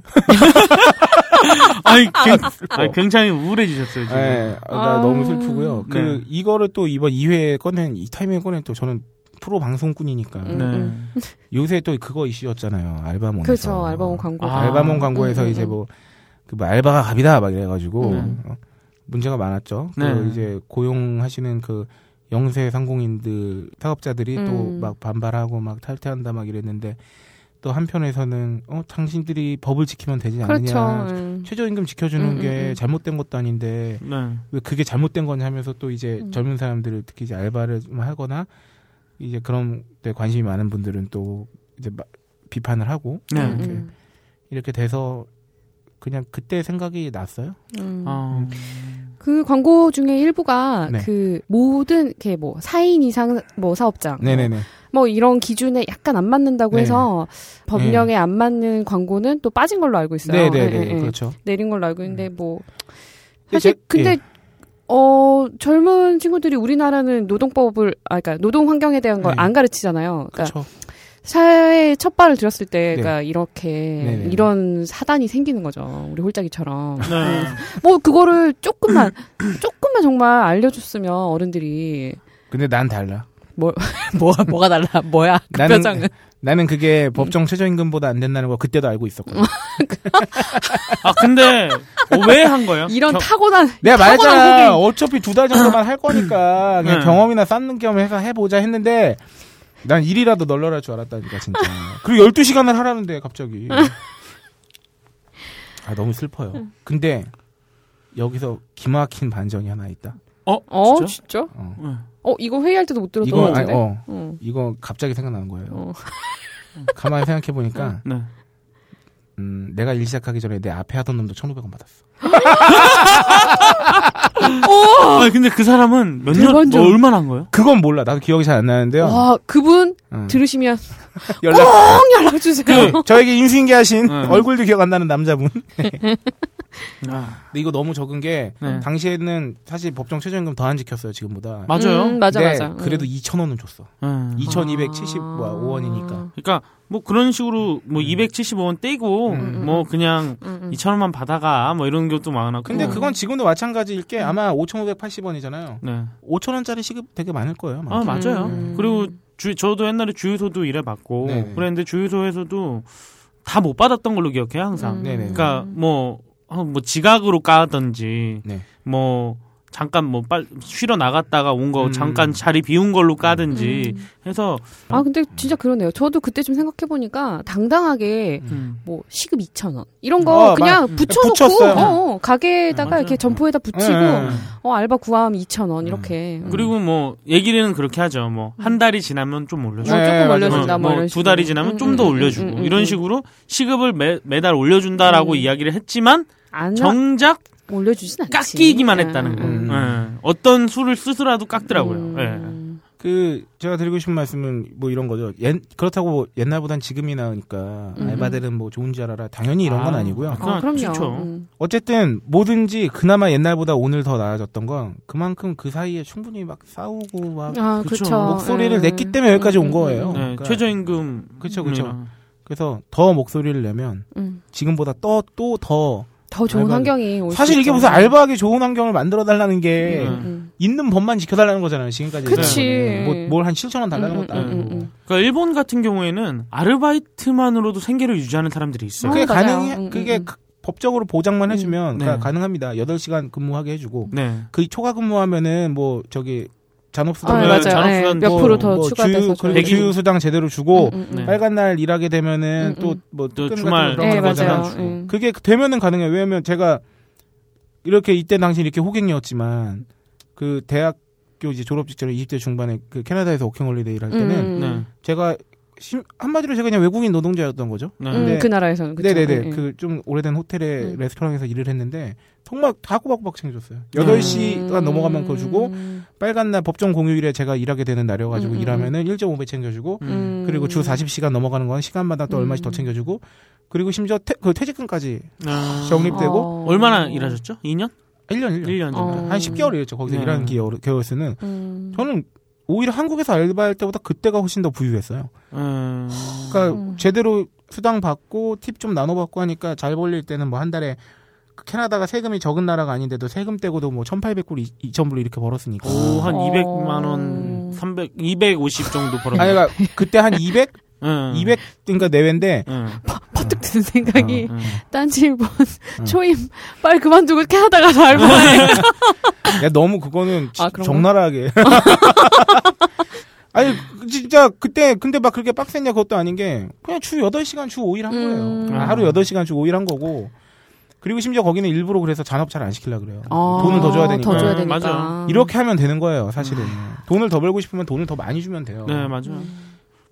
Speaker 3: 아니,
Speaker 2: [LAUGHS]
Speaker 3: 굉,
Speaker 2: 어.
Speaker 3: 아니 굉장히 우울해지셨어요 지금.
Speaker 1: 예, 나
Speaker 2: 아.
Speaker 1: 너무 슬프고요.
Speaker 3: 네.
Speaker 1: 그 이거를 또 이번 2회 꺼낸 이 타이밍에 꺼낸 또 저는 프로 방송꾼이니까
Speaker 2: 음.
Speaker 3: 네.
Speaker 1: 요새 또 그거 이슈였잖아요. 알바몬.
Speaker 2: 그렇죠. 알바몬 광고.
Speaker 3: 아.
Speaker 1: 알바몬 광고에서
Speaker 2: 음, 음,
Speaker 1: 이제
Speaker 2: 음.
Speaker 1: 뭐, 그, 뭐 알바가 갑이다, 막 이래가지고,
Speaker 3: 네.
Speaker 1: 어, 문제가 많았죠.
Speaker 3: 네.
Speaker 1: 그리고 이제 고용하시는 그, 영세 상공인들, 사업자들이 또
Speaker 2: 음.
Speaker 1: 막 반발하고 막 탈퇴한다, 막 이랬는데, 또 한편에서는, 어, 당신들이 법을 지키면 되지
Speaker 2: 그렇죠.
Speaker 1: 않느냐.
Speaker 2: 음.
Speaker 1: 최저임금 지켜주는
Speaker 2: 음, 음,
Speaker 1: 게
Speaker 2: 음.
Speaker 1: 잘못된 것도 아닌데,
Speaker 3: 네.
Speaker 1: 왜 그게 잘못된 거냐 하면서 또 이제
Speaker 2: 음.
Speaker 1: 젊은 사람들을 특히 이제 알바를 좀 하거나 이제 그런 데 관심이 많은 분들은 또 이제 막 비판을 하고
Speaker 3: 네.
Speaker 2: 음,
Speaker 1: 이렇게
Speaker 2: 음,
Speaker 1: 이렇게 돼서 그냥 그때 생각이 났어요.
Speaker 2: 음.
Speaker 3: 어.
Speaker 2: 그 광고 중에 일부가
Speaker 1: 네.
Speaker 2: 그 모든 이렇게 뭐 4인 이상 뭐 사업장
Speaker 1: 네네네.
Speaker 2: 뭐 이런 기준에 약간 안 맞는다고
Speaker 1: 네.
Speaker 2: 해서 법령에 안 맞는 광고는 또 빠진 걸로 알고 있어요.
Speaker 1: 네네네.
Speaker 2: 예, 예, 예.
Speaker 1: 그렇죠. 음.
Speaker 2: 내린 걸로 알고 있는데 뭐
Speaker 1: 근데
Speaker 2: 사실
Speaker 1: 제-
Speaker 2: 근데
Speaker 1: 예.
Speaker 2: 어 젊은 친구들이 우리나라는 노동법을 아 그러니까 노동 환경에 대한 걸
Speaker 1: 네.
Speaker 2: 안 가르치잖아요. 그러니까
Speaker 1: 그렇죠. 네.
Speaker 2: 사회에 첫 발을 들였을 때가 이렇게
Speaker 1: 네네.
Speaker 2: 이런 사단이 생기는 거죠. 우리 홀짝이처럼.
Speaker 3: 네.
Speaker 2: 뭐 그거를 조금만 [CLEARS THROAT] 조금만 정말 알려줬으면 어른들이
Speaker 1: 근데 난 달라.
Speaker 2: 뭐가 뭐가 달라 뭐야 그
Speaker 1: 나는-
Speaker 2: 표정은 음.
Speaker 1: 나는 그게 법정 최저임금보다 안 된다는 거 그때도 알고 있었거든.
Speaker 3: 아 근데 어, 왜 한 거예요?
Speaker 2: 이런
Speaker 3: 겨-
Speaker 2: 타고난
Speaker 1: 내가
Speaker 2: 타고난
Speaker 1: 말했잖아.
Speaker 2: 호갱.
Speaker 1: 어차피 두 달 정도만 할
Speaker 2: [CLEARS THROAT]
Speaker 1: 거니까 그냥
Speaker 3: 네.
Speaker 1: 경험이나 쌓는 겸 해서 해보자 했는데 난 일이라도 널널할 줄 알았다니까 진짜. 그리고 12시간을 하라는데 갑자기. 아 너무 슬퍼요. 근데 여기서 기막힌 반전이 하나 있다.
Speaker 3: 어?
Speaker 2: 어
Speaker 3: 진짜?
Speaker 2: 진짜?
Speaker 1: 어.
Speaker 3: 네.
Speaker 2: 어 이거 회의할 때도 못 들었던 거
Speaker 1: 이건 아니,
Speaker 2: 같은데.
Speaker 1: 어,
Speaker 2: 응.
Speaker 1: 이건 갑자기 생각나는 거예요.
Speaker 2: 어.
Speaker 1: 가만히 생각해 보니까
Speaker 3: 네.
Speaker 1: 음, 내가 일 시작하기 전에 내 앞에 하던 놈도 1,500원 받았어.
Speaker 3: 아 근데 그 사람은 몇 년,
Speaker 2: 대반전.
Speaker 3: 뭐 얼마나 한 거예요?
Speaker 1: 그건 몰라. 나도 기억이 잘 안 나는데요.
Speaker 2: 와 그분
Speaker 1: 응.
Speaker 2: 들으시면 어!
Speaker 1: 연락.
Speaker 2: 꼭 연락
Speaker 1: 네,
Speaker 2: 주세요. 음,
Speaker 1: 저에게 인수인계하신
Speaker 2: 어.
Speaker 3: 응.
Speaker 1: 얼굴도 기억 안 나는 남자분.
Speaker 3: 아,
Speaker 1: 근데 이거 너무 적은 게
Speaker 3: 네.
Speaker 1: 당시에는 사실 법정 최저임금 더 안 지켰어요 지금보다.
Speaker 3: 맞아요.
Speaker 2: 음, 아, 맞아
Speaker 1: 근데
Speaker 2: 맞아.
Speaker 1: 네, 그래도 뭐 2천 원은 줬어.
Speaker 3: 네.
Speaker 1: 2,275원이니까.
Speaker 3: 그러니까 뭐 그런 식으로 뭐 275원 떼고
Speaker 1: 음.
Speaker 3: 뭐 그냥 2천 원만 받아가 뭐 이런 것도 많았고.
Speaker 1: 근데 그건 지금도 마찬가지일 게 아마 5,580원이잖아요.
Speaker 3: 네.
Speaker 1: 5천 원짜리 시급 되게 많을 거예요. 아마.
Speaker 3: 아 맞아요. 그리고 주, 저도 옛날에 주유소도 일해봤고
Speaker 1: 네네.
Speaker 3: 그랬는데 주유소에서도 다 못 받았던 걸로
Speaker 2: 음.
Speaker 1: 음.
Speaker 3: 기억해요 항상.
Speaker 1: 네네.
Speaker 3: 그러니까 뭐, 어, 뭐 지각으로 까든지
Speaker 1: 네.
Speaker 3: 뭐 잠깐 뭐 빨 쉬러 나갔다가 온 거
Speaker 1: 음.
Speaker 3: 잠깐 자리 비운 걸로 까든지
Speaker 2: 음.
Speaker 3: 해서
Speaker 2: 아 근데 진짜 그러네요. 저도 그때 좀 생각해 보니까 당당하게
Speaker 1: 음.
Speaker 2: 뭐 시급 2천 원 이런 거
Speaker 1: 어,
Speaker 2: 그냥 붙여놓고
Speaker 1: 붙였어요.
Speaker 2: 어, 어, 가게에다가
Speaker 3: 맞아요.
Speaker 2: 이렇게 점포에다 붙이고
Speaker 1: 예.
Speaker 2: 어 알바 구하면 2천 원 이렇게 음.
Speaker 3: 그리고 뭐 얘기는 그렇게 하죠. 뭐
Speaker 1: 음.
Speaker 3: 한 달이 지나면 좀 올려줘.
Speaker 2: 뭐
Speaker 1: 네,
Speaker 2: 조금
Speaker 1: 맞아요.
Speaker 2: 올려준다 뭐, 이런
Speaker 3: 뭐두
Speaker 2: 식으로.
Speaker 3: 달이 지나면
Speaker 2: 음,
Speaker 3: 좀 더
Speaker 2: 음,
Speaker 3: 올려주고
Speaker 2: 음, 음, 음.
Speaker 3: 이런 식으로 시급을 매, 매달 올려준다라고
Speaker 2: 음.
Speaker 3: 이야기를 했지만
Speaker 2: 안
Speaker 3: 정작
Speaker 2: 올려주진 않지
Speaker 3: 깎이기만
Speaker 2: 음.
Speaker 3: 했다는 거.
Speaker 1: 음.
Speaker 3: 예. 어떤 수를 쓰더라도 깎더라고요. 예.
Speaker 2: 음.
Speaker 1: 그 제가 드리고 싶은 말씀은 뭐 이런 거죠. 옛, 그렇다고 뭐 옛날보단 지금이 나으니까
Speaker 2: 음.
Speaker 1: 알바들은 뭐 좋은 줄 알아라. 당연히 이런 건
Speaker 3: 아.
Speaker 1: 아니고요.
Speaker 3: 그건
Speaker 2: 어, 그럼요.
Speaker 3: 좋죠.
Speaker 2: 음.
Speaker 1: 어쨌든 뭐든지 그나마 옛날보다 오늘 더 나아졌던 건 그만큼 그 사이에 충분히 막 싸우고 막
Speaker 2: 아
Speaker 3: 그쵸.
Speaker 2: 그렇죠. 음,
Speaker 1: 목소리를 냈기 때문에 여기까지 온 거예요.
Speaker 3: 예,
Speaker 1: 그러니까.
Speaker 3: 최저임금
Speaker 1: 네, 그쵸,
Speaker 3: 음.
Speaker 1: 그쵸. 그래서 더 목소리를 내면 지금보다 또 또 더
Speaker 2: 음. 더 좋은
Speaker 1: 알바를-
Speaker 2: 환경이 올
Speaker 1: 사실
Speaker 2: 수
Speaker 1: 이게
Speaker 2: 있죠.
Speaker 1: 무슨 알바하기 예. 좋은 환경을 만들어 달라는 게
Speaker 2: 음,
Speaker 3: 네.
Speaker 2: 음.
Speaker 1: 있는 법만 지켜달라는 거잖아요. 지금까지
Speaker 2: 그치.
Speaker 1: 얘기하는 거는. 뭐, 뭘한 7천 원 달라는
Speaker 2: 음,
Speaker 1: 것도
Speaker 2: 음,
Speaker 1: 아니고.
Speaker 2: 음, 음.
Speaker 3: 그러니까 일본 같은 경우에는 아르바이트만으로도 생계를 유지하는 사람들이 있어요.
Speaker 1: 그게
Speaker 2: 어, 맞아요.
Speaker 1: 가능해.
Speaker 2: 음,
Speaker 1: 그게
Speaker 2: 음.
Speaker 1: 가- 법적으로 보장만 해주면
Speaker 3: 음,
Speaker 1: 그러니까
Speaker 3: 네.
Speaker 1: 가능합니다. 8시간 근무하게
Speaker 2: 음.
Speaker 1: 해주고
Speaker 3: 네.
Speaker 1: 그 초과 근무하면은 뭐 저기
Speaker 2: 아,
Speaker 1: 잔업수당
Speaker 3: 네,
Speaker 1: 뭐
Speaker 2: 맞아요. 예,
Speaker 3: 잔업수당도
Speaker 2: 몇 프로 더
Speaker 1: 뭐
Speaker 2: 추가돼서
Speaker 1: 주유,
Speaker 2: 줘요.
Speaker 1: 그리고 주유수당 제대로 주고
Speaker 2: 음, 음, 음.
Speaker 3: 네.
Speaker 1: 빨간 날 일하게 되면은
Speaker 2: 음, 음.
Speaker 1: 또뭐
Speaker 3: 또 주말
Speaker 2: 네,
Speaker 3: 거잖아요.
Speaker 2: 맞아요. 음.
Speaker 1: 그게 되면은 가능해요. 왜냐면 제가 이렇게 이때 당시 이렇게 호갱이었지만 그 대학교 이제 졸업 직전에 20대 중반에 그 캐나다에서 워킹홀리데이를 할 때는
Speaker 2: 음,
Speaker 3: 네.
Speaker 1: 제가 심- 한마디로 제가 그냥 외국인 노동자였던 거죠.
Speaker 3: 네.
Speaker 2: 음,
Speaker 1: 네.
Speaker 2: 그 나라에서는 그쵸?
Speaker 1: 네네네.
Speaker 2: 예, 예.
Speaker 1: 그 좀 오래된 호텔의
Speaker 2: 음.
Speaker 1: 레스토랑에서 일을 했는데 정말 다 꼬박꼬박 챙겨줬어요. 8시가
Speaker 2: 음.
Speaker 1: 넘어가면 그거 주고
Speaker 2: 음.
Speaker 1: 빨간 날 법정 공휴일에 제가 일하게 되는 날이어가지고
Speaker 2: 음, 음,
Speaker 1: 일하면은 1.5배 챙겨주고
Speaker 3: 음.
Speaker 1: 그리고 주 40시간 넘어가는 건 시간마다 또 얼마씩 더 챙겨주고 그리고 심지어 퇴, 그 퇴직금까지
Speaker 3: 아.
Speaker 1: 적립되고
Speaker 2: 어.
Speaker 3: 얼마나 일하셨죠? 2년?
Speaker 1: 1년 1년
Speaker 3: 1년 정도.
Speaker 2: 어.
Speaker 1: 한 10개월 이었죠 거기서
Speaker 3: 네.
Speaker 1: 일하는 개월, 개월수는
Speaker 2: 음.
Speaker 1: 저는 오히려 한국에서 알바할 때보다 그때가 훨씬 더 부유했어요.
Speaker 3: 음.
Speaker 1: 그러니까
Speaker 2: 음.
Speaker 1: 제대로 수당 받고 팁 좀 나눠 받고 하니까 잘 벌릴 때는 뭐 한 달에 그 캐나다가 세금이 적은 나라가 아닌데도 세금 떼고도 뭐 1,800불, 2,000불 이렇게 벌었으니까.
Speaker 3: 오, 한
Speaker 2: 어.
Speaker 3: 200만 원, 300, 250 정도
Speaker 1: 아니
Speaker 3: 벌었네요. 예.
Speaker 1: 그러니까 그때 한
Speaker 3: [LAUGHS]
Speaker 1: 200,
Speaker 3: 응.
Speaker 1: 200 그러니까 내외인데
Speaker 3: 응.
Speaker 2: 퍼뜩 드는
Speaker 1: 어.
Speaker 2: 생각이
Speaker 3: 응.
Speaker 2: 딴지 일본 [LAUGHS] 초임 빨리 그만두고 캐나다 가서 알바해.
Speaker 1: [LAUGHS] 야, 너무 그거는 지-
Speaker 2: 아, 그런가? [LAUGHS]
Speaker 1: 적나라하게. 아니 진짜 그때 근데 막 그렇게 빡셌냐 그것도 아닌 게 그냥 주 8시간 주 5일 한 거예요.
Speaker 2: 음.
Speaker 1: 아, 하루 8시간 주 5일 한 거고. 그리고 심지어 거기는 일부러 그래서 잔업 잘 안 시키려 그래요.
Speaker 2: 어,
Speaker 1: 돈을 더 줘야 되니까.
Speaker 2: 더 줘야 음.
Speaker 3: 음,
Speaker 2: 되니까.
Speaker 3: 맞아요.
Speaker 1: 이렇게 하면 되는 거예요, 사실은. 돈을 더 벌고 싶으면 돈을 더 많이 주면 돼요.
Speaker 3: 네, 맞아요.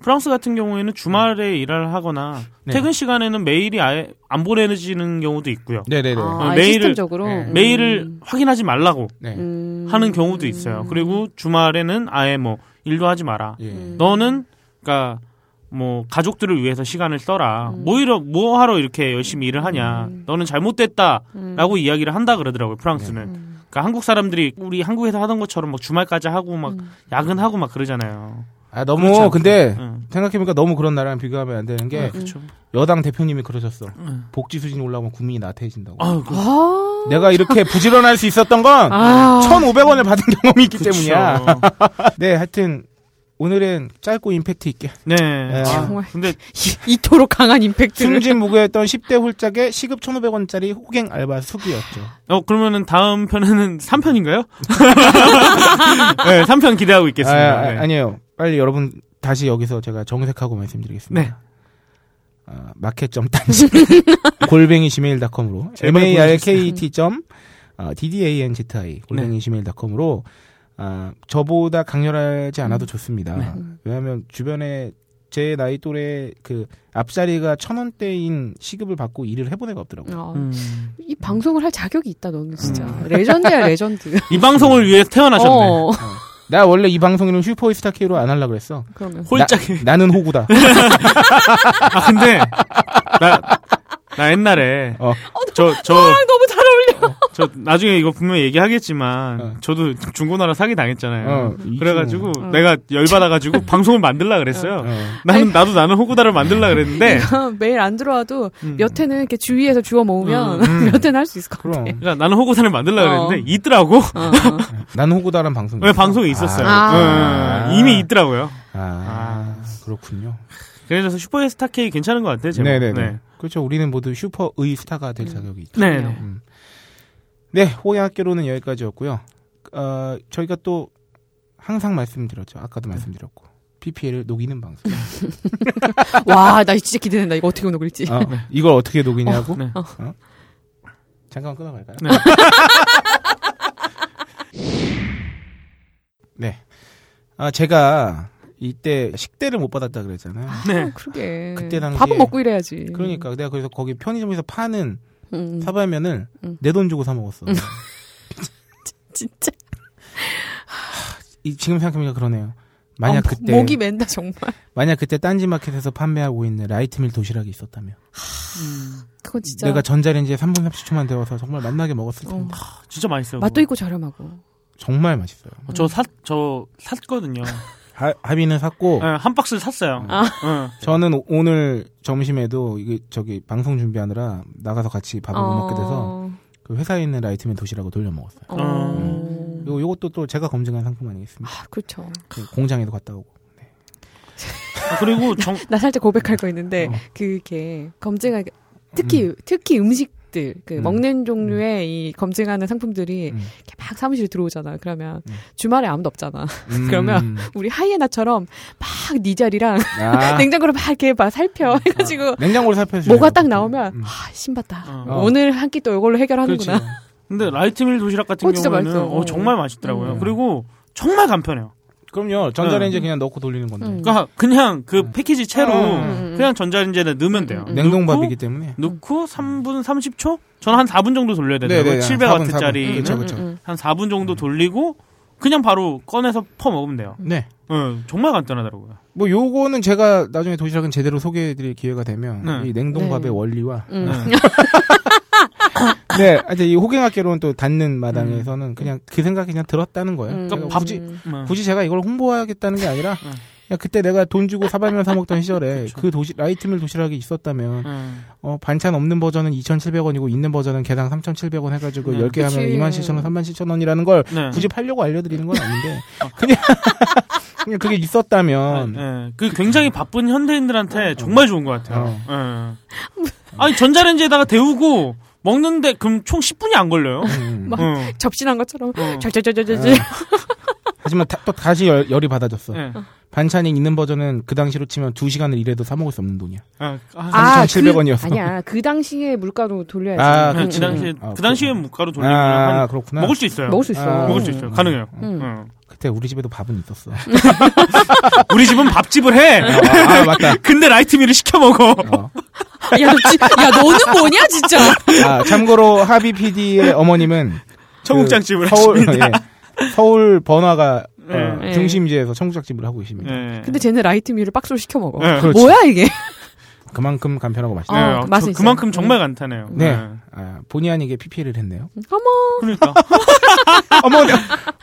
Speaker 3: 프랑스 같은 경우에는 주말에 일을 하거나
Speaker 1: 네.
Speaker 3: 퇴근 시간에는 메일이 아예 안 보내지는 경우도 있고요.
Speaker 1: 네네네.
Speaker 2: 아,
Speaker 3: 메일을-
Speaker 2: 시스템적으로
Speaker 1: 네.
Speaker 2: 음.
Speaker 3: 메일을 확인하지 말라고
Speaker 1: 네.
Speaker 2: 음.
Speaker 3: 하는 경우도 있어요. 그리고 주말에는 아예 뭐 일도 하지 마라.
Speaker 1: 예.
Speaker 2: 음.
Speaker 3: 너는 그러니까 뭐 가족들을 위해서 시간을 써라.
Speaker 2: 음.
Speaker 3: 뭐 이러 뭐 하러 이렇게 열심히 일을 하냐.
Speaker 2: 음.
Speaker 3: 너는 잘못됐다라고
Speaker 2: 음.
Speaker 3: 이야기를 한다 그러더라고요. 프랑스는.
Speaker 2: 음.
Speaker 3: 그러니까 한국 사람들이 우리 한국에서 하던 것처럼 막 주말까지 하고 막
Speaker 2: 음.
Speaker 3: 야근하고 막 그러잖아요. 네.
Speaker 1: 아,
Speaker 3: 그렇지
Speaker 1: 너무,
Speaker 3: 않죠.
Speaker 1: 근데,
Speaker 3: 응.
Speaker 1: 생각해보니까 너무 그런 나라랑 비교하면 안 되는 게,
Speaker 2: 음.
Speaker 3: 네, 그렇죠.
Speaker 1: 여당 대표님이 그러셨어.
Speaker 3: 응.
Speaker 1: 복지 수준이 올라오면 국민이 나태해진다고.
Speaker 3: 아유, 그-
Speaker 2: 아.
Speaker 1: 내가 이렇게 부지런할 수 있었던 건,
Speaker 2: 아.
Speaker 1: 1,500원을 받은 경험이 있기
Speaker 3: 그쵸.
Speaker 1: 때문이야. 네, 하여튼, 오늘은 짧고 임팩트 있게.
Speaker 3: [LAUGHS] 네.
Speaker 1: 네.
Speaker 3: 아,
Speaker 2: 정말.
Speaker 3: 근데
Speaker 2: 이, 이토록 강한 임팩트를.
Speaker 1: 승진무구했던 [LAUGHS] 10대 홀짝의 시급 1,500원짜리 호갱 알바 수기였죠.
Speaker 3: 어 그러면은 다음 편에는 [LAUGHS] 3편인가요? 네, 3편 기대하고 있겠습니다.
Speaker 1: 아,
Speaker 3: 네.
Speaker 1: 니에요 빨리 여러분 다시 여기서 제가 정색하고 말씀드리겠습니다.
Speaker 3: 네.
Speaker 1: 아, 마켓 점
Speaker 3: [LAUGHS]
Speaker 1: 단지 골뱅이 gmail.com으로 m
Speaker 3: 제발
Speaker 1: a r k E t 점 아, d d a n z i 골뱅이 gmail.com으로 아, 저보다 강렬하지
Speaker 3: 음.
Speaker 1: 않아도 좋습니다.
Speaker 3: 네.
Speaker 1: 왜냐하면 주변에 제 나이 또래 그 앞자리가 천 원대인 시급을 받고 일을 해본 애가 없더라고요.
Speaker 2: 어.
Speaker 3: 음.
Speaker 2: 이 방송을 할 자격이 있다 너는 진짜
Speaker 1: 음.
Speaker 2: 레전드야 레전드.
Speaker 3: 이 방송을 위해 태어나셨네.
Speaker 2: 어.
Speaker 3: 음.
Speaker 1: 나 원래 이 방송에는 슈퍼스타 K로 안 하려 고
Speaker 3: [LAUGHS]
Speaker 1: 그랬어.
Speaker 2: 그러면.
Speaker 3: 홀짝이.
Speaker 1: 나는 호구다.
Speaker 3: 네. 아 근데 나, 나 옛날에
Speaker 1: 어.
Speaker 3: 저 저 저
Speaker 2: 아, 너무 잘 어울려.
Speaker 3: 나중에 이거 분명 히 얘기하겠지만
Speaker 1: 어.
Speaker 3: 저도 중고나라 사기 당했잖아요.
Speaker 1: 어, 이
Speaker 3: 그래가지고
Speaker 2: 어.
Speaker 3: 내가 열 받아가지고 방송을 만들라 그랬어요.
Speaker 1: 어.
Speaker 3: 나는 나도 나는 호구다를 만들라 그랬는데
Speaker 2: 어. [LAUGHS] 매일 안 들어와도
Speaker 3: 음.
Speaker 2: 몇 회는 이렇게 주위에서 주워 모으면 [LAUGHS]
Speaker 3: 음, 음.
Speaker 2: 몇 회는 할 수 있을 것 같아.
Speaker 1: 그럼.
Speaker 3: 그러니까 나는 호구다를 만들라
Speaker 2: 어.
Speaker 3: 그랬는데 있더라고.
Speaker 2: 어.
Speaker 1: 난 호구다라는 방송이
Speaker 3: 왜 방송에 있었어요.
Speaker 2: 아.
Speaker 3: 응, 응, 응. 이미 있더라고요.
Speaker 1: 아, 아, 그렇군요.
Speaker 3: 그래서 슈퍼스타 K 괜찮은 것 같아요. 제목.
Speaker 1: 네네네.
Speaker 3: 네.
Speaker 1: 그렇죠. 우리는 모두 슈퍼의 스타가 될 자격이 있죠.
Speaker 3: 음. 네.
Speaker 1: 네, 호양학교로는 여기까지였고요. 어, 저희가 또 항상 말씀드렸죠. 아까도
Speaker 3: 네.
Speaker 1: 말씀드렸고. PPL 녹이는 방송.
Speaker 2: [LAUGHS] 와, 나 진짜 기대된다. 이거 어떻게 녹을지.
Speaker 1: 어, 이걸 어떻게 녹이냐고?
Speaker 3: 네.
Speaker 1: 어? 잠깐 끊어갈까요?
Speaker 3: 네.
Speaker 1: [LAUGHS] 네. 아, 제가 이때 식대를 못 받았다 그랬잖아요.
Speaker 3: 네.
Speaker 2: [LAUGHS] 그러게.
Speaker 1: 그때 당시에-
Speaker 2: 밥은 먹고 일해야지.
Speaker 1: 그러니까 내가 그래서 거기 편의점에서 파는
Speaker 2: 음,
Speaker 1: 사발면을
Speaker 2: 음. [LAUGHS]
Speaker 1: 내 돈 주고 사 먹었어.
Speaker 2: 진짜.
Speaker 1: 이- 지금 생각해보니까 그러네요. 만약
Speaker 2: 아, 목-
Speaker 1: 그때
Speaker 2: 목이 맨다 정말.
Speaker 1: 만약 그때 딴지마켓에서 판매하고 있는 라이트밀 도시락이 있었다면
Speaker 2: 그건 진짜.
Speaker 1: 내가 전자레인지에 3분 30초만 데워서 정말 맛나게 먹었을
Speaker 2: 어,
Speaker 1: 텐데
Speaker 3: 진짜 맛있어요.
Speaker 2: 맛도
Speaker 3: 그거.
Speaker 2: 있고 저렴하고.
Speaker 1: 정말 맛있어요.
Speaker 3: 어, 저 샀, 저 샀거든요.
Speaker 1: 하, 하비는 샀고
Speaker 3: 예, 한 박스를 샀어요.
Speaker 2: 아.
Speaker 3: 예.
Speaker 1: 저는 오- 오늘 점심에도 이게 저기 방송 준비하느라 나가서 같이 밥을 못 먹게 돼서
Speaker 2: 어,
Speaker 1: 그 회사에 있는 라이트밀 도시락을 돌려 먹었어요.
Speaker 2: 어.
Speaker 3: 음.
Speaker 1: 요, 요것도 또 제가 검증한 상품 아니겠습니까?
Speaker 2: 아, 그렇죠.
Speaker 1: 그 공장에도 갔다 오고.
Speaker 3: 아, 그리고 정,
Speaker 2: 나 살짝 고백할 거 있는데
Speaker 1: 어.
Speaker 2: 그게 검증하 특히 특히 음식들 그
Speaker 1: 음.
Speaker 2: 먹는 종류의 이 검증하는 상품들이
Speaker 1: 음.
Speaker 2: 이렇게 막 사무실 들어오잖아. 그러면
Speaker 1: 음.
Speaker 2: 주말에 아무도 없잖아. [LAUGHS]
Speaker 1: 음.
Speaker 2: [LAUGHS] 그러면 우리 하이에나처럼 막 네 자리랑
Speaker 1: 아,
Speaker 2: [LAUGHS]
Speaker 1: 음.
Speaker 2: 냉장고를 막 이렇게 막 살펴 해가지고
Speaker 1: 냉장고를 살펴주세요.
Speaker 2: 뭐가 딱 나오면
Speaker 1: 음.
Speaker 2: 아 신봤다.
Speaker 3: 어.
Speaker 2: 오늘 한 끼 또 이걸로 해결하는구나.
Speaker 1: 그렇지.
Speaker 3: 근데 라이트밀 도시락 같은
Speaker 2: 어, 진짜
Speaker 3: 경우에는
Speaker 2: 맛있어요.
Speaker 3: 어, 정말 맛있더라고요.
Speaker 1: 음.
Speaker 3: 그리고 정말 간편해요.
Speaker 1: 그럼요. 전자레인지 에
Speaker 3: 음.
Speaker 1: 그냥 넣고 돌리는 건데.
Speaker 2: 음.
Speaker 3: 그러니까 그냥 그
Speaker 1: 음.
Speaker 3: 패키지 채로
Speaker 1: 음.
Speaker 3: 그냥 전자레인지에 넣으면 돼요.
Speaker 2: 아, 음.
Speaker 1: 냉동밥이기 때문에.
Speaker 3: 넣고 3분 30초? 저는 한 4분 정도 돌려야 되는데
Speaker 1: 네네, 4분, 4분.
Speaker 3: 700W짜리는
Speaker 1: 그렇죠, 그쵸,
Speaker 2: 음,
Speaker 1: 그쵸.
Speaker 2: 음,
Speaker 3: 한 4분 정도 돌리고 그냥 바로 꺼내서 퍼 먹으면 돼요.
Speaker 1: 네.
Speaker 3: 예, 정말 간단하더라고요.
Speaker 1: 뭐 요거는 제가 나중에 도시락은 제대로 소개해드릴 기회가 되면
Speaker 3: 네.
Speaker 1: 이 냉동밥의
Speaker 2: 네.
Speaker 1: 원리와
Speaker 2: 음. 음. [LAUGHS]
Speaker 3: 예.
Speaker 1: 네, 하여튼 이 호갱학개론 또 닿는 마당에서는 그냥 그 생각이 그냥 들었다는 거예요.
Speaker 2: 음.
Speaker 1: 제가
Speaker 3: 밥-
Speaker 1: 굳이
Speaker 3: 음.
Speaker 1: 굳이 제가 이걸 홍보하겠다는 게 아니라 그냥 그때 내가 돈 주고 사발면 사 먹던 시절에
Speaker 2: 그렇죠.
Speaker 1: 그 도시 라이트밀 도시락이 있었다면
Speaker 3: 음.
Speaker 1: 어, 반찬 없는 버전은 2,700원이고 있는 버전은 개당 3,700원 해가지고
Speaker 3: 네.
Speaker 1: 10개 하면
Speaker 2: 음. 그치.
Speaker 1: 27,000원, 37,000원이라는 걸
Speaker 3: 네. 어.
Speaker 1: 굳이 팔려고 알려드리는 건
Speaker 3: [LAUGHS]
Speaker 1: 아닌데 그냥 [LAUGHS] 그냥 그게 있었다면 어.
Speaker 3: 예, 그 굉장히 바쁜 현대인들한테 정말 좋은 것 같아요. 예. 아니 전자레인지에다가 데우고 먹는데 그럼 총 10분이 안 걸려요.
Speaker 1: 음.
Speaker 2: 막-
Speaker 3: 예.
Speaker 2: 접신한 것처럼
Speaker 3: 어.
Speaker 2: 절절절절절.
Speaker 1: 하지만 다- 또 다시 열, 열이 받아졌어.
Speaker 3: 예.
Speaker 1: 반찬이 있는 버전은 그 당시로 치면 2시간을 일해도 사 먹을 수 없는 돈이야.
Speaker 3: 아, 아,
Speaker 2: 아,
Speaker 1: 3,700원 이었어.
Speaker 2: 그, 아니야 그 당시에 물가로 돌려야지.
Speaker 1: 아,
Speaker 3: 그
Speaker 1: 그치.
Speaker 3: 당시
Speaker 1: 음. 아,
Speaker 3: 그 당시에 무가로 돌리면
Speaker 1: 아,
Speaker 3: 한-
Speaker 1: 그렇구나.
Speaker 3: 먹을 수 있어요.
Speaker 2: 음. 먹을 수 있어.
Speaker 1: 아,
Speaker 3: 먹을 수 있어요. 가능해요.
Speaker 2: 음.
Speaker 3: 예.
Speaker 1: 그때 우리 집에도 밥은 있었어.
Speaker 3: 음. 아, 우리 집은 밥집을 해.
Speaker 1: 아, 맞다.
Speaker 3: 근데 라이트미를 시켜 먹어.
Speaker 1: 어.
Speaker 2: 야, 너, 지- 야, 너는 뭐냐, 진짜.
Speaker 3: 음.
Speaker 1: 아, 참고로 하비 PD의 어머님은
Speaker 3: [LAUGHS] 청국장집을
Speaker 1: 그 서울 [LAUGHS]
Speaker 3: 하십니다.
Speaker 1: 예, 서울 번화가 어,
Speaker 2: 네.
Speaker 1: 중심지에서 청국장집을 하고 있습니다.
Speaker 3: 예.
Speaker 2: 근데 쟤는 라이트미를 박스로 시켜 먹어.
Speaker 3: 예.
Speaker 1: 그렇죠.
Speaker 2: 뭐야,
Speaker 3: [LAUGHS]
Speaker 2: 이게?
Speaker 1: 그만큼 간편하고
Speaker 3: 예,
Speaker 1: 맛있다.
Speaker 2: 어, 그
Speaker 3: 저-
Speaker 2: 맛은 있어요. 음.
Speaker 3: 그만큼 정말 간단해요.
Speaker 1: 네. [LAUGHS]
Speaker 3: 예.
Speaker 1: 아, 본의 아니게 PPL을 했네요.
Speaker 2: 어머.
Speaker 3: 그러니까.
Speaker 1: 어머, 내,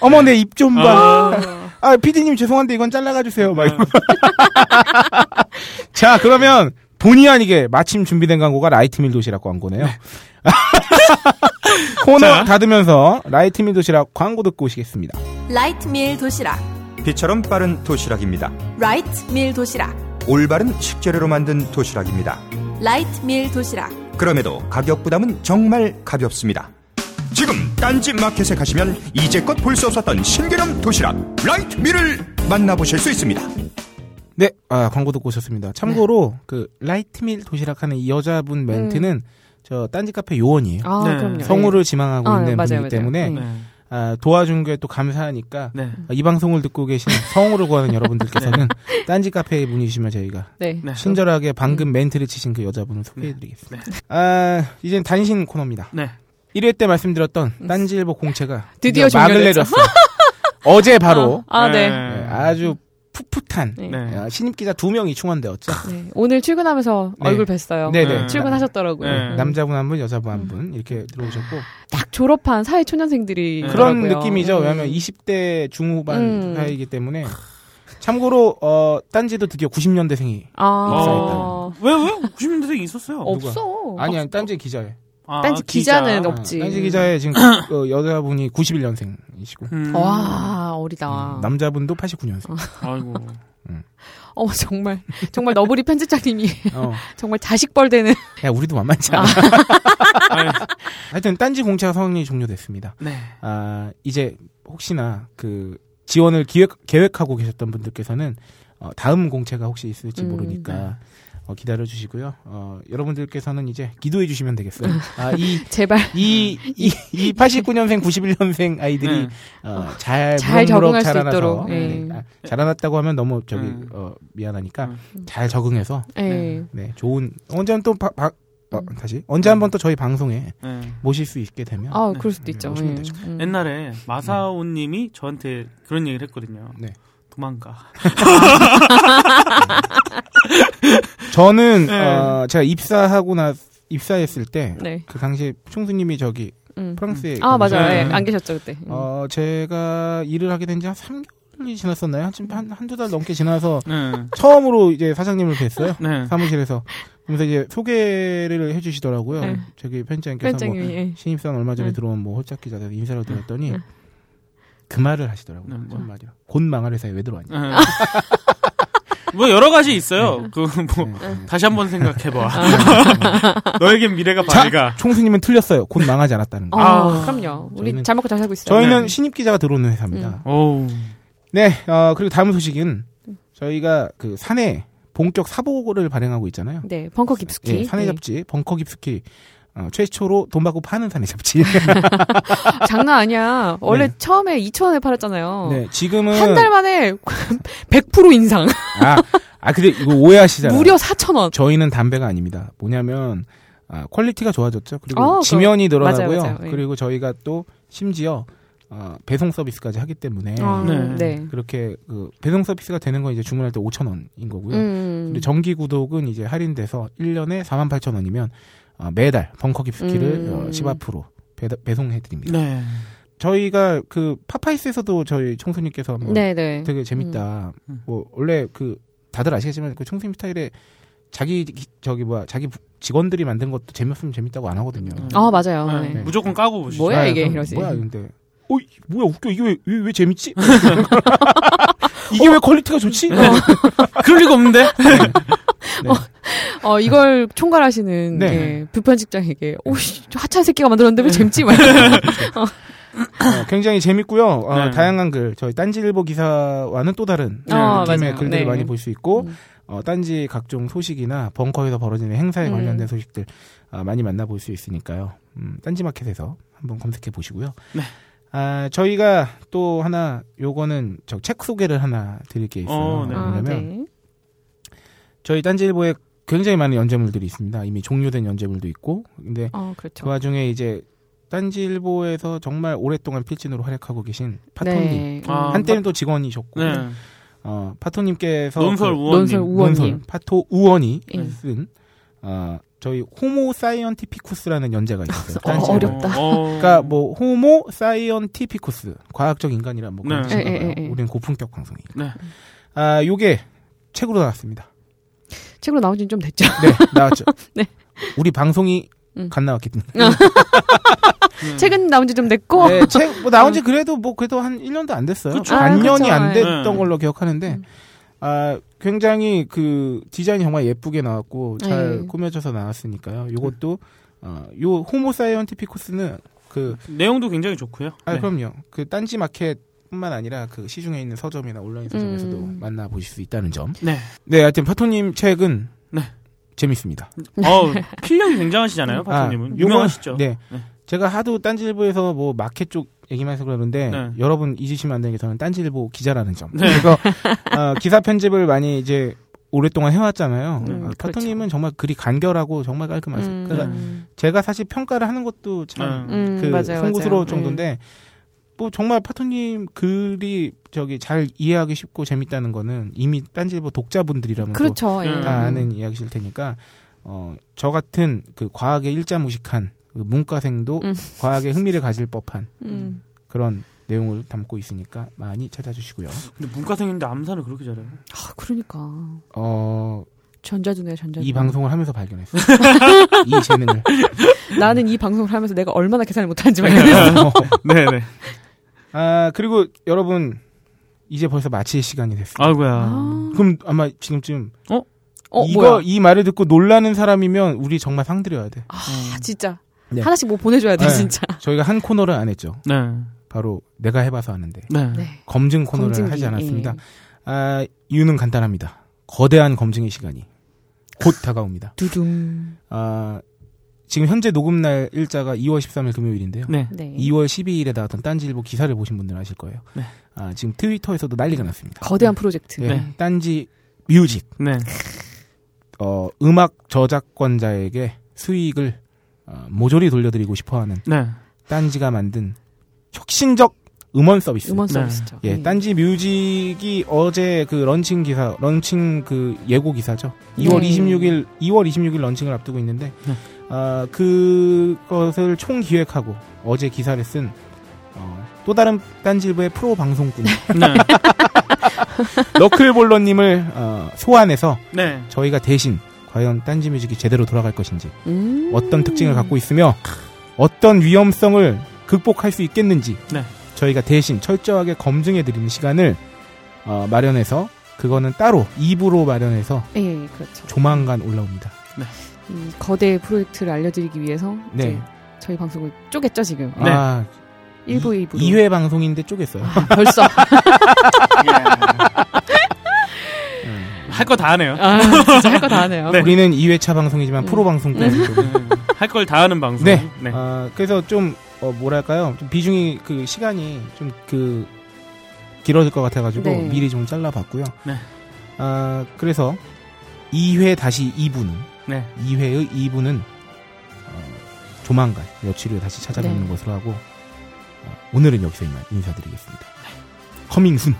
Speaker 1: 어머 내 입 좀 봐.
Speaker 3: 아,
Speaker 1: 아, PD님 죄송한데 이건 잘라가 주세요.
Speaker 2: 네.
Speaker 1: 막 이러면서. [LAUGHS] 자, 그러면 본의 아니게 마침 준비된 광고가 라이트밀 도시락 광고네요. [LAUGHS] 코너
Speaker 3: 자.
Speaker 1: 닫으면서 라이트밀 도시락 광고 듣고 오시겠습니다.
Speaker 7: 라이트밀 도시락
Speaker 5: 빛처럼 빠른 도시락입니다.
Speaker 7: 라이트밀 도시락
Speaker 5: 올바른 식재료로 만든 도시락입니다.
Speaker 7: 라이트밀 도시락
Speaker 5: 그럼에도 가격 부담은 정말 가볍습니다. 지금 딴지 마켓에 가시면 이제껏 볼 수 없었던 신개념 도시락 라이트미를 만나보실 수 있습니다.
Speaker 1: 네, 아, 광고 듣고 오셨습니다. 참고로
Speaker 2: 네.
Speaker 1: 그 라이트밀 도시락 하는 이 여자분 멘트는 저 딴지 카페 요원이에요.
Speaker 2: 음. 아,
Speaker 3: 네.
Speaker 2: 그럼요.
Speaker 1: 성우를 지망하고
Speaker 2: 아,
Speaker 1: 있는
Speaker 2: 네, 맞아요,
Speaker 1: 분이기
Speaker 2: 맞아요.
Speaker 1: 때문에
Speaker 2: 음.
Speaker 3: 네.
Speaker 1: 아, 도와준 게 또 감사하니까
Speaker 3: 네.
Speaker 1: 아, 이 방송을 듣고 계신 성우를 구하는 여러분들께서는 딴지 카페에 문의주시면 저희가
Speaker 2: 네.
Speaker 3: 네.
Speaker 1: 친절하게 방금 멘트를 치신 그 여자분을 소개해드리겠습니다. 아, 이젠 단신 코너입니다.
Speaker 3: 네.
Speaker 1: 1회 때 말씀드렸던 딴지일보 공채가
Speaker 2: 음. 드디어
Speaker 1: 막을
Speaker 2: 종료됐죠.
Speaker 1: 내렸어. 어제 바로
Speaker 2: 아, 아, 네.
Speaker 1: 네, 아주 풋풋한
Speaker 2: 네.
Speaker 3: 네.
Speaker 1: 아, 신입 기자 두 명이 충원되었죠.
Speaker 2: 네. 오늘 출근하면서
Speaker 1: 네.
Speaker 2: 얼굴 뵀어요.
Speaker 1: 네네.
Speaker 2: 출근하셨더라고요.
Speaker 3: 네.
Speaker 1: 나-
Speaker 2: 음.
Speaker 1: 남자분 한 분, 여자분 한 분 이렇게 들어오셨고
Speaker 2: 딱 졸업한 사회 초년생들이
Speaker 3: 네.
Speaker 1: 그런
Speaker 2: 더라고요.
Speaker 1: 느낌이죠.
Speaker 2: 음.
Speaker 1: 왜냐하면 20대 중후반
Speaker 2: 음.
Speaker 1: 사이이기 때문에 참고로 어, 딴지도 드디어 90년대생이
Speaker 2: 아.
Speaker 1: 입사했다는. 어,
Speaker 3: 왜, 왜? 90년대생 있었어요.
Speaker 2: 없어.
Speaker 1: 아니 아니 딴지 기자에
Speaker 3: 아,
Speaker 2: 딴지 기자는
Speaker 3: 기자.
Speaker 2: 없- 없지.
Speaker 1: 딴지 기자에
Speaker 2: [CLEARS THROAT]
Speaker 1: 지금 그 여자분이 91년생이시고
Speaker 3: 음.
Speaker 2: 와, 어리다.
Speaker 1: 음, 남자분도 89년생.
Speaker 3: 아이고.
Speaker 2: 어, 정말. 정말 너브리 편집장님이
Speaker 1: 어.
Speaker 2: 정말 자식벌 되는. [LAUGHS]
Speaker 1: 야, 우리도 만만치 않아.
Speaker 3: 아니,
Speaker 1: [LAUGHS] 하여튼 딴지 공채가 성립이 종료됐습니다.
Speaker 3: 네.
Speaker 1: 아, 이제 혹시나 그 지원을 기획, 계획하고 계셨던 분들께서는 어, 다음 공채가 혹시 있을지
Speaker 2: 음,
Speaker 1: 모르니까 어, 기다려 주시고요. 어, 여러분들께서는 이제 기도해 주시면 되겠어요. 아, 이
Speaker 2: 제발 [LAUGHS]
Speaker 1: 이, 이, 이 89년생, 91년생 아이들이
Speaker 3: 네.
Speaker 1: 어, 잘,
Speaker 2: 잘
Speaker 1: 무럭무럭
Speaker 2: 적응할 수
Speaker 1: 자라나서,
Speaker 2: 있도록, 예.
Speaker 1: 네, 아, 자라났다고 하면 너무 저기
Speaker 3: 음.
Speaker 1: 어, 미안하니까 잘 적응해서
Speaker 2: 예.
Speaker 1: 네, 좋은 언제 한또 바- 바- 어,
Speaker 3: 음.
Speaker 1: 다시 언제 한번 또 저희 방송에
Speaker 3: 예.
Speaker 2: 음.
Speaker 1: 모실 수 있게 되면
Speaker 2: 아 그럴 수도 있죠.
Speaker 1: 오시면 되죠. 네.
Speaker 2: 예. 음.
Speaker 3: 옛날에 마사오님이 저한테 그런 얘기를 했거든요.
Speaker 1: 네.
Speaker 3: 도망가.
Speaker 1: 저는
Speaker 3: 네.
Speaker 1: 어, 제가 입사하고 나 입사했을 때 그
Speaker 2: 네.
Speaker 1: 당시 총수님이 저기
Speaker 2: 음.
Speaker 1: 프랑스에
Speaker 2: 아 맞아요.
Speaker 1: 가셨어요.
Speaker 2: 예,
Speaker 3: 네.
Speaker 2: 안 계셨죠 그때. 음.
Speaker 1: 어, 제가 일을 하게 된 지 한 3개월이 지났었나요? 한참 한, 한두 달 넘게 지나서
Speaker 3: 네.
Speaker 1: 처음으로 이제 사장님을 뵀어요. [LAUGHS]
Speaker 3: 네.
Speaker 1: 사무실에서. 그러면서 이제 소개를 해 주시더라고요.
Speaker 2: 네.
Speaker 1: 저기 편집장께서
Speaker 2: 편장이
Speaker 1: 뭐
Speaker 2: 예.
Speaker 1: 신입사원 얼마 전에
Speaker 2: 네.
Speaker 1: 들어온 뭐 홀짝 기자서 인사를 드렸더니 그 말을 하시더라고요.
Speaker 3: 네, 뭐.
Speaker 1: 한마디로. 곧 망할 회사에 왜 들어왔냐.
Speaker 3: 예. 뭐 여러 가지 있어요. 그 뭐
Speaker 1: 네.
Speaker 3: 다시 한번 생각해봐.
Speaker 2: 아.
Speaker 3: [LAUGHS] 너에겐 미래가
Speaker 1: 자,
Speaker 3: 밝아.
Speaker 1: 총수님은 틀렸어요. 곧 망하지 않았다는
Speaker 2: 어,
Speaker 1: 거.
Speaker 3: 아.
Speaker 2: 그럼요. 우리
Speaker 1: 저희는-
Speaker 2: 잘 먹고 잘 살고 있어요.
Speaker 1: 저희는
Speaker 3: 네.
Speaker 1: 신입 기자가 들어오는
Speaker 2: 음.
Speaker 1: 회사입니다.
Speaker 3: 어우.
Speaker 1: 네, 어, 그리고 다음 소식은 저희가 그 산에 본격 사보를 발행하고 있잖아요.
Speaker 2: 네, 벙커 깊숙이.
Speaker 1: 예, 산해 잡지, 벙커 깊숙이. 어, 최초로 돈 받고 파는 산해 잡지.
Speaker 2: 예. [LAUGHS] 장난 아니야. 원래
Speaker 1: 네.
Speaker 2: 처음에 2천원에 팔았잖아요.
Speaker 1: [LAUGHS] 네, 지금은.
Speaker 2: 어. 한 달 만에 [LAUGHS] 100% 인상.
Speaker 1: 아, 아, 근데 이거 오해하시잖아요.
Speaker 2: 무려 4천원.
Speaker 1: 저희는 담배가 아닙니다. 뭐냐면, 아, 퀄리티가 좋아졌죠. 그리고
Speaker 2: 어, 그럼-
Speaker 1: 지면이 늘어나고요.
Speaker 2: 맞아요, 맞아요. 예.
Speaker 1: 그리고 저희가 또 심지어, 어, 배송 서비스까지 하기 때문에.
Speaker 3: 네.
Speaker 2: 네.
Speaker 1: 그렇게 그 배송 서비스가 되는 건 이제 주문할 때 5천 원인 거고요.
Speaker 2: 음.
Speaker 1: 근데 정기 구독은 이제 할인돼서 1년에 4만 8천 원이면 어, 매달 벙커 깊숙이를
Speaker 2: 음.
Speaker 1: 어, 10앞으로 배, 송해드립니다
Speaker 3: 네.
Speaker 1: 저희가 그 파파이스에서도 저희 총수님께서 뭐
Speaker 2: 네네.
Speaker 1: 되게 재밌다.
Speaker 3: 음.
Speaker 1: 뭐 원래 그 다들 아시겠지만 그 총수님 스타일에 자기 기- 저기 뭐야 자기 부- 직원들이 만든 것도 재밌으면 재밌다고 안 하거든요.
Speaker 3: 음.
Speaker 2: 아 맞아요.
Speaker 3: 네.
Speaker 2: 네.
Speaker 3: 무조건 까고 보시죠.
Speaker 2: 뭐야,
Speaker 1: 아,
Speaker 2: 이게,
Speaker 1: 그럼
Speaker 2: 이러지.
Speaker 1: 뭐야 근데. 어, 이- 뭐야 웃겨 이게 왜, 왜, 왜 [LAUGHS] 재밌지? 이게 왜 퀄리티가 좋지?
Speaker 3: 네. [LAUGHS] 그럴 리가 없는데.
Speaker 2: 어 이걸 총괄하시는
Speaker 1: 네.
Speaker 2: 예, 부편집장에게 오씨 하찮은 새끼가 만들었는데 왜 재밌지 말.
Speaker 1: 어, 굉장히 재밌고요. 어,
Speaker 3: 네.
Speaker 1: 다양한 글 저희 딴지일보 기사와는 또 다른
Speaker 2: 네.
Speaker 1: 어,
Speaker 2: 어,
Speaker 1: 느낌의
Speaker 2: 맞아요.
Speaker 1: 글들을
Speaker 2: 네.
Speaker 1: 많이 볼 수 있고
Speaker 2: 음.
Speaker 1: 어, 딴지 각종 소식이나 벙커에서 벌어지는 행사에
Speaker 2: 음.
Speaker 1: 관련된 소식들 아, 많이 만나볼 수 있으니까요. 음, 딴지마켓에서 한번 검색해 보시고요.
Speaker 3: 네.
Speaker 1: 아, 저희가 또 하나 요거는 저 책 소개를 하나 드릴 게 있어요.
Speaker 3: 어, 네.
Speaker 2: 아,
Speaker 1: 뭐냐면
Speaker 2: 네.
Speaker 1: 저희 딴지일보에 굉장히 많은 연재물들이 있습니다. 이미 종료된 연재물도 있고 근데
Speaker 2: 어
Speaker 1: 그
Speaker 2: 그렇죠.
Speaker 1: 와중에 이제 딴지일보에서 정말 오랫동안 필진으로 활약하고 계신 음. 파토님
Speaker 2: 네.
Speaker 3: 아,
Speaker 1: 한때는 또 직원이셨고
Speaker 3: 네.
Speaker 1: 어, 파토님께서
Speaker 3: 논설
Speaker 1: 그
Speaker 3: 우원님.
Speaker 2: 논설 우원님.
Speaker 1: 논설, 파토 우원이
Speaker 2: 예.
Speaker 1: 쓴 어, 저희 호모 사이언티피쿠스라는 연재가 있어요.
Speaker 2: [LAUGHS] 어,
Speaker 1: 딴지일보에.
Speaker 2: 어렵다.
Speaker 3: 어,
Speaker 1: 그러니까 뭐 호모 사이언티피쿠스 과학적 인간이란 뭐 그런
Speaker 3: 네.
Speaker 1: 뜻인가
Speaker 2: 예, 예,
Speaker 1: 봐요.
Speaker 2: 예, 예.
Speaker 1: 우리는 고품격 방송이.
Speaker 3: 네.
Speaker 1: 아 요게 책으로 나왔습니다.
Speaker 2: 책으로 나온 지는 좀 됐죠.
Speaker 3: 음.
Speaker 1: 네
Speaker 2: [LAUGHS]
Speaker 1: 나왔죠.
Speaker 2: 네.
Speaker 1: 우리 방송이
Speaker 2: 음.
Speaker 1: 갓 나왔기 때문에.
Speaker 3: 음.
Speaker 2: 책은 나온 지 좀 됐고. 음.
Speaker 1: 네, 책 뭐 나온 지 그래도 뭐 그래도 한 1년도 안 됐어요.
Speaker 3: 그쵸.
Speaker 2: 아,
Speaker 1: 반년이
Speaker 2: 그쵸.
Speaker 1: 안 됐던
Speaker 3: 네.
Speaker 1: 걸로 기억하는데 아, 굉장히 그 디자인이 정말 예쁘게 나왔고 잘
Speaker 2: 네.
Speaker 1: 꾸며져서
Speaker 3: 음.
Speaker 1: 나왔으니까요. 요것도 어, 요 호모 사이언티피쿠스는 그
Speaker 3: 네. 내용도 굉장히 좋고요.
Speaker 1: 아,
Speaker 3: 네.
Speaker 1: 그럼요. 그 딴지 마켓뿐만 아니라 그 시중에 있는 서점이나 온라인 서점에서도
Speaker 2: 음.
Speaker 1: 만나 보실 수 있다는 점.
Speaker 3: 네.
Speaker 1: 네, 하여튼 파토님 책은
Speaker 3: 네.
Speaker 1: 재밌습니다.
Speaker 3: 어, 필력이 굉장하시잖아요, 파토님은.
Speaker 1: 음. 요거-
Speaker 3: 유명하시죠.
Speaker 1: 네.
Speaker 3: 네.
Speaker 1: 제가 하도 딴지일보에서 뭐 마켓 쪽 얘기만 해서 그러는데
Speaker 3: 네.
Speaker 1: 여러분 잊으시면 안 되는 게 저는 딴지일보 기자라는 점.
Speaker 3: 네.
Speaker 1: 그래서 어, 기사 편집을 많이 이제 오랫동안 해왔잖아요.
Speaker 3: 음,
Speaker 2: 네,
Speaker 1: 아,
Speaker 2: 그렇죠.
Speaker 1: 파토님은 정말 글이 간결하고 정말 깔끔하세요.
Speaker 2: 음,
Speaker 3: 네.
Speaker 1: 그러니까 제가 사실 평가를 하는 것도 참
Speaker 3: 음.
Speaker 1: 그
Speaker 2: 맞아요, 네.
Speaker 1: 송구스러울
Speaker 2: 맞아요.
Speaker 1: 정도인데 뭐 정말 파토님 글이 저기 잘 이해하기 쉽고 재밌다는 거는 이미 딴지일보 독자분들이라면
Speaker 2: 예.
Speaker 1: 또
Speaker 2: 그렇죠. 예.
Speaker 3: 음.
Speaker 1: 뭐 다 아는 이야기실 테니까 어, 저 같은 그 과학에 일자무식한 그 문과생도
Speaker 2: 음.
Speaker 1: 과학에 흥미를 가질 법한
Speaker 2: 음.
Speaker 1: 그런 내용을 담고 있으니까 많이 찾아주시고요.
Speaker 3: 근데 문과생인데 암산을
Speaker 1: [LAUGHS]
Speaker 3: 그렇게 잘해요.
Speaker 2: 아, 그러니까
Speaker 1: 어,
Speaker 2: 전자주네 전자주.
Speaker 1: 이 방송을 하면서
Speaker 2: [LAUGHS]
Speaker 1: 발견했어요. 이 재능을.
Speaker 2: 나는 이 방송을 하면서 내가 얼마나 계산을 못하는지
Speaker 1: 네.
Speaker 2: 말이야.
Speaker 3: 네네.
Speaker 1: 어, 아 그리고 여러분 이제 벌써 마칠 시간이 됐어요.
Speaker 3: 아이고야.
Speaker 1: 그럼 아마 지금쯤
Speaker 2: 어
Speaker 1: 이거
Speaker 2: 뭐야?
Speaker 1: 이 말을 듣고 놀라는 사람이면 우리 정말 상드려야 돼.
Speaker 3: 음.
Speaker 2: 아 진짜
Speaker 1: 네.
Speaker 2: 하나씩 뭐 보내줘야 돼
Speaker 1: 네.
Speaker 2: 진짜.
Speaker 1: 저희가 한 코너를 안 했죠.
Speaker 3: 네.
Speaker 1: 바로 내가 해봐서 아는데
Speaker 3: 네.
Speaker 2: 네.
Speaker 1: 검증 코너를
Speaker 2: 검증기,
Speaker 1: 하지 않았습니다.
Speaker 2: 예.
Speaker 1: 아, 이유는 간단합니다. 거대한 검증의 시간이 곧 다가옵니다.
Speaker 2: 두둥.
Speaker 1: 아, 지금 현재 녹음 날 일자가 2월 13일 금요일인데요.
Speaker 3: 네.
Speaker 2: 네.
Speaker 1: 2월 12일에 나왔던 딴지일보 기사를 보신 분들은 아실 거예요.
Speaker 3: 네.
Speaker 1: 아, 지금 트위터에서도 난리가 났습니다.
Speaker 2: 거대한 프로젝트.
Speaker 1: 예,
Speaker 3: 네.
Speaker 1: 딴지 뮤직
Speaker 3: 네.
Speaker 1: 어, 음악 저작권자에게 수익을 어, 모조리 돌려드리고 싶어하는 [LAUGHS]
Speaker 3: 네.
Speaker 1: 딴지가 만든 혁신적 음원 서비스.
Speaker 2: 음원
Speaker 3: 네.
Speaker 2: 서비스죠.
Speaker 1: 예, 딴지 뮤직이 어제 그 런칭 기사, 런칭 그 예고 기사죠. 2월
Speaker 2: 네.
Speaker 1: 26일, 2월 26일 런칭을 앞두고 있는데,
Speaker 3: 네.
Speaker 1: 아, 그것을 총 기획하고 어제 기사를 쓴, 어, 또 다른 딴지부의 프로
Speaker 2: [LAUGHS]
Speaker 1: 방송꾼,
Speaker 3: 네.
Speaker 1: 너클볼러님을 어, 소환해서
Speaker 3: 네.
Speaker 1: 저희가 대신 과연 딴지 뮤직이 제대로 돌아갈 것인지,
Speaker 2: 음.
Speaker 1: 어떤 특징을 갖고 있으며, 어떤 위험성을 극복할 수 있겠는지,
Speaker 3: 네.
Speaker 1: 저희가 대신 철저하게 검증해드리는 시간을 어, 마련해서 그거는 따로 2부로 마련해서
Speaker 2: 예, 그렇죠.
Speaker 1: 조만간 올라옵니다.
Speaker 2: 이 거대 프로젝트를 알려드리기 위해서
Speaker 1: 네.
Speaker 2: 이제 저희 방송을 쪼갰죠 지금.
Speaker 3: 네.
Speaker 1: 아,
Speaker 2: 일 1부, 2부로.
Speaker 1: 2회 방송인데 쪼갰어요.
Speaker 2: 아, 벌써.
Speaker 3: 할 거 다 하네요.
Speaker 2: 아, 진짜 할 거 다 하네요.
Speaker 3: 네.
Speaker 1: 네. 우리는 2회차 방송이지만
Speaker 2: 음.
Speaker 1: 프로 방송국이죠.
Speaker 3: 할 걸 다 하는 방송.
Speaker 1: 네.
Speaker 3: 네.
Speaker 1: 아, 그래서 좀 어, 뭐랄까요? 좀 비중이 그 시간이 좀 그 길어질 것 같아가지고
Speaker 2: 네.
Speaker 1: 미리 좀 잘라봤고요.
Speaker 3: 네.
Speaker 1: 아, 그래서 2회 다시 2부는
Speaker 3: 네.
Speaker 1: 2회의 2부는 조만간 며칠 후에 다시 찾아뵙는
Speaker 2: 네.
Speaker 1: 것으로 하고 어, 오늘은 여기서 이만 인사드리겠습니다. 커밍 순.